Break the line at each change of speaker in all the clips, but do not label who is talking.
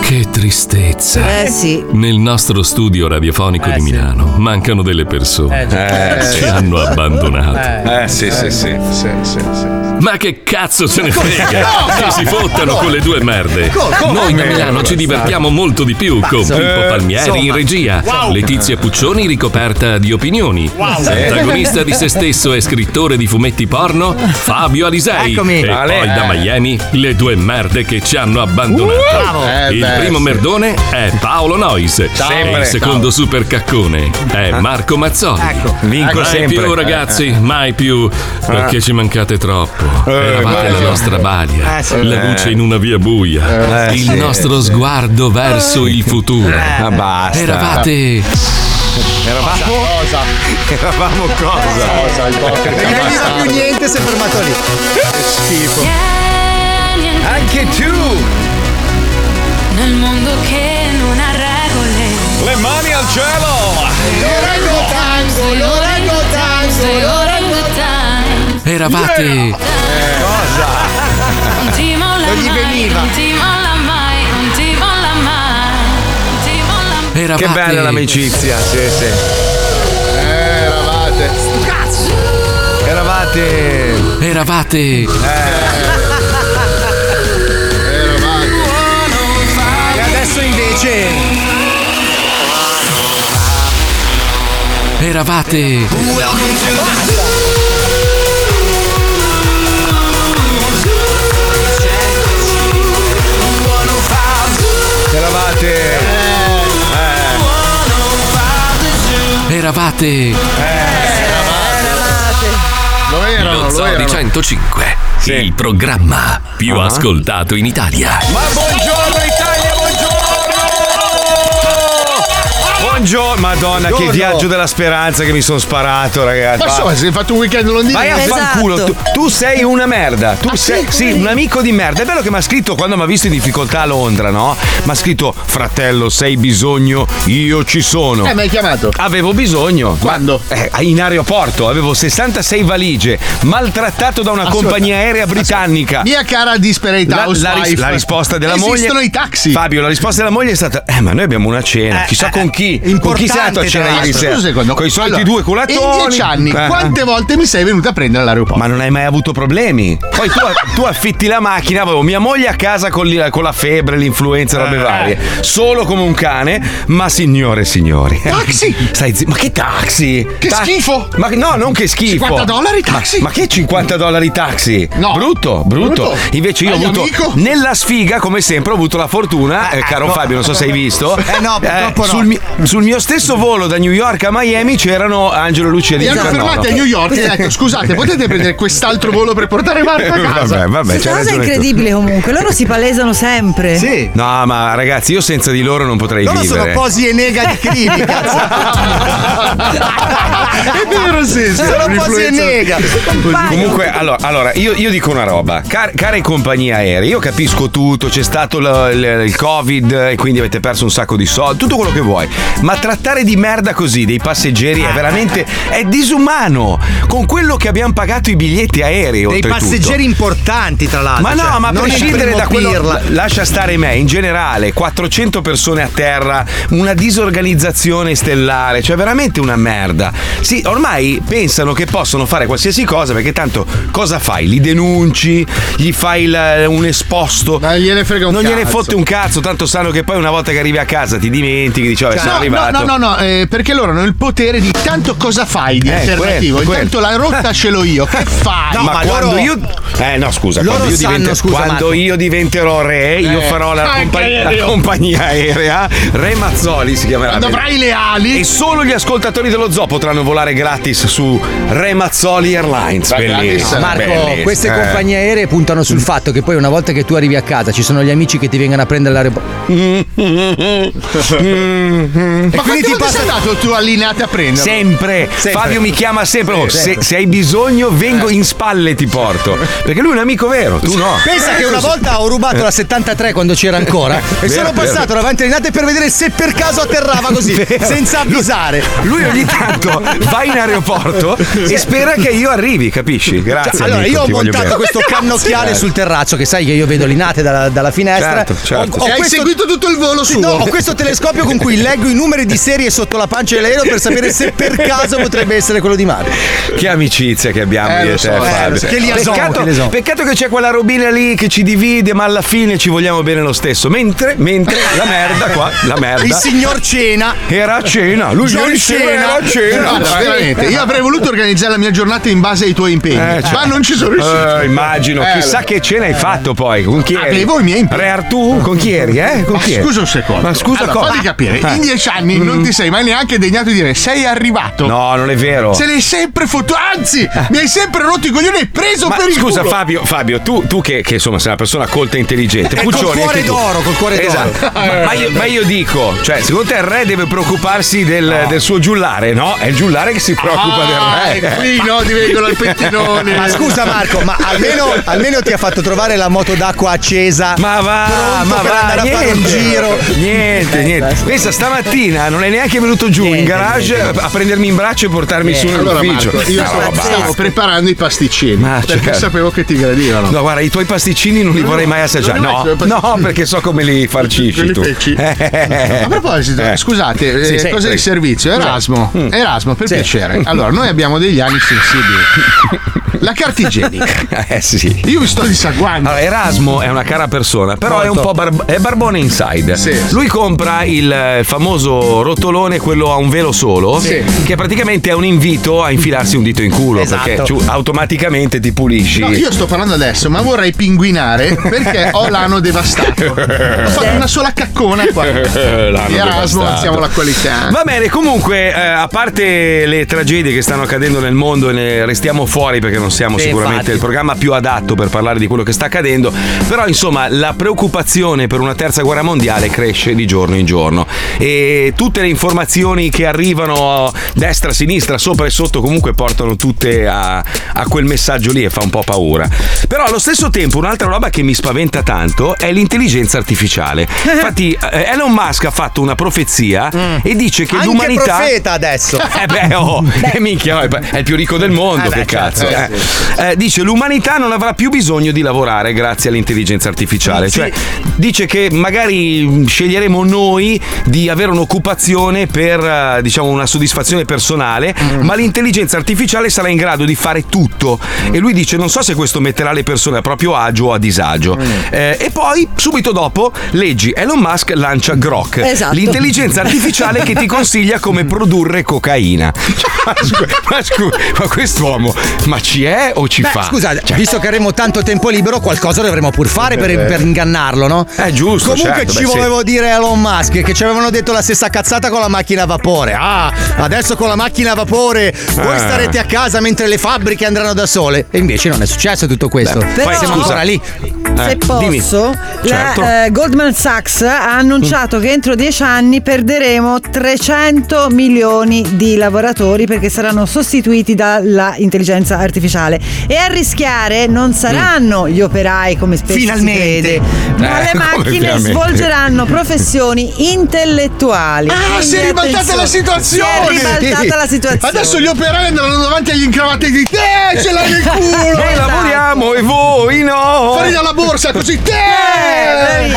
Che tristezza.
Eh sì.
Nel nostro studio radiofonico
Eh,
di
sì.
Milano mancano delle persone.
Eh, già.
Ci
Eh.
hanno abbandonato.
Eh, sì, sì, sì, sì, sì, sì.
Ma che cazzo se ne
come?
frega?
No,
Che
no,
si fottano
no.
con le due merde.
Co- come?
Noi
Eh,
a Milano ci divertiamo molto di più con
Pazzo.
Pippo
Eh,
Palmieri in
insomma.
regia,
Wow.
Letizia Puccioni ricoperta di opinioni,
Wow.
Eh.
protagonista di se stesso e scrittore di fumetti porno, Fabio Alisei
Eccomi.
e
Ale.
poi da Miami le due merde che ci hanno
Bravo.
abbandonato.
Eh,
Il
beh,
primo
sì.
merdone è Paolo Noise
Ciao.
e il
Sempre.
secondo super caccone è Marco Mazzoli.
Ecco. Vinco
mai
sempre.
più ragazzi,
Eh, eh.
mai più perché
Ah.
ci mancate troppo.
Eh,
Eravate la
immagino.
nostra balia,
Eh, sì.
la luce in una via buia,
Eh,
il
sì,
nostro
sì.
sguardo verso il futuro.
Ma basta.
Eravate
Eravamo cosa? Eravamo cosa? Cosa,
Perché non gli dà più niente se è fermato lì.
schifo. Anche tu!
Nel mondo che non ha regole.
Le mani al cielo!
L'orangotango, l'orangotango, l'orangotango.
Eravate.
Non ti molla
Non gli
mai,
veniva.
Non ti molla mai, non ti molla mai. Non ti molla mai.
Eravate.
Che bella l'amicizia, sì, sì.
Eh,
eravate.
Cazzo!
Eravate.
Eravate.
E adesso invece.
Eravate.
Eravate.
Eravate.
Lo erano,
Lo
lo
Zoo di
erano.
105. Il programma più
Ah.
ascoltato in Italia.
Ma buongiorno Italia, buongiorno!
Buongiorno, Madonna, che
Buongiorno.
viaggio della speranza che mi sono sparato, ragazzi.
Ma so, se hai fatto un weekend londinese.
Vai a fanculo, tu, tu sei una merda. Tu sei sì, un amico di merda. È bello che mi ha scritto quando mi ha visto in difficoltà a Londra, no? Mi ha scritto: Fratello, sei bisogno, io ci sono.
Eh, mi hai chiamato.
Avevo bisogno. Quando? in aeroporto avevo 66 valigie, maltrattato da una
Ascolta,
compagnia aerea britannica.
Mia cara Disperate
La,
Housewife.
la ris- la risposta della moglie.
Esistono i taxi.
Fabio, la risposta della moglie è stata: Eh, ma noi abbiamo una cena.
Eh,
Chissà
eh,
con chi. Con
Importante,
chi sei andato a
tra
cena
l'altro.
ieri sera?
Scusa un secondo.
Con i soliti
Allora,
due culattoni.
In dieci anni,
Eh,
quante
eh.
volte mi sei venuto a prendere all'aeroporto?
Ma non hai mai avuto problemi? Poi tu, tu affitti la macchina, avevo mia moglie a casa con, li- con la febbre, l'influenza,
Eh.
robe varie. Solo come un cane, ma signore e signori.
Taxi!
Stai zi- ma che taxi?
Che schifo!
Ma no, non che schifo!
50 dollari taxi?
Ma, ma che 50 dollari taxi?
No.
Brutto, brutto.
Brutto.
Invece io ho
Agli
avuto
amico?
nella sfiga, come sempre, ho avuto la fortuna, eh, caro Fabio, non so se hai visto.
Eh, no, purtroppo no.
Sul, mi- sul mio stesso volo da New York a Miami c'erano Angelo e Lucia di
Mi hanno
Giulianova.
fermati a New York e ho detto scusate potete prendere quest'altro volo per portare Marco a casa?
Vabbè, vabbè, c'hai
Questa cioè, cosa è
ragione tu.
incredibile comunque, loro si palesano sempre.
Sì.
No, ma ragazzi, io senza di loro non potrei
Loro sono
vivere.
posi e nega di crimi, cazzo.
È vero sì, sì,
Sono posi e
un'influenza.
nega.
Comunque, allora, allora, io, io dico una roba, Car- care compagnie aeree, io capisco tutto, c'è stato l- l- il Covid eh, e quindi avete perso un sacco di soldi, tutto quello che vuoi, ma trattare di merda così dei passeggeri
Ah.
è veramente è disumano con quello che abbiamo pagato i biglietti aerei.
Dei
oltretutto.
passeggeri importanti, tra l'altro.
Ma no,
cioè,
ma a
non il
prescindere
primo
da quello.
pirla.
Lascia stare me, in generale, 400 persone a terra, una disorganizzazione stellare, cioè veramente una merda. Sì, ormai pensano che possono fare qualsiasi cosa perché tanto cosa fai? Li denunci, gli fai il- un esposto.
Ma gliene frega un
non gliene
cazzo.
fotte un cazzo, tanto sanno che poi una volta che arrivi a casa ti dimentichi, dici, vabbè, sono
Cioè, No, no,
Eh, arrivato.
no, no, no, eh, perché loro hanno il potere di tanto cosa fai di
Eh,
alternativo,
quello,
intanto la rotta ce l'ho io, che
Ah,
fai?
ma,
ma
quando
loro-
io. Eh no, scusa,
Loro
quando, io,
sanno,
divento-
scusa,
quando
Marco.
io diventerò re,
Eh.
io farò la,
anche
compa- la
io.
compagnia aerea. Re Mazzoli si chiamerà.
Quando
Vedi?
avrai le ali,
E solo gli ascoltatori dello zoo potranno volare gratis su Re Mazzoli Airlines. Bellissimo.
Marco,
bellissimo.
queste
Eh.
compagnie aeree puntano sul fatto che poi una volta che tu arrivi
Mm-hmm.
a casa ci sono gli amici che ti vengono a prendere all'aeroporto.
Mm, mm, mm.
Ma quindi ti passa dato tu allineate a prendere?
Sempre. Fabio mi chiama sempre. Oh, se- Se, hai bisogno,
Eh.
vengo in spalle, ti porto. Perché lui è un amico vero, tu no.
Pensa che una volta ho rubato la 73 quando c'era ancora e
Vero,
sono
vero.
passato davanti alle nate per vedere se per caso atterrava così,
Vero.
senza avvisare.
Lui ogni tanto va in aeroporto e spera che io arrivi, capisci? Grazie.
Cioè, allora,
amico,
io ho
ti voglio
montato
bene.
questo cannocchiale
Certo.
sul terrazzo, che sai che io vedo l'inate dalla, dalla finestra.
Certo, certo.
Ho, ho
E hai
questo-
seguito tutto il volo
Sì,
suo.
no, ho questo telescopio con cui leggo i numeri di serie sotto la pancia dell'aereo per sapere se per caso potrebbe essere quello di Mario.
Che amicizia che abbiamo
Eh,
io
lo
e te,
so, eh,
Fabio.
lo so. Che liaison,
peccato,
che liaison.
peccato che c'è quella robina lì che ci divide, ma alla fine ci vogliamo bene lo stesso. Mentre, mentre la merda qua, la
Il
merda.
signor Cena.
Era a cena, lui
John
ieri sera
Cena.
era a cena.
Guarda, veramente, io avrei voluto organizzare la mia giornata in base ai tuoi impegni,
Eh, cioè.
ma non ci sono riuscito.
Eh, immagino,
Eh,
chissà
lo- Ah,
che cena hai fatto poi. Con chi eri?
Avevo i miei impegni.
Re Artù? Con chi eri? Eh? Con
Ma
chi eri?
scusa un secondo.
Ma scusa
allora,
cosa?
Fammi capire,
Eh.
in dieci anni non ti sei mai neanche degnato di dire sei arrivato.
No, non è vero.
Se l'hai sempre fottuto, anzi, mi hai sempre rotto i coglioni e preso
Eh. Ma
per il
scusa
culo.
Fabio, Fabio, tu, tu che, che, insomma sei una persona colta e intelligente,
col
Puccioni,
cuore
anche tu.
d'oro, col cuore d'oro.
Esatto. Ma, ma io, ma io dico, cioè, secondo te il re deve preoccuparsi del, del suo giullare, no? È il giullare che si preoccupa
Ah,
del
e
re.
qui no, ti vengono al pettinone.
Ma scusa Marco, ma almeno, almeno ti ha fatto trovare la moto d'acqua accesa.
Ma va,
pronto
ma
per
va,
andare a fare
niente,
un giro.
niente, niente. Pensa, stamattina non è neanche venuto giù in
Niente,
garage a prendermi in braccio e portarmi su
Allora
nell'ufficio.
Marco, io
Una
stavo,
roba.
stavo preparando i pasticcini
Ma
perché
certo.
sapevo che ti gradivano.
No, guarda, i tuoi pasticcini non li vorrei mai assaggiare.
Non li
No,
mai-
no, perché so come li farcisci
Quelli
tu.
feci.
Eh.
A proposito,
Eh.
scusate, eh,
sì,
cose
sì.
di servizio, Erasmo,
Mm.
Erasmo per piacere. Allora, noi abbiamo degli anni sensibili. La carta igienica.
Eh sì.
Io mi sto dissaguando.
Allora, Erasmo è una cara persona, però è un po' bar- è barbone inside.
Sì.
Lui compra il eh, famoso rotolone, quello a un velo solo,
Sì.
che praticamente è un invito a infilarsi un dito in culo, perché tu automaticamente ti pulisci.
No, io sto parlando adesso, ma vorrei pinguinare perché ho l'ano devastato. Ho fatto una sola caccona qua.
Eh, l'hanno
Erasmo,
devastato.
alziamo la qualità.
Va bene, comunque, eh, a parte le tragedie che stanno accadendo nel mondo e ne restiamo fuori perché non siamo
Sì,
sicuramente
infatti.
il programma più adatto per parlare di quello che sta accadendo, però insomma la preoccupazione per una terza guerra mondiale cresce di giorno in giorno e tutte le informazioni che arrivano destra, sinistra, sopra e sotto comunque portano tutte a, a quel messaggio lì e fa un po' paura. Però allo stesso tempo un'altra roba che mi spaventa tanto è l'intelligenza artificiale. Infatti eh, Elon Musk ha fatto una profezia
Mm.
e dice che
Anche
l'umanità...
profeta adesso.
Eh beh, oh, eh, minchia, oh, è il più ricco del mondo, che cazzo. eh. Eh, dice l'umanità non avrà più bisogno di lavorare grazie all'intelligenza artificiale. Cioè, dice che magari mh, sceglieremo noi di avere un'occupazione per, eh, diciamo, una soddisfazione personale, ma l'intelligenza artificiale sarà in grado di fare tutto. E lui dice, non so se questo metterà le persone a proprio agio o a disagio. Eh, e poi, subito dopo, leggi, Elon Musk lancia Grok.
Esatto.
L'intelligenza artificiale che ti consiglia come produrre cocaina. Cioè, Mm. ma, scu- ma scu- ma quest'uomo, ma ci è o ci
Beh,
fa?
scusate,
Cioè,
visto che avremo tanto tempo libero, qualcosa dovremo pur fare per, per ingannarlo, no?
è giusto.
Comunque
certo,
ci
beh, sì.
volevo dire a Elon Musk che ci avevano detto la stessa cazzata con la macchina a vapore. Ah, adesso con la macchina a vapore voi
Ah.
starete a casa mentre le fabbriche andranno da sole. E invece non è successo tutto questo.
Però-
Siamo
scusa.
ancora lì.
Eh,
Se
dimmi.
posso, la,
Certo.
eh, Goldman Sachs ha annunciato che entro dieci anni perderemo 300 milioni di lavoratori perché saranno sostituiti dalla intelligenza artificiale. E a rischiare
Mm.
non saranno gli operai come spesso
Finalmente.
si crede, ma
Eh,
le
come
macchine
finalmente?
svolgeranno professioni intellettuali.
Ah, si è
Quindi
ribaltata la
attenzione,
situazione!
Si è ribaltata la situazione.
Adesso gli operai andranno davanti agli incravati di te, ce l'hai nel culo!
Noi lavoriamo e voi
Oh!
no.
Fuori dalla borsa così te!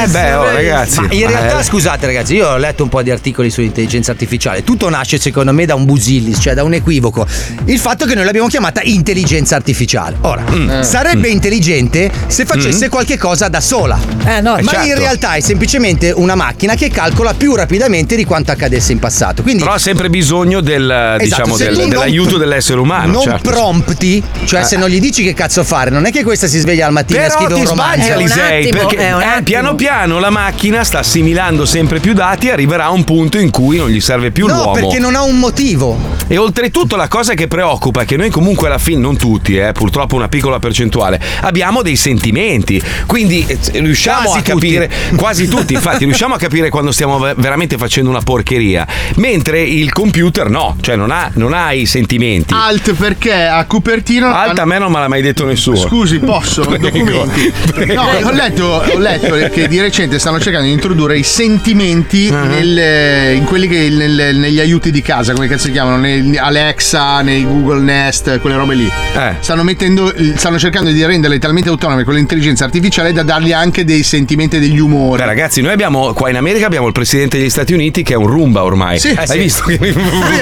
Eh beh, oh, ragazzi.
Ma in
ma eh.
realtà,
è-
scusate ragazzi, io ho letto un po' di articoli sull'intelligenza artificiale. Tutto nasce secondo me da un busillis, cioè da un equivoco. Il fatto che noi l'abbiamo chiamata intelligenza artificiale. Ora,
Mm.
Mm. sarebbe intelligente se facesse qualche cosa da sola.
Eh, no,
Ma
certo.
in realtà è semplicemente una macchina che calcola più rapidamente di quanto accadesse in passato. Quindi Esatto,
Però ha sempre bisogno del,
Esatto,
diciamo,
se
del-
tu non-
dell'aiuto dell'essere umano.
non
certo.
prompti, cioè se non gli dici che cazzo fare, non è che questa si sveglia al mattino e
Però
scrive
ti
un
sbagli,
È un
Alisei,
attimo,
perché
è un
eh,
attimo.
piano piano la macchina sta assimilando sempre più dati e arriverà a un punto in cui non gli serve più
No,
l'uomo.
perché non ha un motivo.
E oltretutto la cosa che preoccupa è che noi comunque alla fine, non tutti, eh, purtroppo una piccola percentuale, abbiamo dei sentimenti. Quindi eh, riusciamo
Quasi
a capire, quasi tutti, infatti riusciamo a capire quando stiamo ve- veramente facendo una porcheria, mentre il computer no, cioè non ha, non ha i sentimenti.
Alt perché a Cupertino.
Alta a me non me l'ha mai detto nessuno.
Scusi, posso?
Prego,
Documenti.
prego.
No, ho letto, ho letto che di recente stanno cercando di introdurre i sentimenti
Ah.
nel- eh, in quelli che nel- negli aiuti di casa, come cazzo si chiamano? Nei Alexa, nei Google Nest, quelle robe lì.
Eh.
Stanno, mettendo, eh, stanno cercando di renderle talmente autonome con l'intelligenza artificiale da dargli anche dei sentimenti e degli umori.
Beh, ragazzi, noi abbiamo qua in America abbiamo il presidente degli Stati Uniti che è un rumba ormai.
Sì.
Hai
Eh, sì.
visto che
Lui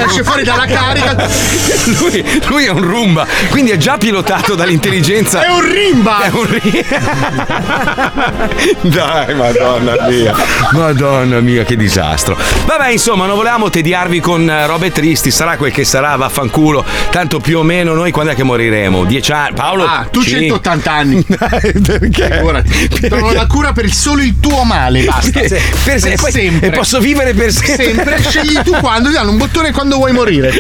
esce fuori dalla carica.
lui, lui è un rumba, quindi è già pilotato dall'intelligenza.
È un rimba!
È un ri- Dai, madonna mia. Madonna mia, che disastro. Vabbè, insomma, non volevamo tediarvi con eh, robe tristi, sarà quel che sarà, vaffanculo. Tanto più o meno noi quando è che moriremo? Dieci anni. Paolo,
Ah, tu
cin-
180 anni.
Perché?
Figurati. Trovo la cura per solo il tuo male, basta.
Per- per- e poi- e posso vivere per sempre.
Sempre scegli tu quando ti danno un bottone quando vuoi morire.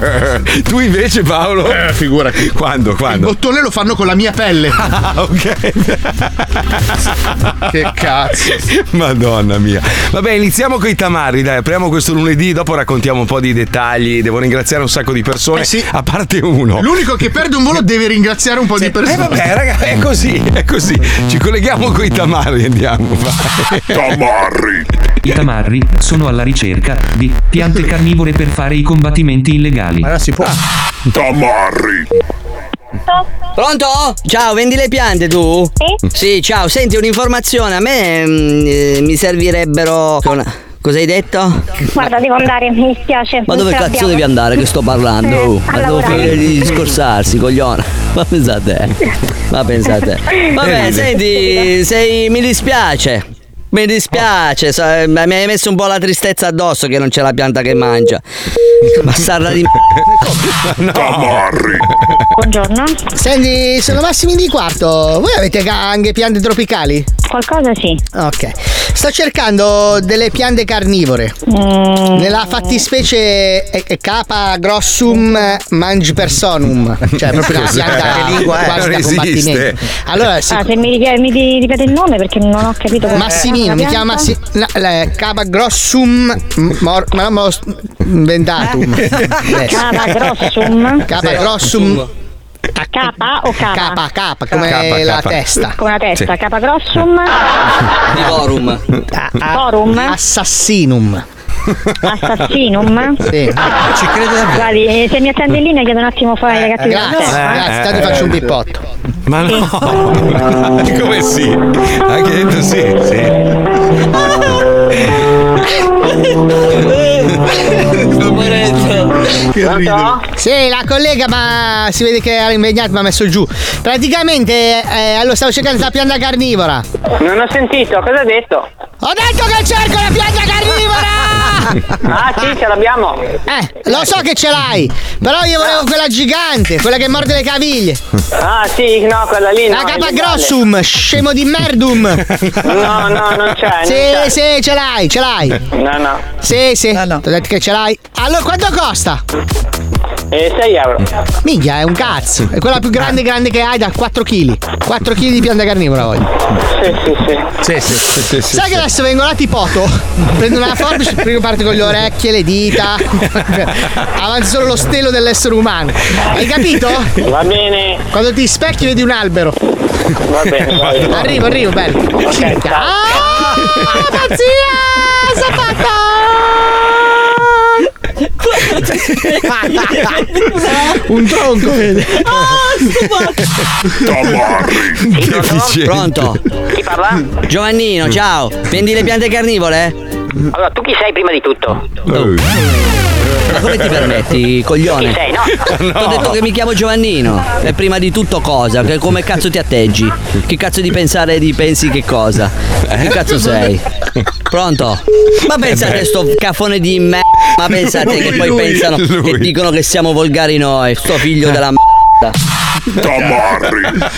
tu invece, Paolo?
figurati.
Quando?
Il
Quando?
bottone lo fanno con la mia pelle.
Ah, ok.
Che cazzo.
Madonna mia. Vabbè, iniziamo con i tamari, dai, apriamo questo lunedì, dopo raccontiamo un po' di dettagli, devo ringraziare un sacco di persone,
Eh sì.
a parte uno.
L'unico che perde un volo deve ringraziare un po' di
Eh
persone.
vabbè, raga, è così, è così. Ci colleghiamo con i tamari, andiamo. vai.
I tamarri sono alla ricerca di piante carnivore per fare i combattimenti illegali. Ah!
Ma non si può.
Pronto? Ciao, vendi le piante tu? Sì. ciao, senti un'informazione, a me mm, eh, mi servirebbero... con- Cosa hai detto?
Guarda, devo andare, mi dispiace.
Ma
non
dove
ce
cazzo
l'abbiamo.
devi andare che sto parlando?
Eh,
oh?
a
ma devo
lavorare.
finire di discorsarsi, coglione. Ma pensate, ma pensate. Vabbè, senti, sei, mi dispiace. Mi dispiace, sa- mi hai messo un po' la tristezza addosso che non c'è la pianta che mangia. Bastarda di
Buongiorno.
Senti, sono Massimi di quarto. Voi avete ca- anche piante tropicali?
Qualcosa sì.
Ok. Sto cercando delle piante carnivore.
Mm.
Nella fattispecie eh, eh, K grossum mangipersonum. Cioè, proprio una
Cos'è?
pianta
Che lingua è?
quasi
Eh, Non
da
esiste.
combattimento. Allora,
Ah,
sic-
se mi, richi- mi di- ripete il nome perché non ho capito. come-
Massimino mi
La
chiama
pianta?
si- la- la- K grossum mor- ma non me lo s- inventatum. Adesso.
Cava Grossum.
K grossum
K o K?
K, K, come
K,
la
K.
testa.
Con la testa.
Sì.
K Grossum.
di Forum.
Forum.
Assassinum.
Assassinum.
Sì.
Ci crede davvero.
Guardi, eh, se mi attende in linea chiedo un attimo fuori
Eh,
ai ragazzi della
Grazie,
testa.
grazie,
eh,
tanto faccio un pippotto.
Ma no. Come sì? Anche detto sì, sì. eh.
Sì, la collega ma si vede che era impegnata, mi ha messo giù. Praticamente, eh, allora stavo cercando la pianta carnivora.
Non ho sentito, cosa ha detto?
Ho detto che cerco la pianta carnivora!
Ah sì, ce l'abbiamo.
Eh, lo so che ce l'hai, però io volevo quella gigante, quella che morde le caviglie.
Ah sì, no, quella lì.
La
no, è
capa
illegale.
grossum, scemo di merdum.
No, no, non c'è. non c'è.
Sì, sì, ce l'hai, ce l'hai.
No, no.
Sì, sì, ti ho detto che ce l'hai. Allora, quanto costa?
Eh, 6 euro.
Miglia, è un cazzo. È quella più grande grande che hai da 4 kg. 4 kg di pianta carnivora voglio.
Sì, sì, sì.
Sì, sì, sì.
Sai che adesso vengo là tipo Otto, prendo una forbice, prima parte con le orecchie, le dita, avanza solo lo stelo dell'essere umano. Hai capito?
Va bene,
Quando ti specchi vedi un albero.
va bene. va bene.
Arrivo, arrivo, bello.
Ok, ciao.
Ah, ma zia, si è fatta! un tronco.
Deficiente.
Pronto?
Chi parla?
Giovannino, ciao. Vendi le piante carnivore?
Allora, tu chi sei prima di tutto?
Eh.
Ma come ti permetti,
Chi
coglione?
sei, no?
Ti ho detto che mi chiamo Giovannino. E prima di tutto cosa? Che- come cazzo ti atteggi? Che cazzo di pensare di pensi che cosa? Che cazzo sei? Pronto? Ma pensate a sto cafone di merda. Ma pensate che poi
Eh lui,
pensano
lui.
e dicono che siamo volgari noi, sto figlio della merda. Tamarri.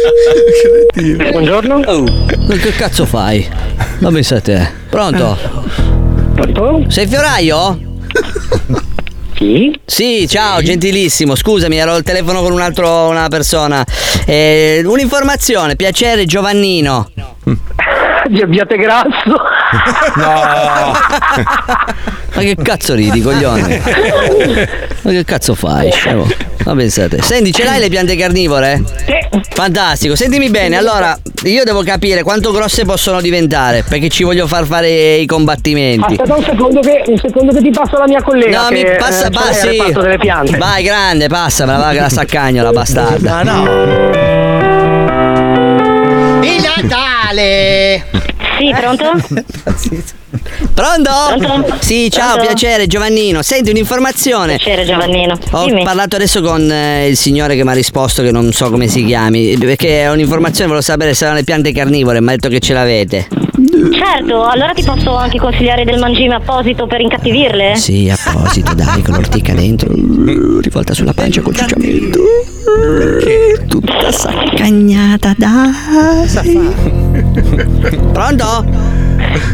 Eh, Buongiorno. Oh, che cazzo fai? Ma pensa a te. Pronto? Pronto? Sei fioraio? Sì. Sì, ciao, gentilissimo. Scusami, ero al telefono con un altro, una persona. Eh, un'informazione, piacere, Giovannino. Di abbiate grasso. No. Ma che cazzo ridi, coglione? Ma che cazzo fai? scemo? Ma pensate. Senti, ce l'hai le piante carnivore? Fantastico. Sentimi bene, allora io devo capire quanto grosse possono diventare perché ci voglio far fare i combattimenti.
Aspetta un secondo che, un secondo che ti passo la mia collega
No,
che,
mi passa,
eh,
pa-
fa il
sì.
reparto delle piante. Ah,
Vai, grande, passamela, va che la staccagno, la bastarda.
Ma
Il Natale!
Sì, pronto?
Pronto? Sì, ciao,
Pronto?
piacere Giovannino. Senti un'informazione.
Piacere, Giovannino.
Ho
Dimmi.
parlato adesso con eh, il signore che mi ha risposto che non so come si chiami, perché è un'informazione, volevo sapere se erano le piante carnivore, mi ha detto che ce l'avete.
Certo, allora ti posso anche consigliare del mangime apposito per incattivirle?
Sì, apposito, dai, con l'ortica dentro, rivolta sulla pancia col ciucciamento. Tutta saccagnata, dai. Pronto?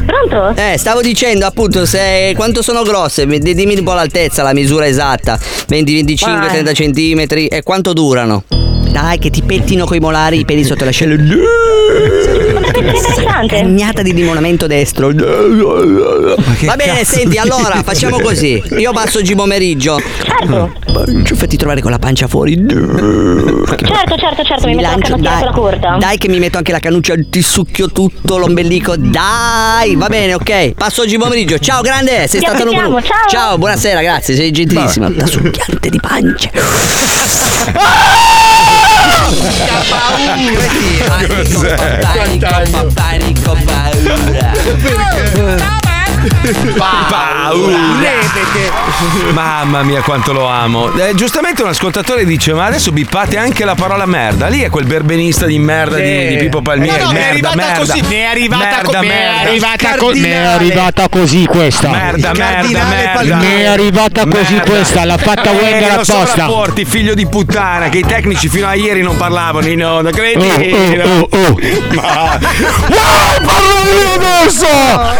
Pronto?
Eh, stavo dicendo appunto se quanto sono grosse, mi- di- dimmi un po' l'altezza, la misura esatta, 20, 25,
Vai.
30 centimetri e quanto durano? Dai, che ti pettino coi molari i peli sotto la scella. Cagnata di limonamento destro. Va bene,
cazzo
senti,
dici?
allora facciamo così. Io passo oggi pomeriggio. Ci fatti trovare con la pancia fuori.
Certo, certo, certo, mi,
Mi
metto
lancio,
anche la
dai.
sulla corta.
Dai che mi metto anche la canuccia, ti succhio tutto l'ombelico. Dai, va bene, ok. Passo oggi pomeriggio. Ciao grande, sei
Ti
stato
aspettiamo,
numero uno.
ciao.
buonasera, grazie, sei gentilissima.
Vabbè.
Da succhiante di pancia.
Eh,
Panico, paura.
Mamma mia quanto lo amo. Eh, giustamente un ascoltatore dice ma adesso bippate anche la parola merda. Lì è quel berbenista di merda di, di Pippo Palmieri.
Eh No, no, mi è
merda,
arrivata
merda.
così, mi è arrivata
merda,
co- mi è
merda.
arrivata co-
Cardinale.
mi è arrivata
così questa.
Merda, merda, merda.
Mi è arrivata così
Merda.
questa, l'ha fatta
eh,
Wenger
lo
apposta.
sovrapporti, figlio di puttana, che i tecnici fino a ieri non parlavano in onda, credi? Cioè,
Oh, oh, oh, oh.
Ma-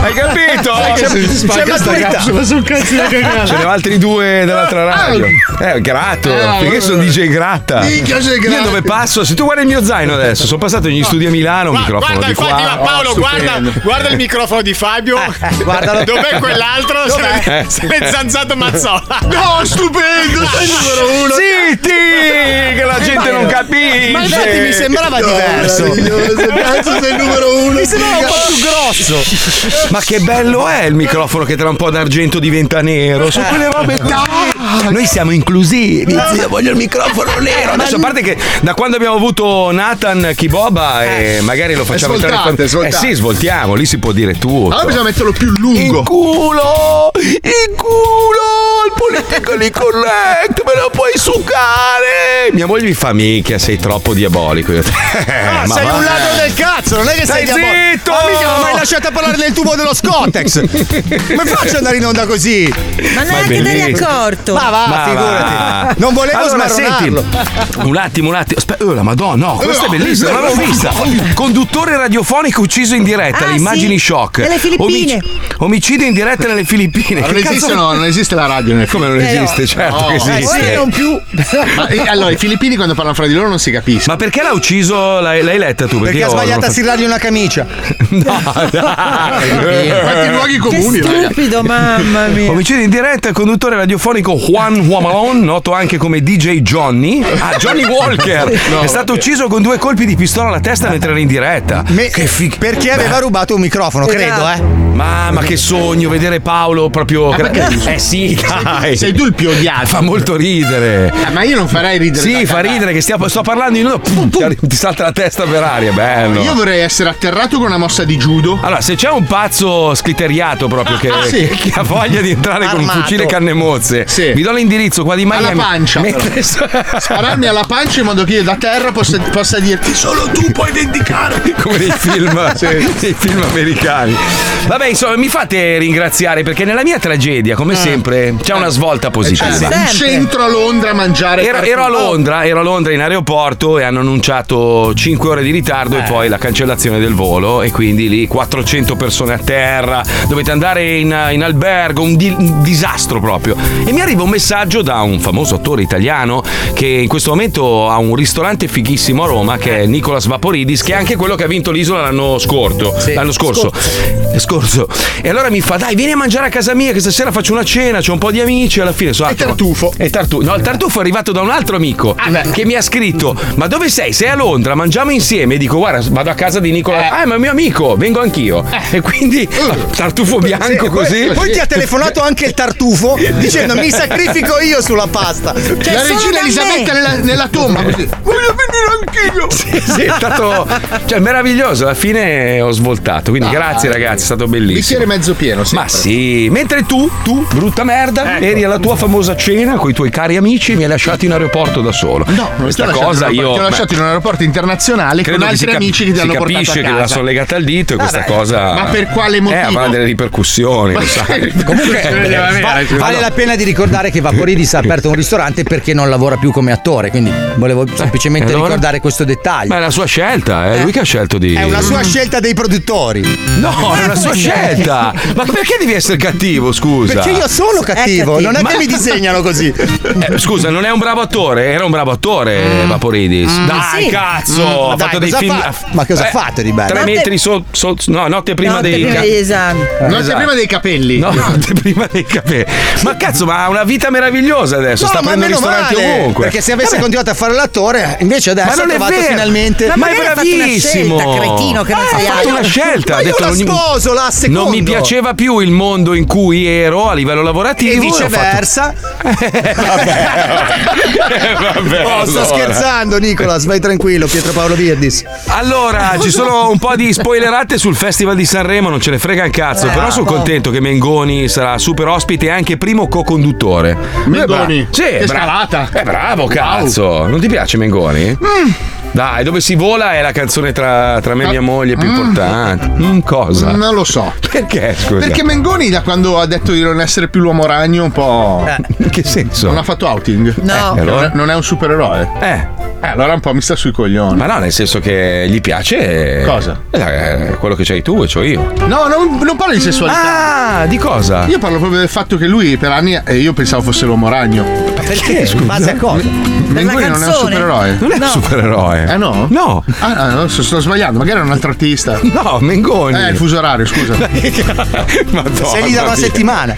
Hai capito?
Che se si spacca sta capsula
sul cazzo
da cagare.
Ce ne altri due dall'altra radio. Eh, grato.
Ah,
perché sono DJ Gratta.
Minchia, sei
Io
gratta.
dove passo? Se tu guardi il mio zaino adesso, sono passato negli studi a Milano, un microfono
guarda,
di qua.
infatti, va, Paolo,
Oh,
guarda,
stupendo.
guarda il microfono di Fabio.
guardalo.
Dov'è quell'altro?
Dov'è?
Se l'è- se l'è zanzato Mazzola.
No, stupendo, sei il numero uno.
Zitti, che la gente non capisce.
Ma infatti mi sembrava
No,
diverso.
meraviglioso,
Cazzo, sei il numero uno.
Mi sembrava un
figa.
po' più Ma che bello è il microfono che tra un po' d'argento diventa nero. Su quelle robe. lì. Noi siamo inclusivi.
Ah.
Zio, voglio il microfono nero. Adesso, a parte che da quando abbiamo avuto Nathan Kiboba, eh, magari lo facciamo
Eh, svoltate,
entrare. Eh
svoltate.
sì, svoltiamo, lì si può dire tu.
Ah,
Allora bisogna metterlo più lungo. Il
culo! Il culo! Il politically correct! Me lo puoi succare! Eh, Mia moglie mi fa mica, sei troppo diabolico. Io, Eh,
Ah,
ma
sei
va.
un ladro del cazzo, non è che sei
Stai
diavolo.
zitto!
Ma mica non Oh, mi hai lasciato parlare nel tubo dello Scotex. Come faccio ad andare in onda così?
Ma neanche te ne hai accorto.
Ma va, figurati. Non volevo
allora,
smarronarlo.
senti, un attimo, un attimo. Aspetta, oh, la Madonna, no, questa è bellissima, non l'avevo vista. Conduttore radiofonico ucciso in diretta,
Ah,
le immagini
sì?
shock.
Nelle Filippine.
Omic- omicidio in diretta nelle Filippine.
Ma non
Che cazzo-
esiste, no, non esiste la radio nel
Come
Eh,
non esiste, certo che esiste.
più. Ma, eh, allora, i filippini quando parlano fra di loro non si capiscono.
Ma perché l'ha ucciso? L'hai, l'hai letta tu?
Perché
Perché,
ha
io
sbagliato
non
a
fa-
stirargli
una camicia.
No, dai.
Quanti luoghi comuni,
Che
raga.
stupido, mamma mia.
Omicidio in diretta, conduttore radiofonico Juan Huamalon, noto anche come DJ Johnny. Ah, Johnny Walker!
No,
è stato ucciso con due colpi di pistola alla testa mentre era in diretta.
Me-
che figa.
Perché aveva rubato un microfono, credo,
Esatto.
eh.
Mamma, che sogno vedere Paolo proprio.
Ah, perché?
eh sì, dai.
sei tu il più odiato.
Fa molto ridere.
ma io non farei ridere
Sì,
da
fa
cagare.
ridere che stiamo- sto parlando in uno. pum, ti arri- Ti salta la testa per aria, bello.
Io vorrei essere atterrato con una mossa di judo.
Allora, se c'è un pazzo scriteriato proprio che,
Ah, sì.
che ha voglia di entrare con
Armato.
un fucile canne mozze,
Sì.
vi do l'indirizzo qua di Miami.
alla pancia.
Mentre-
Spararmi alla pancia in modo che io da terra possa, possa dirti solo tu puoi vendicarmi.
come nei film, nei film americani. Vabbè, insomma, mi fate ringraziare perché nella mia tragedia, come
Mm.
sempre, c'è una
Eh,
svolta positiva.
in centro a Londra a mangiare. Oh,
Ero, Ah, ero a Londra, ero a Londra in aeroporto e hanno annunciato 5 ore di ritardo e poi la cancellazione del volo e quindi lì 400 persone a terra, dovete andare in, in albergo, un, di- un disastro proprio. E mi arriva un messaggio da un famoso attore italiano che in questo momento ha un ristorante fighissimo a Roma che è Nicolas Vaporidis, che è anche quello che ha vinto l'isola l'anno scorso. L'anno scorso. scorso. E allora mi fa, dai, vieni a mangiare a casa mia, che stasera faccio una cena, c'ho un po' di amici, alla fine sono... E tartufo. Ah. E tartufo. No, il tartufo è arrivato da un altro amico eh, che mi ha scritto, ma dove sei? Sei a Londra, mangiamo insieme. E dico, guarda, vado a casa di Nicola. Ah, ma è mio amico, vengo anch'io. E quindi, tartufo bianco
Sì, poi-
così.
Poi ti ha telefonato anche il tartufo dicendo mi sacrifico io sulla pasta. Cioè,
la
solo
regina
da me.
Elisabetta nella, nella tomba così.
Sì, sì, è stato cioè, meraviglioso. Alla fine ho svoltato. Quindi,
Dai.
grazie, ragazzi, è stato bellissimo.
Ah, Bicchiere mezzo pieno,
Ma sì, mentre tu, tu, brutta merda, eri alla tua famosa cena con i tuoi cari amici e mi hai lasciato in aeroporto da solo. No,
Non ti ho
questa
lasciato
cosa
in
io.
un aeroporto, Ti ho
beh,
lasciato in un aeroporto internazionale
credo
con altri
si cap-
amici che ti
si
hanno portato a casa.
capisce che la sono legata al dito e questa
Vabbè,
cosa.
ma per quale
Eh,
motivo?
avrà delle ripercussioni, lo sai.
Comunque eh, va- vale la pena di ricordare che Vaporidis ha aperto un ristorante perché non lavora più come attore, quindi volevo semplicemente
e Eh, allora?
ricordare questo dettaglio.
Ma è la sua scelta, eh. è lui che ha scelto di.
È una sua scelta dei produttori.
No, è una sua scelta. Ma perché devi essere cattivo, scusa?
Perché io sono cattivo, non è che mi disegnano così.
Eh, scusa, non è un bravo attore? Era un bravo attore, Vaporidis.
Mm,
Dai,
sì.
cazzo!
Mm, ma
ha
dai,
fatto dei
cosa
film. Eh,
fa- ma cosa ha fatto di bello?
Tre
Notte-
metri so, so- No, notte prima
Notte
dei.
prima
ca-
degli esami.
Eh,
Notte prima
dei capelli.
No, notte prima dei capelli. Ma cazzo, ma ha una vita meravigliosa adesso.
No,
Eh, Sta
ma
prendendo
meno
ristoranti
male,
ovunque.
Perché se avesse
Vabbè.
continuato a fare l'attore, invece adesso
Eh Ma
ha
non è Ah,
trovato
vero.
finalmente.
Ma magari ha fatto una scelta, cretino, che non sai
ha
altro.
fatto una scelta.
Ma
ha
io
detto
la
non mi-
sposo,
la secondo.
Non mi piaceva più il mondo in cui ero a livello lavorativo.
E
ho fatto-
viceversa.
Eh, Vabbè,
Oh, sto
allora.
scherzando, Nicolas, vai tranquillo, Pietro Paolo Virdis.
Allora, ci sono un po' di spoilerate sul Festival di Sanremo, non ce ne frega un cazzo, però sono contento che Mengoni sarà super ospite e anche primo co-conduttore.
Mengoni?
Eh, bra- Sì,
Che
bra-
scalata.
Eh, bravo,
Wow.
cazzo. Non ti piace Mengoni? Dai, dove si vola è la canzone tra, tra me e mia moglie più importante. Mm, cosa?
Non lo so.
Perché, Eh, scusa?
Perché Mengoni da quando ha detto di non essere più l'uomo ragno un po'...
In Eh. che senso?
Non ha fatto outing.
No.
Eh, allora? Non è un supereroe.
Eh.
Allora un po' mi sta sui coglioni.
Ma no, nel senso che gli piace.
Cosa?
Eh, quello che c'hai tu e c'ho io.
No, non, non parlo di sessualità.
Ah, di cosa?
Io parlo proprio del fatto che lui per anni e io pensavo fosse l'uomo ragno.
Perché?
Scusa.
Base a cosa?
Mengoni non è un supereroe.
Non è un supereroe.
Eh no?
No.
Ah, no, no, sto, sto sbagliando, magari era un altro artista.
No, Mengoni.
Eh, il fuso orario, scusa.
Madonna
Sei lì da una
mia.
settimana.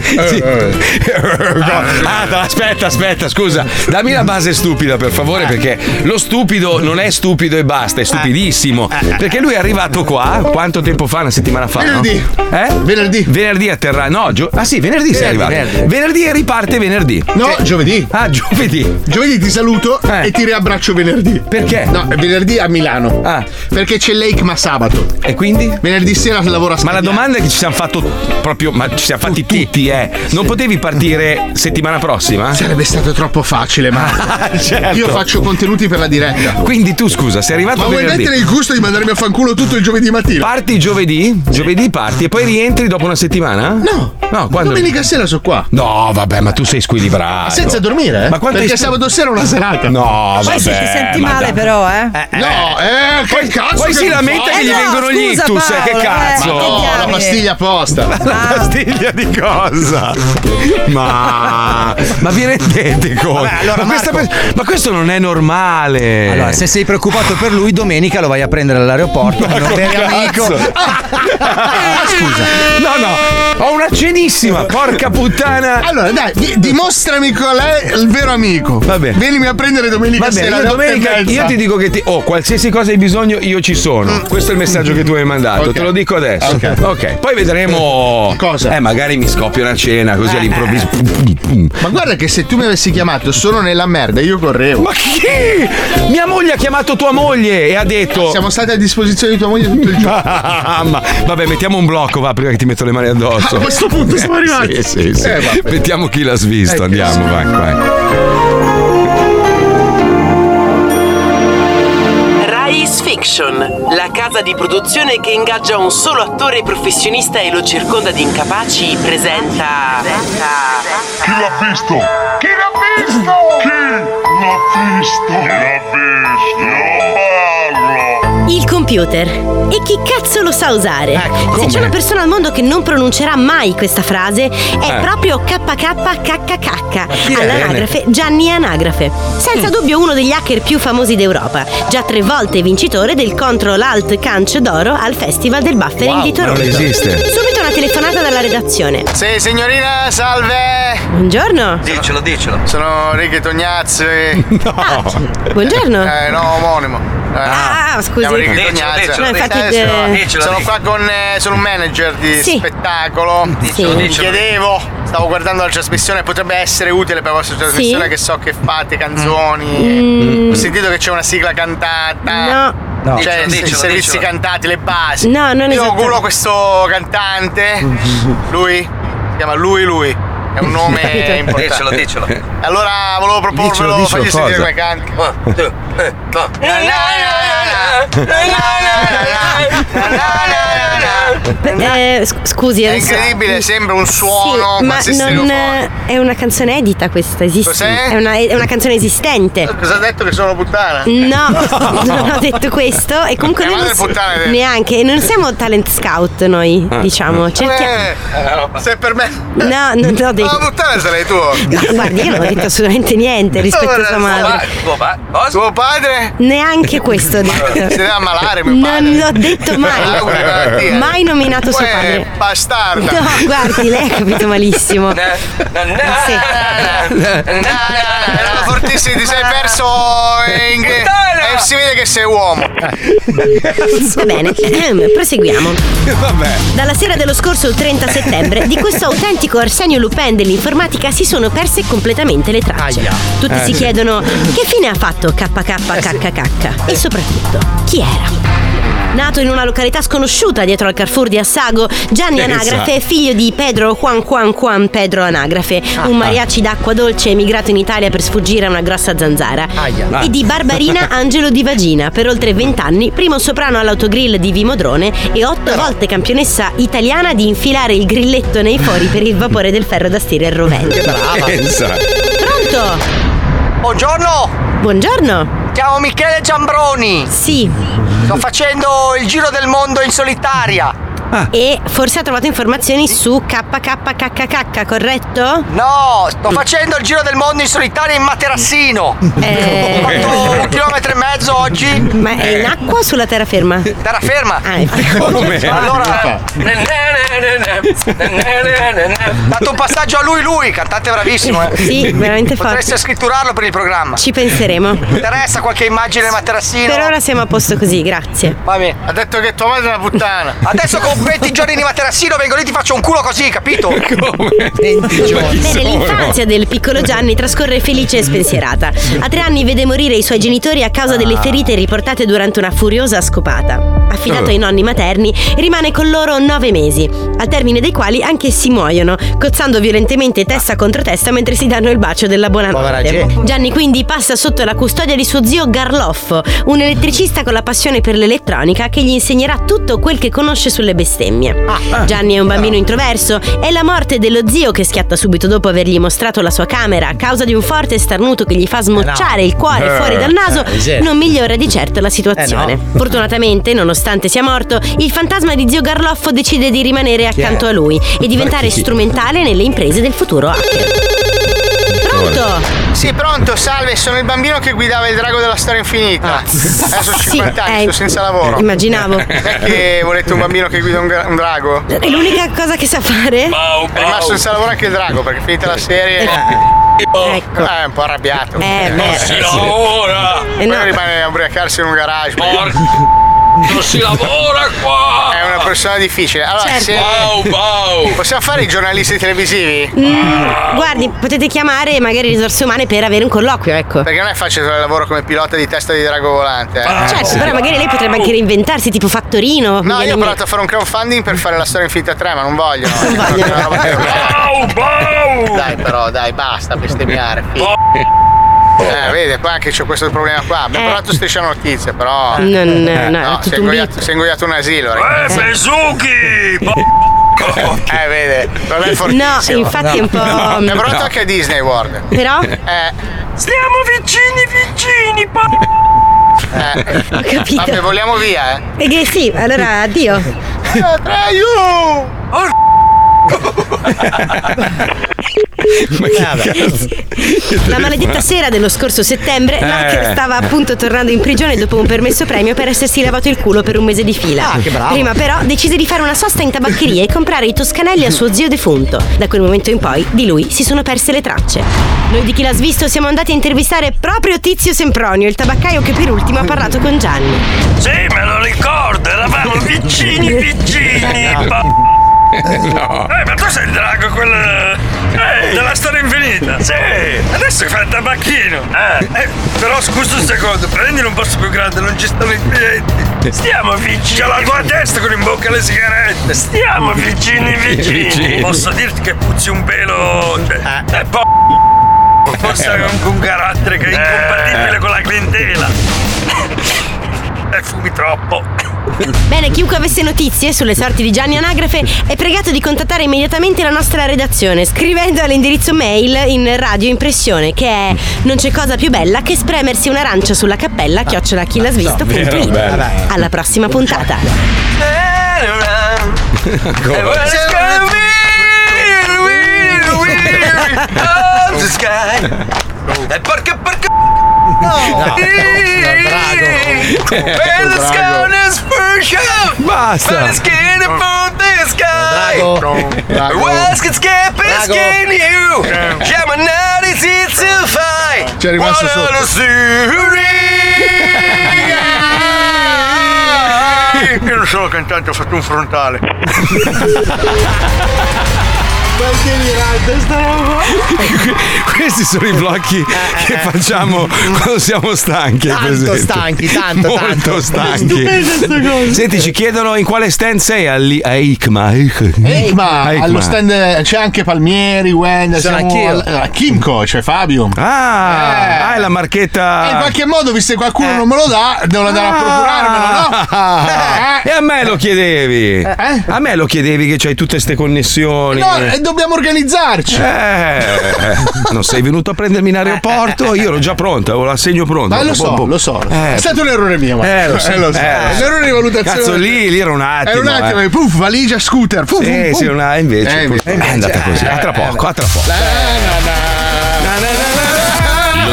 Sì. Ah, no, aspetta, aspetta, scusa. Dammi la base stupida, per
Eh.
favore, perché lo stupido non è stupido e basta, è stupidissimo.
Eh,
Perché lui è arrivato qua quanto tempo fa? Una settimana fa? no?
Venerdì.
Eh? Venerdì. Venerdì a terra. No, gio- ah sì, venerdì, sei
Venerdì,
arrivato. Venerdì.
venerdì.
e riparte venerdì.
Cioè-
No, giovedì.
Ah, giovedì. Eh.
Giovedì ti saluto e ti riabbraccio venerdì.
Perché?
No, è venerdì a Milano.
Ah.
Perché c'è l'EICMA sabato.
E quindi?
Venerdì sera lavoro a
Ma la
Scagliari.
domanda è che ci siamo fatto proprio, ma ci siamo fatti tutti, eh. Non potevi partire settimana prossima?
Sarebbe stato troppo facile, ma
certo.
io faccio contenuti per la diretta.
Quindi tu scusa, sei arrivato
Ma vuoi
venerdì.
mettere il gusto di mandarmi a fanculo tutto il giovedì mattina?
Parti giovedì? Giovedì parti e poi rientri dopo una settimana? No. No, quando?
Domenica sera sono qua.
No, vabbè, ma tu sei squilibrato.
Senza dormire, eh?
Ma quanto
Perché
hai stu-
sabato sera è una serata.
No, vabbè.
Poi se ti senti
ma
male
dai.
però, eh.
No, eh, che
Poi-
cazzo
poi
che
si
mi
lamenta
fai?
che gli Eh no, vengono gli scusa, ictus, eh, che Paolo, eh, cazzo?
Ma
che
no, la
diamine.
pastiglia apposta.
La pastiglia di cosa? Ma, ma vi rendete conto?
Vabbè, allora,
ma, questa
Marco-
pe- ma questo non è normale.
Eh. Allora, se sei preoccupato per lui, domenica lo vai a prendere all'aeroporto.
Ma
non
che
vero
cazzo?
amico.
Ah, scusa. No, no, ho una cenissima, porca puttana.
Allora, dai, di- dimostrami qual è il vero amico.
Va bene.
Venimi a prendere domenica
Vabbè,
sera.
io
alle otto e
domenica
mezza.
io ti dico che ti, oh, qualsiasi cosa hai bisogno, io ci sono. Questo è il messaggio che tu hai mandato,
Ok.
te lo dico adesso.
Mm. Ok.
Ok, poi vedremo. Cosa? Eh, magari mi scoppia una cena
Eh.
così all'improvviso.
Ma guarda che se tu mi avessi chiamato sono nella merda, io correvo.
Ma chi? Mia moglie ha chiamato tua moglie e ha detto.
Siamo stati a disposizione di tua moglie tutto il giorno.
Mamma, vabbè, mettiamo un blocco, va, prima che ti metto le mani addosso.
Ah, A questo punto siamo
Eh,
arrivati.
Sì, sì, sì.
Eh, vabbè. Ecco.
Mettiamo chi l'ha svisto, andiamo, vai, vai.
Rai Sfera. Fiction, la casa di produzione che ingaggia un solo attore professionista e lo circonda di incapaci, presenta.
Chi l'ha visto?
Ah.
Chi l'ha visto? Chi l'ha visto? Chi l'ha visto? Non parlo!
Il computer. E chi cazzo lo sa usare?
Ecco,
Se c'è una persona al mondo che non pronuncerà mai questa frase, è
Eh.
proprio KKKKKK.
è?
All'anagrafe Gianni Anagrafe. Senza dubbio uno degli hacker più famosi d'Europa. Già tre volte vincitore del Control Alt Cance d'Oro al Festival del Buffering
Wow,
di
ma non
Toronto.
esiste.
Subito una telefonata dalla redazione.
Sì, signorina, salve!
Buongiorno.
Dicelo, dicelo. Sono Ricky Tognazzi.
No.
Ah, Buongiorno.
Eh, no, omonimo. Eh,
Ah, scusi.
chiamo Ricky
Dicelo,
Tognazzi.
dicelo, No, dicelo. infatti,
Eh, sono-
eh, dicelo,
sono
dicelo.
qua con eh, sono un manager di
Sì.
spettacolo.
Dicelo,
Mi
dicelo.
chiedevo, stavo guardando la trasmissione, potrebbe essere utile per la vostra trasmissione che so che fate canzoni.
Mm.
Ho sentito che c'è una sigla cantata.
No.
No.
No.
Cioè,
Dicelo,
i
dicelo,
servizi
dicelo.
cantati, le basi.
No, non esatto.
Io
esattamente.
culo questo cantante. Lui si chiama Lui Lui. È un nome
Capito.
importante.
Dicelo, dicelo.
Allora volevo
Dicelo,
proporvelo,
dicelo
fagli
cosa.
sentire come canta.
Eh, sc- scusi,
È
adesso-
incredibile, sembra un suono,
Sì, ma
qualsiasi
non è una canzone edita questa, esiste.
Cos'è? Eh,
È una, è una canzone esistente.
Cosa ha detto che sono una puttana?
No, non ho detto questo e comunque
Eh,
noi
ma
non
le puttane
si-
dentro.
neanche non siamo talent scout noi,
Ah.
diciamo, cerchiamo
Eh, se per me.
No, non l'ho
Ma la
detto.
puttana sarei tu.
No, guardi, io non ho detto assolutamente niente rispetto a sua madre.
boh,
Tuo, padre?
Neanche questo ho detto.
Si deve ammalare, mio Ah,
Non l'ho detto
Ha una
mai.
malattia.
Mai nominato suo
Uè,
padre.
Eh, bastarda.
No, guardi, lei ha capito malissimo. Sì.
Erano fortissimi, ti sei perso eh, in E si vede che sei uomo.
Va bene, ehm, proseguiamo.
Vabbè.
Dalla sera dello scorso 30 settembre di questo autentico Arsenio Lupin dell'informatica si sono perse completamente le tracce. Tutti
Eh,
si
sì. Eh,
chiedono che fine ha fatto KKKKKK e soprattutto chi era. Nato in una località sconosciuta dietro al Carrefour di Assago, Gianni
Pensa.
Anagrafe è figlio di Pedro Juan Juan Juan Pedro Anagrafe,
esatto. Ah.
un mariachi d'acqua dolce emigrato in Italia per sfuggire a una grossa zanzara.
Aia. ah.
E di Barbarina Angelo di Vagina, per oltre 20 anni, primo soprano all'autogrill di Vimodrone e otto volte campionessa italiana di infilare il grilletto nei fori per il vapore del ferro da stire e il rovente.
Pensa.
Pronto?
Buongiorno!
Buongiorno!
Chiamo Michele Giambroni!
Sì.
Sto facendo il giro del mondo in solitaria!
Ah. E forse ha trovato informazioni su KKKKKK, corretto?
No, sto facendo il giro del mondo in solitaria in materassino!
Eh.
Ho fatto un chilometro e mezzo oggi!
Ma è in acqua o sulla terraferma?
Terraferma!
Ah, infatti.
Allora. Dato un passaggio a lui lui, cantante bravissimo, eh.
Sì, veramente forte.
Potreste scritturarlo per il programma.
Ci penseremo.
Interessa qualche immagine del materassino?
Per ora siamo a posto così, grazie.
Va bene. Ha detto che tua madre è una puttana. Adesso con 20 giorni di materassino vengo lì e ti faccio un culo così, capito? Come? 20 giorni.
Bene, l'infanzia del piccolo Gianni trascorre felice e spensierata. A tre anni vede morire i suoi genitori a causa delle
Ah.
ferite riportate durante una furiosa scopata. Affidato ai nonni materni, rimane con loro nove mesi, al termine dei quali anch'essi muoiono, cozzando violentemente testa contro testa mentre si danno il bacio della
Povera
buonanotte.
gente.
Gianni quindi passa sotto la custodia di suo zio Garloffo, un elettricista con la passione per l'elettronica che gli insegnerà tutto quel che conosce sulle bestemmie.
Ah,
Gianni è un bambino introverso e la morte dello zio che schiatta subito dopo avergli mostrato la sua camera a causa di un forte starnuto che gli fa smocciare il cuore
Eh,
fuori dal naso
eh, miseria.
non migliora di certo la situazione.
Eh, no.
Fortunatamente, nonostante sia morto, il fantasma di zio Garloffo decide di rimanere
Chi è?
accanto a lui e diventare
Perché?
strumentale nelle imprese del futuro hacker.
Sì, pronto, salve, sono il bambino che guidava il drago della storia infinita. Adesso ho
Ah. Sì,
50 anni,
eh,
sono senza lavoro.
immaginavo.
Perché volete un bambino che guida un, gra- un drago?
È l'unica cosa che sa fare?
Eh. È rimasto senza lavoro anche il drago perché finita
Eh.
la serie.
Ecco.
Eh, è un po' arrabbiato.
Eh, beh. Non si
lavora! E
no.
rimane a ubriacarsi in un garage. Non si
lavora
qua! È una persona difficile. Allora,
Certo.
se.
Wow,
Possiamo fare i giornalisti televisivi?
Mm, guardi, potete chiamare magari risorse umane per avere un colloquio, ecco.
Perché non è facile trovare lavoro come pilota di testa di drago volante. eh.
certo, però magari lei potrebbe anche reinventarsi, tipo fattorino.
No,
Miguel
io ho
Ingra-
provato a fare un crowdfunding per fare la storia infinita 3, ma non vogliono. Non Dai, però, dai, basta bestemmiare. figlio. Eh, vedi, qua anche c'è questo problema qua. Mi ha parlato striscia notizia, però.
Eh. No, no,
Eh,
no, è tutto
si è
un
ingoiato, si è ingoiato un asilo. Eh, Fesuki! eh, vedi, non è fortissimo.
No, infatti è un po'- No.
Mi ha parlato anche a Disney World.
Però?
Stiamo vicini, vicini,
Eh.
Ho capito.
Vabbè, vogliamo via, eh.
Eh, che sì, allora addio.
Atreio!
Ma
Vabbè. La maledetta sera dello scorso settembre,
Eh.
Lacker stava appunto tornando in prigione dopo un permesso premio per essersi lavato il culo per un mese di fila.
Ah, che bravo.
Prima però decise di fare una sosta in tabaccheria e comprare i toscanelli a suo zio defunto. Da quel momento in poi di lui si sono perse le tracce. Noi di chi l'ha svisto siamo andati a intervistare proprio Tizio Sempronio, il tabaccaio che per ultimo ha parlato con Gianni.
Sì, me lo ricordo, eravamo vicini, vicini. No.
No.
Eh, ma tu sei il drago, quello. eh, della storia infinita. Sì. Adesso fai il tabacchino. Eh. eh, però scusa un secondo, prendilo un posto più grande, non ci stanno i clienti. Stiamo vicini. C'è la tua testa con in bocca le sigarette. Stiamo vicini, vicini.
Vicini.
Posso dirti che puzzi un pelo. Cioè, eh, po- Forse hai anche un carattere che è incompatibile con la clientela.
Eh.
E fumi troppo.
Bene, chiunque avesse notizie sulle sorti di Gianni Anagrafe è pregato di contattare immediatamente la nostra redazione scrivendo all'indirizzo mail in radio impressione che è non c'è cosa più bella che spremersi un'arancia sulla cappella
Vero, bello.
chiocciolacchilasvisto.it Alla prossima puntata.
Eh, Oh, E perché perché No,
drago.
the sky is
Basta.
But it's getting from the sky
Drago, drago.
What's it's getting
Drago.
skin you Gemini is it to fight
C'è rimasto
One
sotto.
of the series.
Eh, Io non sono cantante, ho fatto un frontale.
delirante sta roba
Questi sono i blocchi che facciamo quando siamo stanchi.
Tanto
presente.
stanchi, tanto,
Molto
tanto.
stanchi.
Stupende ste cose.
Senti, ci chiedono in quale stand sei all'i- a ICMA.
Ehi, ma allo stand eh, c'è anche Palmieri, Wend,
Sono
siamo
anch'io.
al- a cioè Kimco, c'è Fabio.
Ah, ah, è la marchetta.
Eh. E in qualche modo, visto che qualcuno non me lo dà, devo andare a procurarmelo, no?
Ah, E a me lo chiedevi.
Eh?
A me lo chiedevi che c'hai tutte queste connessioni.
No, e dobbiamo organizzarci.
Eh, non sei venuto a prendermi in aeroporto? Io ero già pronto, avevo l'assegno pronto.
Ma lo so,
Boh, boh.
lo so.
Eh,
È stato un errore mio, ma.
Eh, lo so, eh, lo
È
so.
un errore di valutazione.
Cazzo, lì- lì era un attimo,
Era un attimo,
eh.
puff, valigia, scooter. Puff,
sì,
puff,
sì,
puff.
una invece,
Eh,
purtroppo è andata così. A tra poco, a tra poco.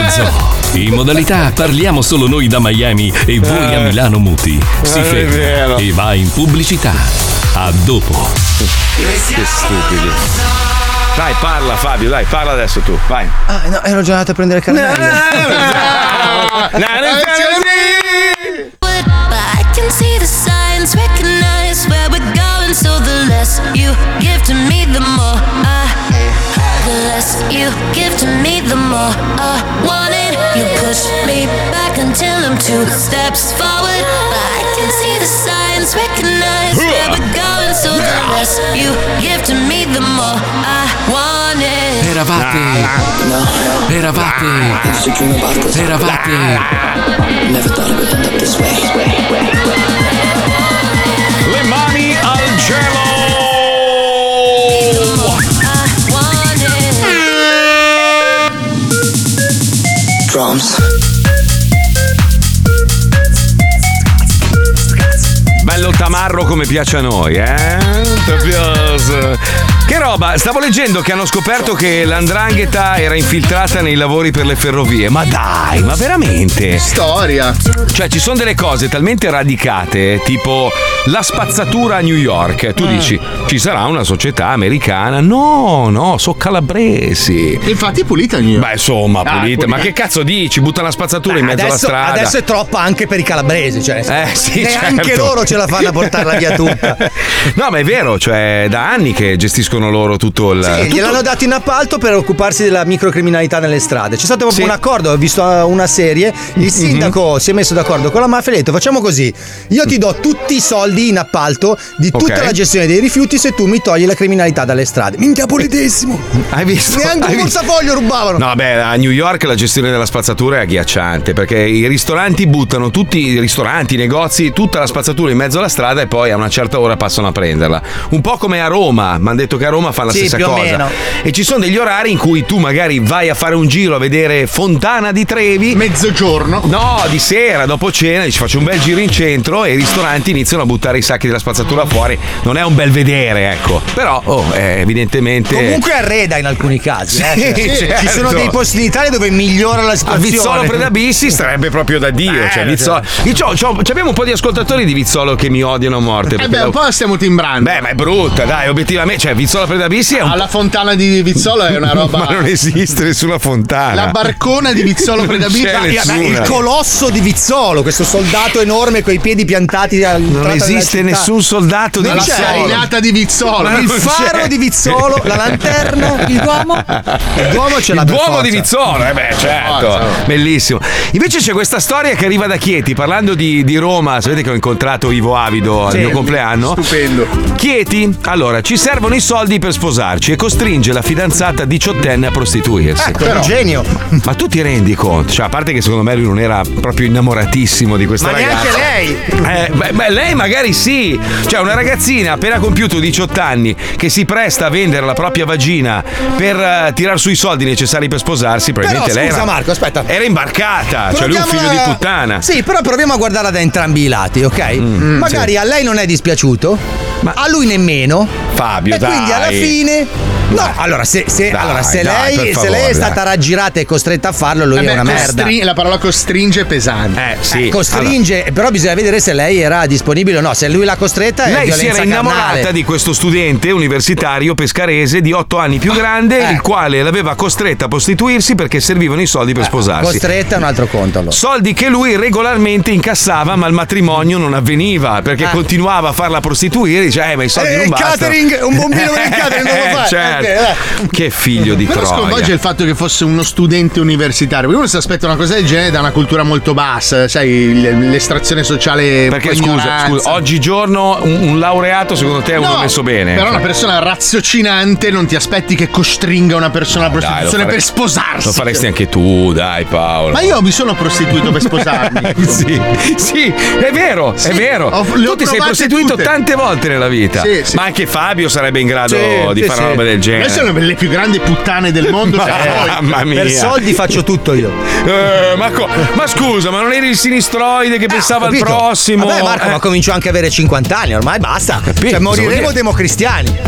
Lo zoo. In modalità parliamo solo noi da Miami e voi a Milano muti. Si
non è vero.
ferma e va in pubblicità. A dopo.
Che stupidi. Dai, parla Fabio, dai, parla adesso tu, vai.
Ah, no, ero già andato a prendere il
Ah.
I can see the signs, recognize where we're going. So the less you give to me, the more I. The less you give to me, the more I want it. You push me back until I'm two steps forward. But I can see the signs, recognize where we're going. So the less you give to me, the more I want it.
Eravate. Eravate. Eravate.
Le mani al cielo. Bello tamarro come piace a noi, eh? Ti piace. Che roba, stavo leggendo che hanno scoperto che l'andrangheta era infiltrata nei lavori per le ferrovie. Ma dai, ma veramente?
Storia.
Cioè, ci sono delle cose talmente radicate, tipo la spazzatura a New York.
Mm.
Tu dici, ci sarà una società americana? No, no, sono calabresi.
Infatti è pulita New York.
Beh, insomma,
Ah,
pulita. Ma
pulita.
che cazzo dici? Butta la spazzatura in mezzo
adesso,
alla strada.
adesso è troppa anche per i calabresi, cioè nel senso,
Eh, sì,
neanche
certo.
loro ce la fanno a portarla via tutta.
No, ma è vero, cioè da anni che gestiscono loro tutto il.
Sì,
Eh, tutto-
gliel'hanno dato in appalto per occuparsi della microcriminalità nelle strade. C'è stato proprio
Sì. Mm-hmm.
un accordo, ho visto eh, una serie, il sindaco si è messo d'accordo con la mafia e ha detto facciamo così, io ti do tutti i soldi in appalto di tutta
Ok.
la gestione dei rifiuti se tu mi togli la criminalità dalle strade. Minchia pulitissimo!
Mm, Hai visto?
Neanche
Hai
un
visto?
portafoglio rubavano!
No, beh, a New York la gestione della spazzatura è agghiacciante perché i ristoranti buttano tutti i ristoranti, i negozi, tutta la spazzatura in mezzo alla strada e poi a una certa ora passano a prenderla. Un po' come a Roma, mi hanno detto che a Roma fanno la
Sì,
stessa
più o
cosa.
meno.
E ci sono degli orari in cui tu magari vai a fare un giro a vedere Fontana di Trevi.
Mezzogiorno.
No, di sera, dopo cena, ci faccio un bel giro in centro e i ristoranti iniziano a buttare i sacchi della spazzatura fuori. Non è un bel vedere, ecco. Però, oh, eh, evidentemente.
Comunque arreda in alcuni casi. eh.
Sì,
Cioè,
certo.
Ci sono dei posti in Italia dove migliora la
A
situazione.
Vizzolo Predabissi sarebbe proprio da Dio. cioè, Vizzolo- Io c'ho- c'ho- abbiamo un po' di ascoltatori di Vizzolo che mi odiano a morte.
Eh
perché
beh,
da-
un po' stiamo timbrando.
Beh, ma è brutta, dai, obiettivamente. Cioè, Vizzolo Predabissi è un.
Alla fontana di Vizzolo è una roba.
Ma non esiste nessuna fontana.
La barcona di
Ah.
Vizzolo
Non
Predabita.
c'è
Vabbè,
nessuna.
Il colosso di Vizzolo, questo soldato enorme coi piedi piantati al Non
esiste nessun soldato di
la
Vizzolo.
scalinata di Vizzolo.
Il faro di Vizzolo, la lanterna, il Duomo. Il Duomo ce l'ha
Il
per
Duomo
forza.
di Vizzolo, eh beh, certo.
Forza.
Bellissimo. Invece c'è questa storia che arriva da Chieti, parlando di, di Roma. Sapete che ho incontrato Ivo Avido al
Sì,
mio compleanno?
Stupendo.
Chieti, allora, ci servono i soldi per sposarci e costringe la fidanzata diciottenne a prostituirsi.
Ecco, un genio.
Ma tu ti rendi conto? Cioè, a parte che secondo me lui non era proprio innamoratissimo di questa
Ma
ragazza.
neanche lei.
Eh, beh, beh, lei magari sì. Cioè, una ragazzina appena compiuto 18 anni che si presta a vendere la propria vagina per eh, tirar su i soldi necessari per sposarsi,
Però
probabilmente
scusa
lei era,
Marco, aspetta.
era imbarcata. cioè, lui è un
Proviamo
figlio
a-
di puttana.
Sì, però proviamo a guardarla da entrambi i lati, ok?
Mm,
Magari
sì.
a lei non è dispiaciuto, ma a lui nemmeno.
Fabio,
e quindi
dai.
alla fine. No, allora se, se-
Dai,
allora, se
dai, per
lei, se
favore,
lei è
dai.
stata raggirata e costretta a farlo, lui
Vabbè,
è una merda.
Eh costri- La parola costringe è pesante.
Eh, sì.
Costringe, però bisogna vedere se lei era disponibile o no. Se lui l'ha costretta, è
Lei si
violenza
era innamorata
carnale.
di questo studente universitario pescarese di 8 anni
Ah,
più grande,
eh.
il quale l'aveva costretta a prostituirsi perché servivano i soldi
Eh,
per sposarsi.
Costretta è un altro conto. Allora.
Soldi che lui regolarmente incassava, ma il matrimonio non avveniva perché continuava a farla prostituire. Dice, eh, ma i soldi
Ah. Eh,
non
il
bastano.
catering, un bombino per il catering non lo
Eh,
fai.
certo.
Eh,
Che figlio di
Però sconvolge
troia.
il fatto che fosse uno studente universitario. Perché uno si aspetta una cosa del genere da una cultura molto bassa, sai, l- l'estrazione sociale.
Perché scusa, scusa, oggigiorno un, un laureato secondo te è uno messo bene?
Però una persona raziocinante non ti aspetti che costringa una persona alla
Dai, lo
prostituzione
fare-
per sposarsi.
Lo faresti anche tu, dai Paolo.
Ma io mi sono prostituito per sposarmi.
Eh, sì, sì, è vero, è vero.
ho- le ho
tu ti sei
provate
prostituito
tutte.
tante volte nella vita.
Sì, sì.
Ma anche Fabio sarebbe in grado
Sì,
di
sì,
fare
sì.
una roba del genere.
Queste sono le più grandi puttane del mondo. cioè,
Mamma mia.
Per soldi faccio tutto io.
Eh, ma, co- ma scusa, ma non eri il sinistroide
Ah,
che pensava al
Capito?
prossimo?
Vabbè Marco,
Eh,
ma comincio anche a avere 50 anni, ormai basta. Cioè, moriremo
bisogna-
democristiani.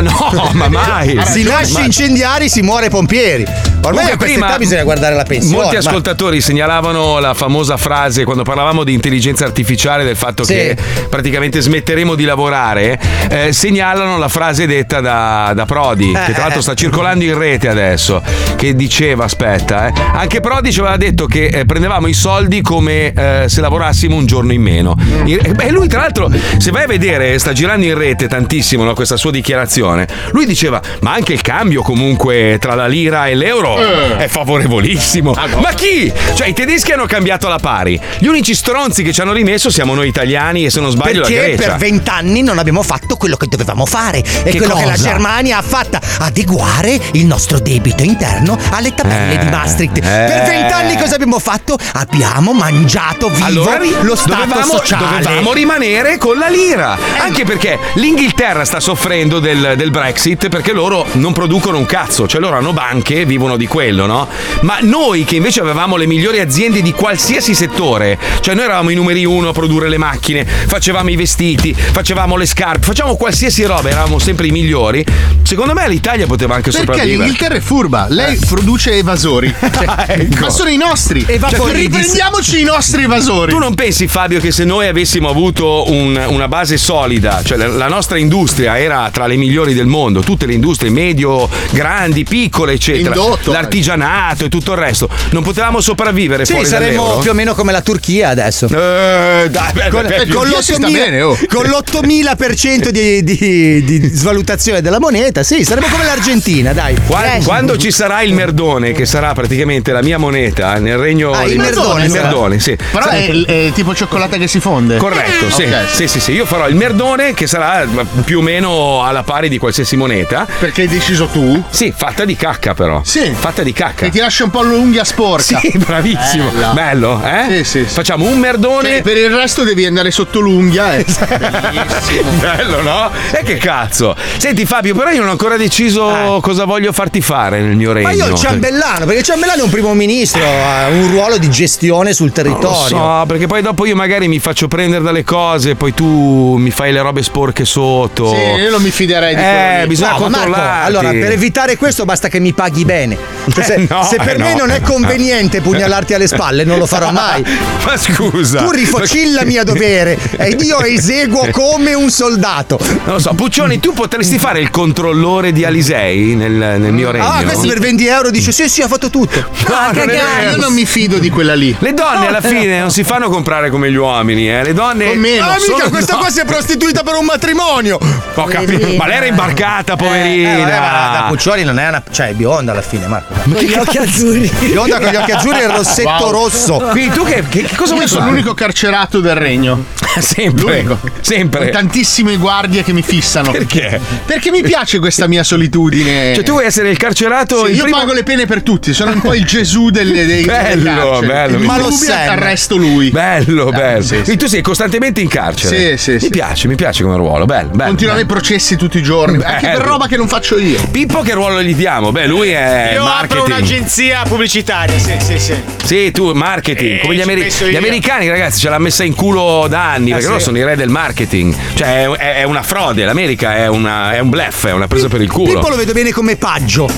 no, ma mai.
si
Ma-
nasce incendiari, si muore pompieri. Ormai
Comunque
a questa
prima-
età bisogna guardare la pensione.
Molti
ma-
ascoltatori segnalavano la famosa frase quando parlavamo di intelligenza artificiale, del fatto
Sì.
che praticamente smetteremo di lavorare. eh, segnalano la frase detta da, da Prodi,
Eh,
che tra l'altro sta circolando in rete adesso, che diceva: Aspetta, eh, anche Prodi ci aveva detto che eh, prendevamo i soldi come eh, se lavorassimo un giorno in meno. In- E lui, tra l'altro, se vai a vedere, sta girando in rete tantissimo no, questa sua dichiarazione. Lui diceva: Ma anche il cambio comunque tra la lira e l'euro
Eh.
è favorevolissimo.
Ah,
Ma chi? Cioè, i tedeschi hanno cambiato la pari. Gli unici stronzi che ci hanno rimesso siamo noi italiani e se non sbaglio la
Perché
Grecia.
per vent'anni non abbiamo fatto quello che dovevamo fare e
Che
quello che la
cosa?
Germania ha fatta, adeguare il nostro debito interno alle tabelle
Eh,
di Maastricht.
eh.
Per vent'anni cosa abbiamo fatto? Abbiamo mangiato vivo
Allora ri-
lo Stato
dovevamo,
sociale.
dovevamo rimanere con la lira.
Eh.
Anche perché l'Inghilterra sta soffrendo del, del Brexit perché loro non producono un cazzo, cioè loro hanno banche, vivono di quello, no? Ma noi che invece avevamo le migliori aziende di qualsiasi settore, cioè noi eravamo i numeri uno a produrre le macchine, facevamo i vestiti, facevamo le scarpe, facevamo qualsiasi roba, eravamo sempre i migliori. Secondo me l'Italia poteva anche
Perché
sopravvivere. Eh.
l'Inghilterra è furba, lei produce evasori.
ecco.
Ma sono i nostri.
Evaporidis.
Cioè, riprendiamoci i nostri evasori.
Tu non pensi, Fabio, che se noi avessimo avuto un- una base solida, cioè la, la nostra industria era tra le migliori del mondo, tutte le industrie medio, grandi, piccole, eccetera,
Indotto.
l'artigianato e tutto il resto. Non potevamo sopravvivere
Sì,
fuori
saremmo
dall'euro?
più o meno come la Turchia adesso.
dai, beh,
con,
beh,
con
più-
l'8000
si sta bene, oh.
con l'8000% di, di- di svalutazione della moneta, sì, saremmo come l'Argentina, dai.
Qua-
Eh.
Quando, ci sarà il merdone, che sarà praticamente la mia moneta nel regno
Ah, il
di-
merdone
il
sarà.
merdone, sì.
Però
Sarà-
è, è tipo cioccolata che si fonde.
Corretto, sì.
Ok.
sì, sì, sì. Io farò il merdone che sarà più o meno alla pari di qualsiasi moneta.
Perché hai deciso tu?
Sì, fatta di cacca però. Sì. Fatta di cacca.
Che ti lascia un po' l'unghia sporca.
Sì, bravissimo.
Bella.
Bello, eh? Facciamo un merdone. Esatto.
Cioè, per il resto devi andare sotto l'unghia. Eh.
Bello, no? E che cazzo? Senti Fabio, però io non ho ancora deciso cosa voglio farti fare nel mio regno.
Ma Eh, io il ciambellano, perché il ciambellano è un primo ministro, ha un ruolo di gestione sul
Lo
territorio.
so, perché poi dopo io magari mi faccio prendere dalle cose, poi tu mi fai le robe sporche sotto.
Sì, io non mi fiderei di quello
Eh,
lì.
bisogna
No, ma Marco,
controllarti.
allora, per evitare questo basta che mi paghi bene. Cioè, se,
Eh, no,
se per
eh,
me
no,
non
eh,
è
no.
conveniente pugnalarti alle spalle, non lo farò mai.
Ma scusa.
Tu rifocillami a dovere e io eseguo come un soldato.
Non lo so, Puccioni, tu potresti fare il controllore di Alisei nel, nel mio regno?
Ah, questo per 20 euro dice sì, sì, ha fatto tutto.
Ah, non è vero.
Io non mi fido di quella lì.
Le donne alla fine non si fanno comprare come gli uomini, eh. Le donne.
O meno. Ah, mica,
sono-
questa
no.
qua si è prostituita per un matrimonio.
Ho capito. Ma lei era imbarcata, poverina.
Eh, vabbè, ma la Puccioli non è una. cioè è bionda alla fine, Marco.
Con gli occhi azzurri.
Bionda con gli occhi azzurri e il rossetto
Wow.
rosso.
Quindi tu che, che- che cosa
Io
vuoi
sono
fare?
l'unico carcerato del regno.
sempre. Sempre.
Ho tantissime guardie che mi fissano.
Perché?
Perché mi piace questa mia solitudine.
Cioè, tu vuoi essere il carcerato?
Sì,
il
io
primo-
pago le pene per tutti, sono un po' il Gesù delle, dei, delle
Bello,
carceri.
bello.
Il Malubia arresto lui.
Bello, bello. Quindi tu sei costantemente in carcere.
Sì, sì,
Mi
sì.
piace, mi piace come ruolo. Bello, bello.
Continuare i
bello.
processi tutti i giorni, anche per
Bello.
roba che non faccio io.
Pippo che ruolo gli diamo? Beh, lui è
Io
Eh, marketing.
apro un'agenzia pubblicitaria, sì, sì, sì.
Sì, tu marketing,
Eh,
come gli,
ci
ameri-
penso
gli
io.
americani, ragazzi, ce l'ha messa in culo da anni,
Ah,
perché loro
sì?
sono i re del marketing. Cioè, è, è- è una frode, l'America è, una- è un bluff, è una presa per il culo.
Pippo lo vedo bene come Paggio.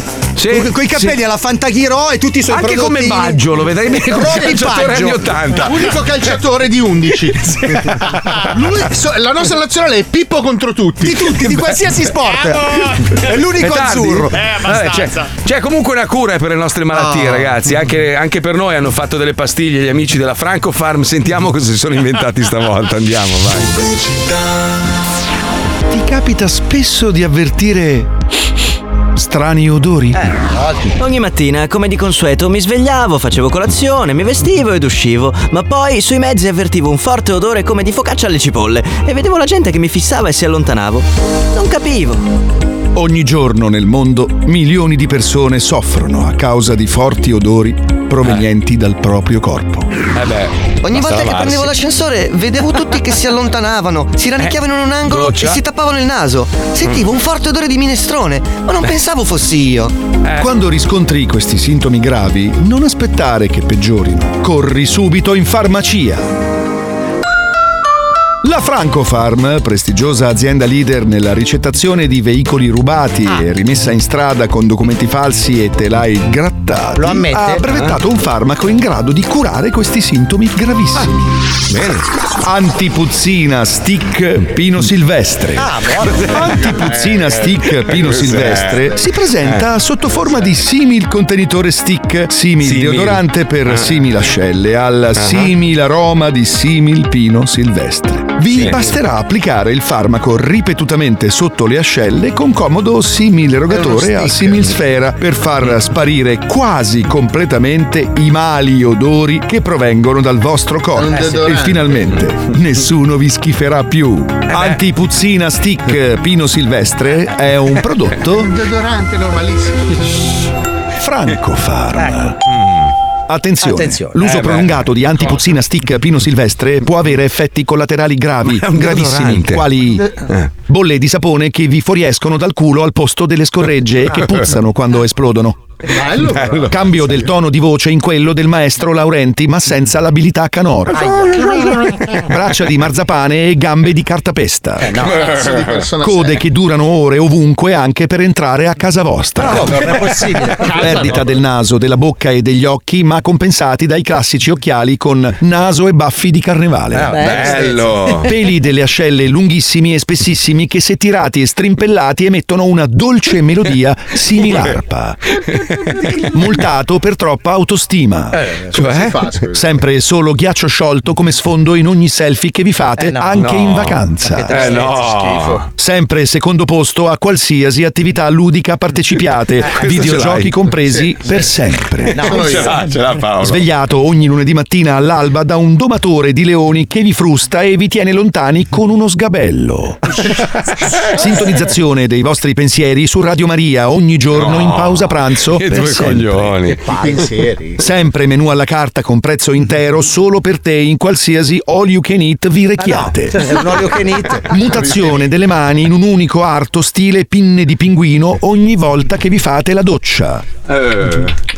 Con coi capelli
sì.
alla Fantaghirò e tutti
Cioè,
i suoi
Anche
prodottini.
come Baggio, lo vedrai bene come
Robby
calciatore
Baggio.
anni 80.
Unico calciatore di 11. Lui- so- la nostra nazionale è Pippo contro tutti. eh,
Di tutti, di qualsiasi sport. È l'unico
tardi?
azzurro.
Vabbè, c'è, c'è Cioè, comunque una cura per le nostre malattie,
No.
ragazzi. Anche, anche per noi hanno fatto delle pastiglie gli amici della Franco Farm. Sentiamo cosa si sono inventati stavolta. Andiamo, vai.
Ti capita spesso di avvertire strani odori?
eh.
Ogni mattina, come di consueto, mi svegliavo, facevo colazione, mi vestivo ed uscivo, ma poi sui mezzi avvertivo un forte odore come di focaccia alle cipolle e vedevo la gente che mi fissava e si allontanavo. Non capivo.
Ogni giorno nel mondo milioni di persone soffrono a causa di forti odori provenienti dal proprio corpo.
Eh beh,
Ogni volta
basta
che
lavarsi. Eh.
prendevo l'ascensore vedevo tutti che si allontanavano, si rannicchiavano in un angolo
Goccia.
e si tappavano il naso. Sentivo un forte odore di minestrone, ma
Eh.
non pensavo fossi io.
Eh.
Quando riscontri questi sintomi gravi, non aspettare che peggiorino. Corri subito in farmacia. La Francofarm, prestigiosa azienda leader nella ricettazione di veicoli rubati
Ah.
e rimessa in strada con documenti falsi e telai grattati,
Lo ammette? Eh?
ha brevettato un farmaco in grado di curare questi sintomi gravissimi.
Ah.
Antipuzzina stick Pino Silvestre.
Ah, buono.
Antipuzzina
Eh,
stick Pino Silvestre si presenta sotto forma di simil contenitore stick, simil,
Simil.
deodorante per
Ah.
simil ascelle al simil aroma di simil Pino Silvestre. Vi
Sì.
basterà applicare il farmaco ripetutamente sotto le ascelle con comodo simil erogatore a simil sfera per far sparire quasi completamente i mali odori che provengono dal vostro corpo.
Eh sì.
E finalmente nessuno vi schiferà più. Antipuzzina stick Pino Silvestre è un prodotto
Un deodorante normalissimo.
Francofarm. Ecco. Attenzione,
Mm. Attenzione.
l'uso
Eh, beh.
prolungato di antipuzzina stick Pino Silvestre può avere effetti collaterali gravi,
Ma è un
gravissimi,
deodorante.
quali Eh. bolle di sapone che vi fuoriescono dal culo al posto delle scorregge che puzzano quando esplodono.
Bello,
però. Cambio del tono di voce in quello del maestro Laurenti, ma senza l'abilità canora.
Oh,
Braccia di marzapane e gambe di cartapesta.
Eh, no, cazzo di persona
Code
seria.
che durano ore ovunque anche per entrare a casa vostra.
No, non è possibile.
Perdita del naso, della bocca e degli occhi, ma compensati dai classici occhiali con naso e baffi di carnevale.
Ah, bello.
Peli delle ascelle lunghissimi e spessissimi che se tirati e strimpellati emettono una dolce melodia similarpa. Multato per troppa autostima. Cioè,
come Eh, si fa, scusa?
sempre e solo ghiaccio sciolto come sfondo in ogni selfie che vi fate
Eh, no.
anche in
No.
vacanza.
Ma che Eh, no.
Ecco.
schifo.
Sempre secondo posto a qualsiasi attività ludica partecipiate,
Eh, Questo ce l'hai.
videogiochi compresi
Sì,
per
sì.
sempre.
No, Sono ce io. l'ha, ce l'ha Paolo.
Svegliato ogni lunedì mattina all'alba da un domatore di leoni che vi frusta e vi tiene lontani con uno sgabello. Sintonizzazione dei vostri pensieri su Radio Maria ogni giorno in pausa pranzo.
Che
per
due
sempre.
coglioni. Che palle.
Pensieri.
Sempre menù alla carta con prezzo intero solo per te in qualsiasi all you can eat vi rechiate.
Cioè, è un olio che nit.
Mutazione delle mani in un unico arto stile pinne di pinguino ogni volta che vi fate la doccia.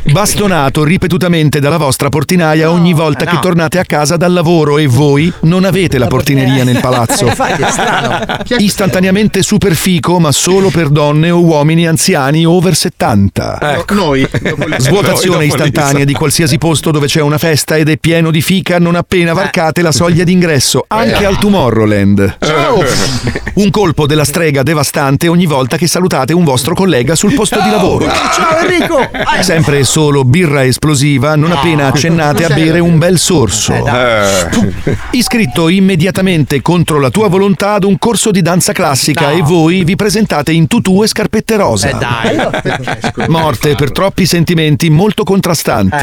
Bastonato ripetutamente dalla vostra portinaia ogni volta che
no.
tornate a casa dal lavoro e voi non avete la portineria nel palazzo.
Infatti è strano.
Istantaneamente superfico, ma solo per donne o uomini anziani over 70.
Eh, Ecco. Noi.
Svuotazione istantanea di qualsiasi posto dove c'è una festa ed è pieno di fica non appena varcate la soglia d'ingresso,
Eh.
anche al Tomorrowland. Eh,
Ciao.
Un colpo della strega devastante ogni volta che salutate un vostro collega sul posto di lavoro.
Ciao Enrico!
Sempre e solo birra esplosiva non appena accennate a bere un bel sorso.
Eh,
Eh. Iscritto immediatamente contro la tua volontà ad un corso di danza classica e voi vi presentate in tutù e scarpette rosa.
Eh,
Morte per troppi sentimenti molto contrastanti.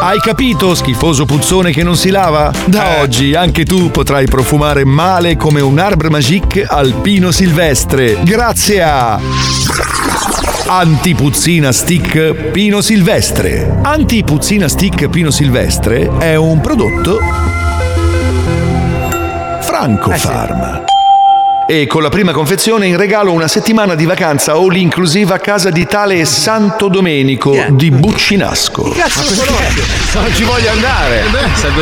Hai capito, schifoso puzzone che non si lava? Da oggi anche tu potrai profumare male come un arbre magique alpino silvestre. Grazie a Antipuzzina Stick Pino Silvestre. Antipuzzina Stick Pino Silvestre è un prodotto Franco Farm. E con la prima confezione in regalo una settimana di vacanza all inclusiva a casa di tale Santo Domenico di Buccinasco.
Non ci voglio
Eh,
andare.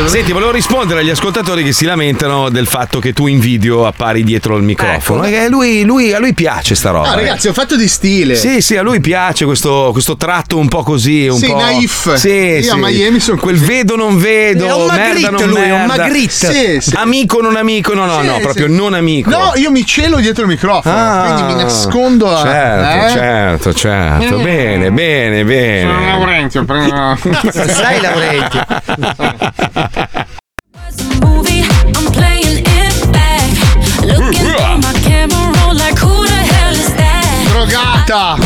Senti, volevo rispondere agli ascoltatori che si lamentano del fatto che tu in video appari dietro il
Ecco.
microfono. Eh, lui, lui- a lui piace sta roba.
Ah,
No, Ah, ragazzi, ho fatto di stile.
Sì, sì, a lui piace questo, questo tratto un po' così. Un
Sì,
po'...
naif.
Sì,
Io
sì.
a Miami sono
Quel vedo non vedo.
È un
merda
Magritte
non
lui, è un
merda.
Magritte. Sì, sì.
Amico non amico, no, no,
Sì,
no,
sì.
proprio non amico.
No, io mi celo dietro il microfono,
Ah,
quindi mi nascondo a.
Certo,
eh?
certo, certo.
Eh.
Bene, bene, bene.
Sono Laurentio, prima.
Sai Laurentio.
movie, I'm playing it back. Looking through my camera roll like who the hell is that?
Drogata!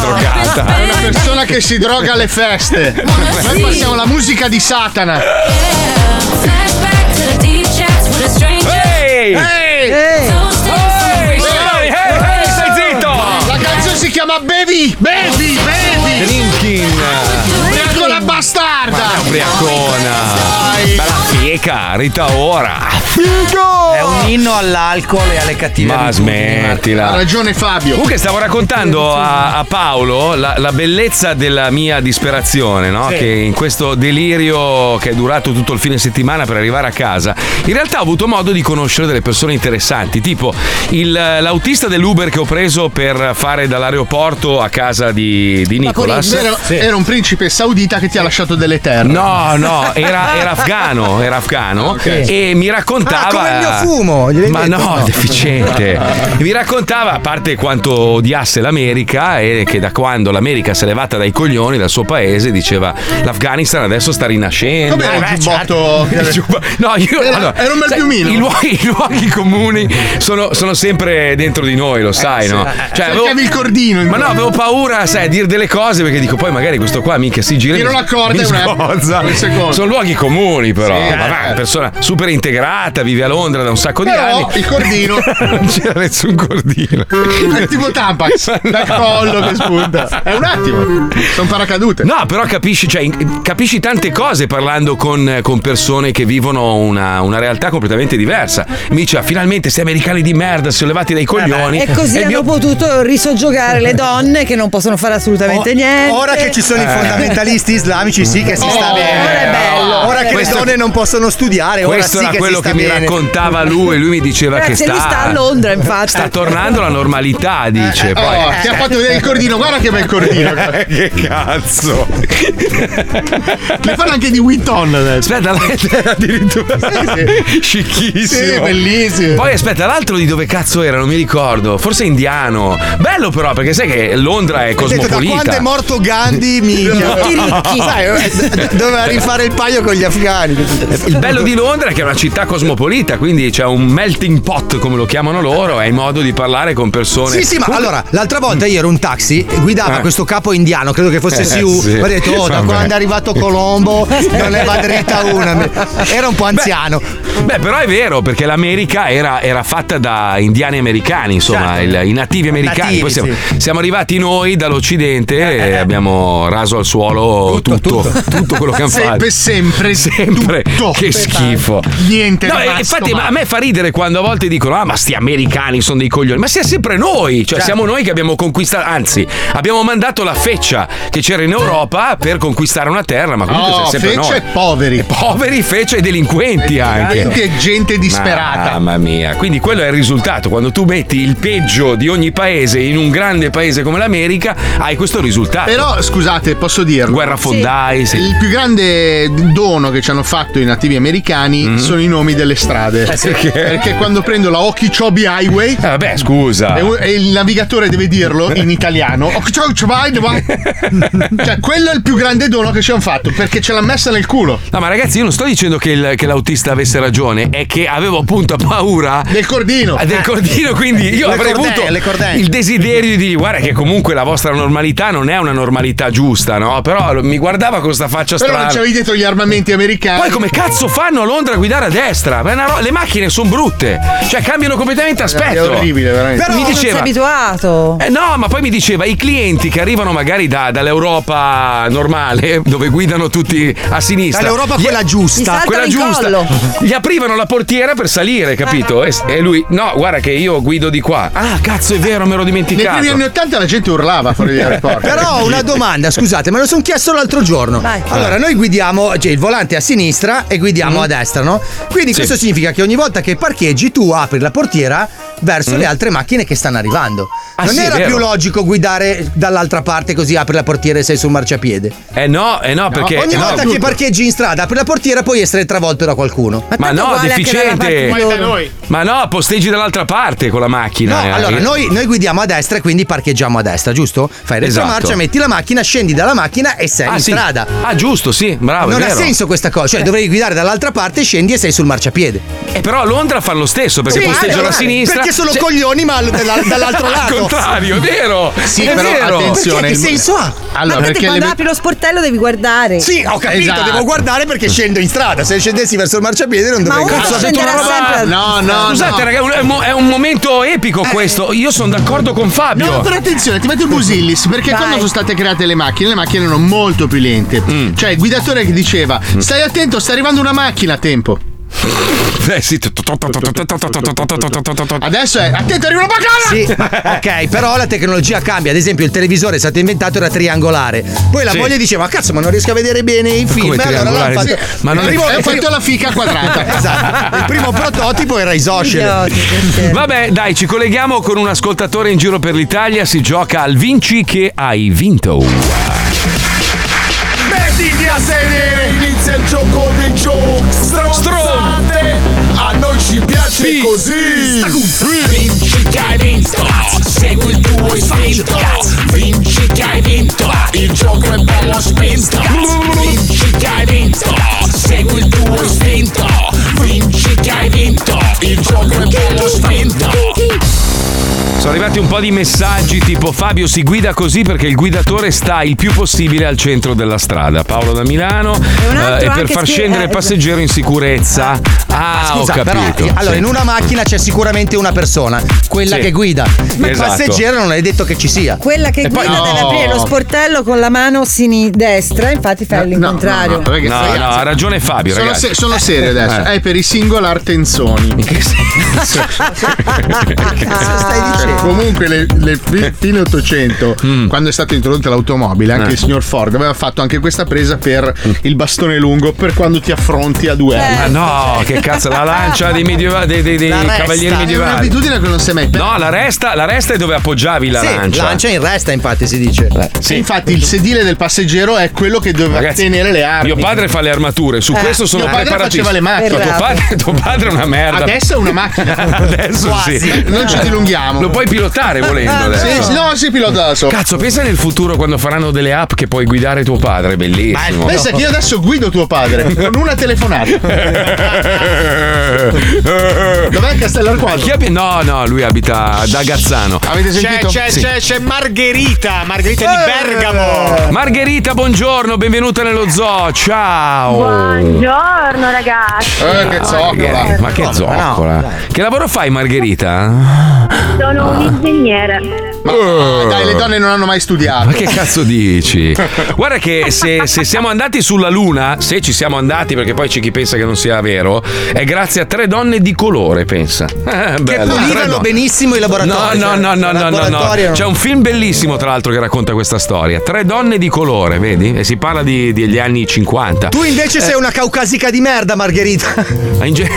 drogata.
È una persona che si droga alle feste. Noi passiamo la musica di Satana.
Flashback to the deep chats with a stranger.
Hey!
Hey!
Hey!
Hey! Hey! Stai zitto!
La canzone si chiama Bevi! Bevi! Bevi!
Drinking!
Piccola bastarda!
Ubriacona! Bella fieca, Rita ora!
È un inno all'alcol e alle cattive
Ma
abitudini, Marco.
smettila!
Fabio.
Comunque stavo raccontando a, a Paolo la, la bellezza della mia disperazione, no?
Sì.
Che in questo delirio che è durato tutto il fine settimana per arrivare a casa, in realtà ho avuto modo di conoscere delle persone interessanti, tipo il- l'autista dell'Uber che ho preso per fare dall'aeroporto a casa di, di Nicolas.
Era, era un principe saudita che ti ha lasciato delle terre.
No, no, era, era afgano, era afgano e mi raccontava...
Ah, come il mio fumo, gliel'hai
Ma
detto?
no, deficiente. mi raccontava, a parte quanto odiasse l'America e che da quando l'America si è levata dai coglioni dal suo paese, diceva l'Afghanistan adesso sta rinascendo.
Come era il
Eh,
giubbotto?
il giubba- No, io
Era-
allora,
era un bel
sai,
piumino.
I luoghi, i luoghi comuni sono, sono sempre dentro di noi, lo
Eh,
sai, no? Cioè,
Cercavi Cioè, il cordino,
Ma no, avevo paura, sai, a dire delle cose perché dico poi magari questo qua mica si gira. e
Tiro
mi-
la corda
mi
e una-
sgozza.
un secondo.
Sono luoghi comuni, però.
Sì,
Ma va,
eh.
persona super integrata, sposata, vive a Londra da un sacco di
Però
anni.
il cordino.
non c'era nessun cordino. Esatto.
È tipo Tampax, dal collo che spunta. È un attimo, sono paracadute.
No, però capisci, cioè, in- capisci tante cose parlando con, con persone che vivono una, una realtà completamente diversa. Mi dice, "Ah, finalmente sei americani di merda, sollevati dai coglioni.
Eh E così
il
hanno
mio-
potuto risoggiogare le donne che non possono fare assolutamente niente.
Ora che ci sono i
Eh.
fondamentalisti islamici, sì che si sta
Oh,
Oh,
bene. Ora che
Questo-
le donne non possono studiare, ora
Questo
sì
era
che
quello
si sta
che mi
bene.
raccontava lui, lui mi diceva
Grazie,
che sta,
lui sta a Londra, infatti.
sta tornando la normalità,
Eh,
dice.
Oh,
poi.
ti ha fatto vedere il cordino, guarda che bel cordino.
che cazzo.
Ne fanno anche di Witton adesso.
Aspetta, addirittura. Scicchissimo.
Sì, bellissimo.
Poi aspetta, l'altro di dove cazzo era? Non mi ricordo. Forse indiano. Bello però, perché sai che Londra è
Ho detto, da
cosmopolita.
quando è morto Gandhi, minchia.
Tutti ricchi.
Sai, eh, d- doveva rifare il paio con gli afghani.
Il bello di Londra è che è una città cosmopolita, quindi c'è un melting pot, come lo chiamano loro, hai modo di parlare con persone.
Sì, sì, ma
Comunque-
allora, l'altra volta io ero in taxi, guidava
Eh.
questo capo indiano, credo che fosse
Eh,
Siu.
sì.
Ho detto, oh, da
Vabbè.
quando è arrivato Colombo, non ne va dritta una. Era un po' anziano.
Beh, però è vero, perché l'America era, era fatta da indiani americani, insomma, il- i nativi americani.
Nativi,
Poi siamo, siamo arrivati noi dall'Occidente e abbiamo raso al suolo tutto, tutto, quello che hanno fatto.
Sempre, sempre,
sempre. Che schifo.
Niente,
No,
è
e-
rimasto
infatti
male.
ma a me fa ridere quando a volte dicono ah ma sti americani sono dei coglioni ma siamo sempre noi cioè
Certo.
siamo noi che abbiamo conquistato anzi abbiamo mandato la feccia che c'era in Europa per conquistare una terra ma comunque
No,
siamo sempre
Oh, fece
noi
e poveri.
poveri fece e delinquenti anche
Gente e gente disperata.
Mamma mia, quindi quello è il risultato. Quando tu metti il peggio di ogni paese in un grande paese come l'America, hai questo risultato.
Però scusate, posso dirlo.
Guerrafondai, sì.
Il più grande dono che ci hanno fatto i nativi americani sono i nomi delle strade.
Mm. Eh, sì. Perché?
Perché quando prendo la Okeechobee Highway.
vabbè, scusa.
E, u- e il navigatore deve dirlo in italiano. Okeechobee Highway. cioè, quello è il più grande dono che ci hanno fatto, perché ce l'ha messa nel culo.
No, ma ragazzi, io non sto dicendo che, il- che l'autista avesse ragione, è che avevo appunto paura Ah,
del cordino. Eh.
Del cordino, quindi io
Le
avrei
cordelle, le
avuto
cordelle.
il desiderio di dire, guarda che comunque la vostra normalità non è una normalità giusta, no? Però lo- mi guardava con sta faccia
Però non
strana.
c'avevi dietro gli armamenti americani.
Poi come cazzo fanno a Londra a guidare a destra? Ma è una ro- le macchine sono brutte, cioè cambiano completamente aspetto.
È orribile, veramente.
Però
mi
non sei
diceva,
abituato.
eh no, ma poi mi diceva i clienti che arrivano magari da- dall'Europa normale, dove guidano tutti a sinistra.
Dall'Europa
Gli-
quella giusta. Gli saltano
Quella
in
giusta.
collo.
Gli aprivano la portiera per salire, capito? E, e lui, no, guarda che io guido di qua. Ah, cazzo, è vero, me l'ho
Nei primi anni
dimenticato.
80 la gente urlava fuori dagli aeroporti.
Però ho una domanda, scusate, me lo sono chiesto l'altro giorno.
Vai.
Allora,
Ah.
Eh.
noi guidiamo, cioè il volante è a sinistra e guidiamo a destra, no? Quindi
Mm. Sì.
questo significa che ogni volta che parcheggi tu apri la portiera verso
Mm.
le altre macchine che stanno arrivando.
Ah,
non
sì, è
era più
vero.
logico guidare dall'altra parte così apri la portiera e sei sul marciapiede.
Eh no, eh no, perché.
ogni
eh no,
volta che parcheggi in strada apri la portiera puoi essere travolto da qualcuno.
Ma no, deficiente. Ma no, posteggi dall'altra parte con la macchina. eh.
No, allora noi, noi guidiamo a destra e quindi parcheggiamo a destra, giusto? Fai retromarcia,
Esatto.
metti la macchina, scendi dalla macchina e sei
Ah,
in
sì.
strada.
Ah, giusto, sì, bravo. è
non ha
vero.
senso questa cosa, cioè dovrei guidare dall'altra parte, scendi e sei sul marciapiede.
Eh, però a Londra fanno lo stesso perché
Sì,
posteggiano a
male,
sinistra.
perché sono
Cioè-
coglioni, ma all- dalla- dall'altro lato.
Al contrario, è vero.
Sì,
è
però
vero.
cioè,
attenzione.
Perché? Che senso ha?
Allora,
Ma
perché
perché quando
le-
apri lo sportello devi guardare.
Sì, ho capito,
Esatto.
devo guardare perché scendo in strada. Se scendessi verso il marciapiede non
Ma
dovrei
uno
guardare.
scenderà sempre al-
No, no,
Scusate,
no.
ragazzi, è un, mo- è un momento epico
Eh.
questo. Io sono d'accordo con Fabio.
No, però attenzione, ti metto il busillis perché
Vai.
quando sono state create le macchine, le macchine erano molto più lente. Cioè, il guidatore che diceva: Stai attento, sta arrivando una macchina a tempo.
Eh, sì.
Adesso è attento, arriva una macchina!
Sì, ok, però la tecnologia cambia. Ad esempio, il televisore è stato inventato era triangolare. Poi la
Sì.
moglie diceva: Cazzo, ma non riesco a vedere bene i film.
Come
allora l'hanno
triangolare?
fatto.
Ma non-
il primo-
È
il primo-
fatto la fica quadrata.
esatto. Il primo prototipo era isoscele.
Vabbè, dai, ci colleghiamo con un ascoltatore in giro per l'Italia. Si gioca al Vinci che hai vinto.
Mettiti a sedere, inizia il gioco dei giochi stronzate A noi ci piace così Vinci che hai vinto, segui il tuo istinto Vinci che hai vinto, il gioco è bello spinto Vinci che hai vinto, segui il tuo istinto Vinci che hai vinto, il gioco è bello spinto
Sono arrivati un po' di messaggi tipo Fabio si guida così perché il guidatore sta il più possibile al centro della strada. Paolo da Milano. eh, E, per
altro anche
far
scri-
scendere
eh,
il passeggero in sicurezza. Ah,
Ma scusa,
ho capito.
però eh, allora
Sì.
in una macchina c'è sicuramente una persona, quella
Sì.
che guida. Ma il
Esatto.
passeggero non è detto che ci sia.
Quella che guida deve aprire lo sportello con la mano sini- destra, infatti fa l'incontrario.
Ragazzi,
No,
ragazzi,
no, ha ragione Fabio,
sono,
ragazzi.
se- sono serio adesso.
Eh.
È per i single artenzoni. che stai
Ah.
dicendo? Comunque, le, le fi- fine 800,
Mm.
quando è stata introdotta l'automobile, anche
Eh.
il signor Ford aveva fatto anche questa presa per il bastone lungo per quando ti affronti a
Eh.
duello.
Ma no, che cazzo, la lancia dei, medieva- dei, dei- dei
Eh. La resta.
cavalieri
È
medievali.
un'abitudine che non si è mai persa.
No, la resta, la resta è dove appoggiavi la
Sì,
lancia. Eh,
lancia
in resta, infatti, si dice.
Sì, infatti il sedile del passeggero è quello che doveva
Ragazzi,
tenere le armi.
Mio padre fa le armature, su
Eh,
questo sono
mio padre
preparatissimo.
faceva le macchine.
Tuo padre, tuo padre è una merda.
Adesso è una macchina.
Adesso
Quasi.
sì.
Non ci dilunghiamo.
Lo puoi pilotare volendo.
Sì,
adesso.
sì, no, si pilota da solo.
Cazzo, pensa nel futuro quando faranno delle app che puoi guidare tuo padre, bellissimo.
Pensa che io adesso guido tuo padre con una telefonata.
Dov'è Castellarquadro? No, no, lui abita da Gazzano. Avete
C'è, c'è, c'è, c'è Margherita, Margherita
Eh,
di Bergamo.
Margherita, buongiorno, benvenuta nello zoo. Ciao.
Buongiorno
Eh,
ragazzi.
Eh, Margherita, Ma che zoccola. Che lavoro fai, Margherita?
Sono un ingegnere.
Eh.
Dai, le donne non hanno mai studiato.
Ma che cazzo dici? Guarda che se, se siamo andati sulla Luna, se ci siamo andati, perché poi c'è chi pensa che non sia vero, è grazie a tre donne di colore, pensa. Eh,
Che
bello, tre
pulivano
donne.
benissimo i laboratori.
No,
cioè,
no, no, no, no, no,
laboratori
no.
erano-
C'è un film bellissimo, tra l'altro, che racconta questa storia. Tre donne di colore, vedi? E si parla di- degli anni 50.
Tu invece
Eh.
sei una caucasica di merda, Margherita.
Ma in ge-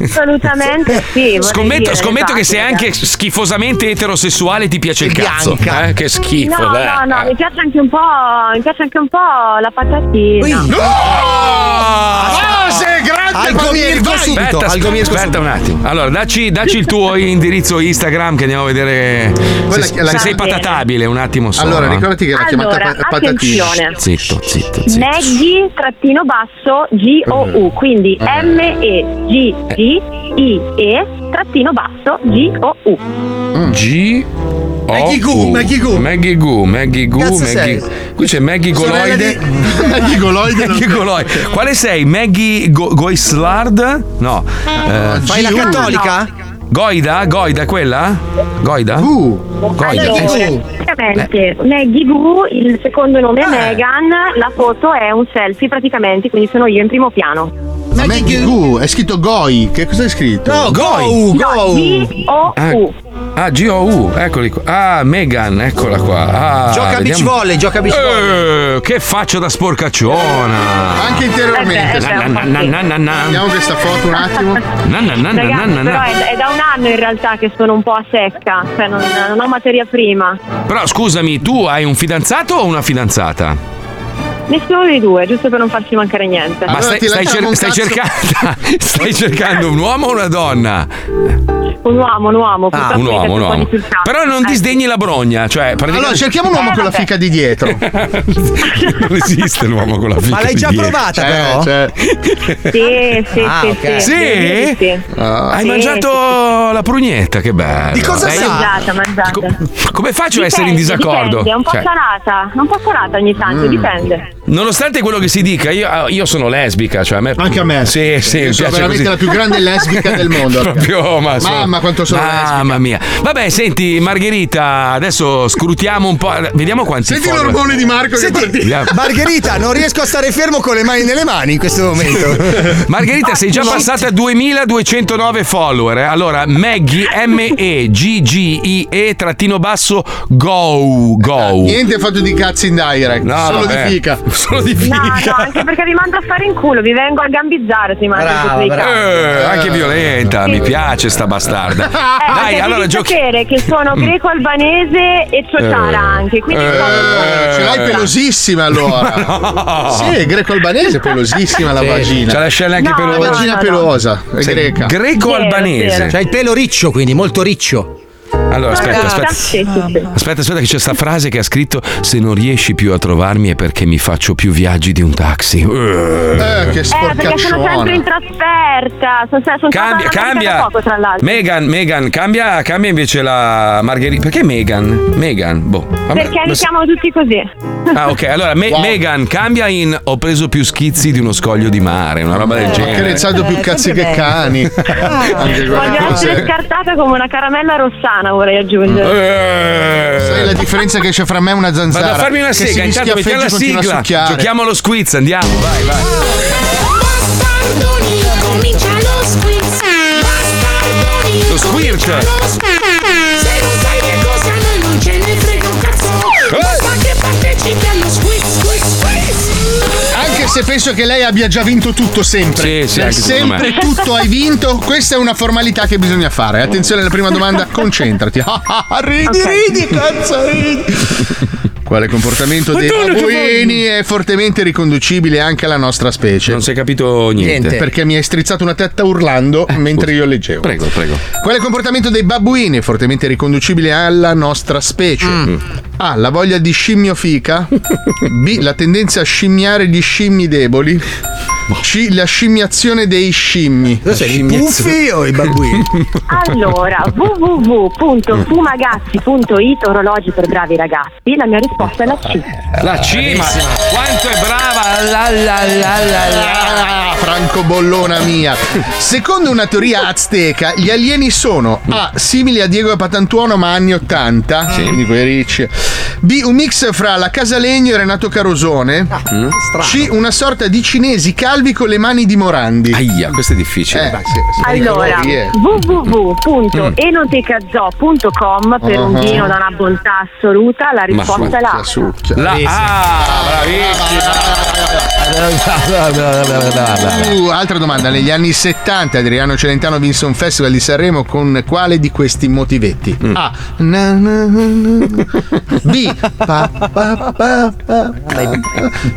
Assolutamente sì. vorrei
Scommetto,
dire,
scommetto che
esatto,
sei anche schifosamente eterosessuale ti piace il cazzo.
bianca.
Eh, che schifo.
No,
dai.
no, no, mi piace anche un po', mi piace anche un po' la patatina.
Cose grande Palmieri, vai!
aspetta, aspetta un attimo. Allora, dacci, dacci il tuo indirizzo Instagram che andiamo a vedere se,
Quella che- la-
se sei
Va bene.
patatabile un attimo solo.
Allora,
eh.
ricordati che era
Allora,
chiamata pa- patatina.
attenzione.
Zitto, zitto.
Meggi trattino basso G O U,
Mm.
quindi
Eh.
M E G G I E trattino basso G O U.
Mm. G
Maggie Goo,
Maggie Goo Maggie Goo Maggie Goo
Cazzo
Maggie
sei?
Qui c'è Maggie
Sorella
Goloide
di-
Maggie Goloide
Maggie Goloide Quale sei? Maggie Go- Goislard? No eh,
Fai la
Goo?
cattolica?
Goida? Goida quella? Goida? Goida
Allora,
eh.
praticamente Maggie Gru, il secondo nome è Megan, la foto è un selfie praticamente, quindi sono io in primo piano.
Ma Maggie Goo, è scritto Goi. Che cosa è scritto?
No,
Goi.
No, G-O-U.
Ah, ah, G-O-U, eccoli qua. Ah, Megan, eccola qua. Ah,
Gioca a beach volley, gioca a beach
volley. che faccia da sporcacciona.
Anche interiormente.
Eh beh, eh beh,
Na, na, na, na, na.
Vediamo questa foto un attimo.
Na, na, na, na,
Ragazzi,
na, na.
però è, è da un anno in realtà che sono un po' a secca, cioè non, non ho materia prima.
Però scusami, tu hai un fidanzato o una fidanzata?
Nessuno dei due, giusto per non farci mancare niente.
Ma stai, stai cer- stai cercando, stai cercando un uomo o una donna?
Un uomo, un uomo,
Ah,
purtroppo
un
mi
uomo,
sento
un
po'
uomo.
insultata.
Però non disdegni la brogna, cioè praticamente-
Allora, cerchiamo un uomo con la fica di dietro.
non esiste l'uomo con la fica.
l'hai
di
già
dietro.
provata, C'è, però? c'è.
Sì, sì,
Ah,
sì,
ok.
sì,
Sì?
sì.
Ah.
Hai
Sì,
mangiato la prugnetta, che bello.
Di cosa
Dai,
Mangiata, mangiata.
Come faccio a essere in disaccordo?
Dipende, è un po'
Cioè,
salata, un po' salata ogni tanto,
Mm.
dipende.
nonostante quello che si dica, io, io sono lesbica. Cioè a me, Anche a me. Sì, sì, mi
sono
piace
veramente
così.
la più grande lesbica del mondo.
Proprio, ma sono-
Mamma, quanto sono lesbica.
Mamma mia. Vabbè, senti, Margherita, adesso scrutiamo un po'. Vediamo quanti
Senti
follower-
l'ormone di Marco che
Senti-
partì.
Margherita, non riesco a stare fermo con le mani nelle mani in questo momento.
Margherita, sei già passata a 2209 follower. eh. Allora, Maggie M-E-G-G-I-E trattino basso go go.
Niente fatto di cazzi in direct,
No,
solo
vabbè.
di fica.
Solo di
No, no, anche perché vi mando a fare in culo, vi vengo a gambizzare, ti mando tutti i cazzi.
Eh, anche violenta, mi piace sta bastarda.
Eh,
Dai,
perché
allora
devi
giochi. Mm.
sapere che sono greco-albanese e ciociara
Eh.
anche, quindi
Eh.
sono-
Ce l'hai pelosissima allora.
Ma no.
Sì, è greco-albanese, pelosissima la
Sì,
vagina.
c'ha la scella anche No, pelosa.
La vagina
no, no.
pelosa, è
Sei
greca.
greco-albanese.
C'ha il pelo riccio, quindi molto riccio.
Allora, aspetta,
Sono
aspetta.
ragazza- sì, Eh, sì, sì.
Aspetta, aspetta, che c'è sta frase che ha scritto: Se non riesci più a trovarmi è perché mi faccio più viaggi di un taxi. Eh,
che
Eh, perché sono sempre in trasferta, aperta. Sono, sono
Cambia,
stata da
cambia.
poco, tra l'altro.
Megan, Megan, cambia, cambia invece la Margherita. Perché Megan? Megan, boh. Vabbè,
Perché li
lo so-
chiamano tutti così.
Ah, ok. Allora, Me- Megan, cambia in Ho preso più schizzi di uno scoglio di mare, una roba del
Ho
genere.
carezzato
Eh,
più cazzi che cani.
Ah,
Anche quello.
Voglio essere scartata come una caramella rossana, vorrei aggiungere.
Sai la differenza che c'è fra me e una zanzara?
Eh. Vado a farmi una
Che
sega,
si
intanto mettiamo la
schiaffeggia e continua a
sigla.
succhiare.
Giochiamo allo squiz, andiamo, vai, vai.
Bastardoni, comincia lo squiz. Bastardoni,
Lo squirt.
comincia lo squirt. Se non sai che cosa a noi non ce ne frega un cazzo. Basta che partecipi allo squiz, squiz, squiz.
Anche se penso che lei abbia già vinto tutto sempre.
Sì, sì,
Nel
anche secondo
sempre
me.
tutto hai vinto. Questa è una formalità che bisogna fare. Attenzione alla prima domanda, concentrati. Ah, ridi,
Ok.
ridi, cazzo, ridi. Quale comportamento dei
Madonna, che
babuini è fortemente riconducibile anche alla nostra specie? Non
si è capito niente. Eh,
Perché mi hai strizzato una testa urlando mentre io leggevo.
Prego, prego.
Quale comportamento dei babbuini è fortemente riconducibile alla nostra specie?
Mm.
A. La voglia di scimmiofica. B. La tendenza a scimmiare gli scimmi deboli.
Boh.
C. La scimmiazione dei scimmi.
i puffi o i babbuini?
Allora, www.fumagazzi.it orologi per bravi ragazzi. La mia risposta è la
Eh,
C.
La cima, quanto è brava! La, la, la, la, la.
Franco Bollona mia. Secondo una teoria azteca, gli alieni sono A. simili a Diego Patantuono ma anni 80, quindi quei ricci. B. un mix fra la Casalegno e Renato Carosone.
Ah,
Mm. C. una sorta di cinesi calvi con le mani di Morandi. Eh,
Aia, questo è difficile.
Allora, www.enotecazo.com per un
Ah.
vino da una bontà assoluta. La risposta è la A.
La ah,
Uh, altra domanda, negli anni 70 Adriano Celentano vinse un festival di Sanremo con quale di questi motivetti?
Mm.
A. Na, na, na, na. B. Pa, pa, pa, pa.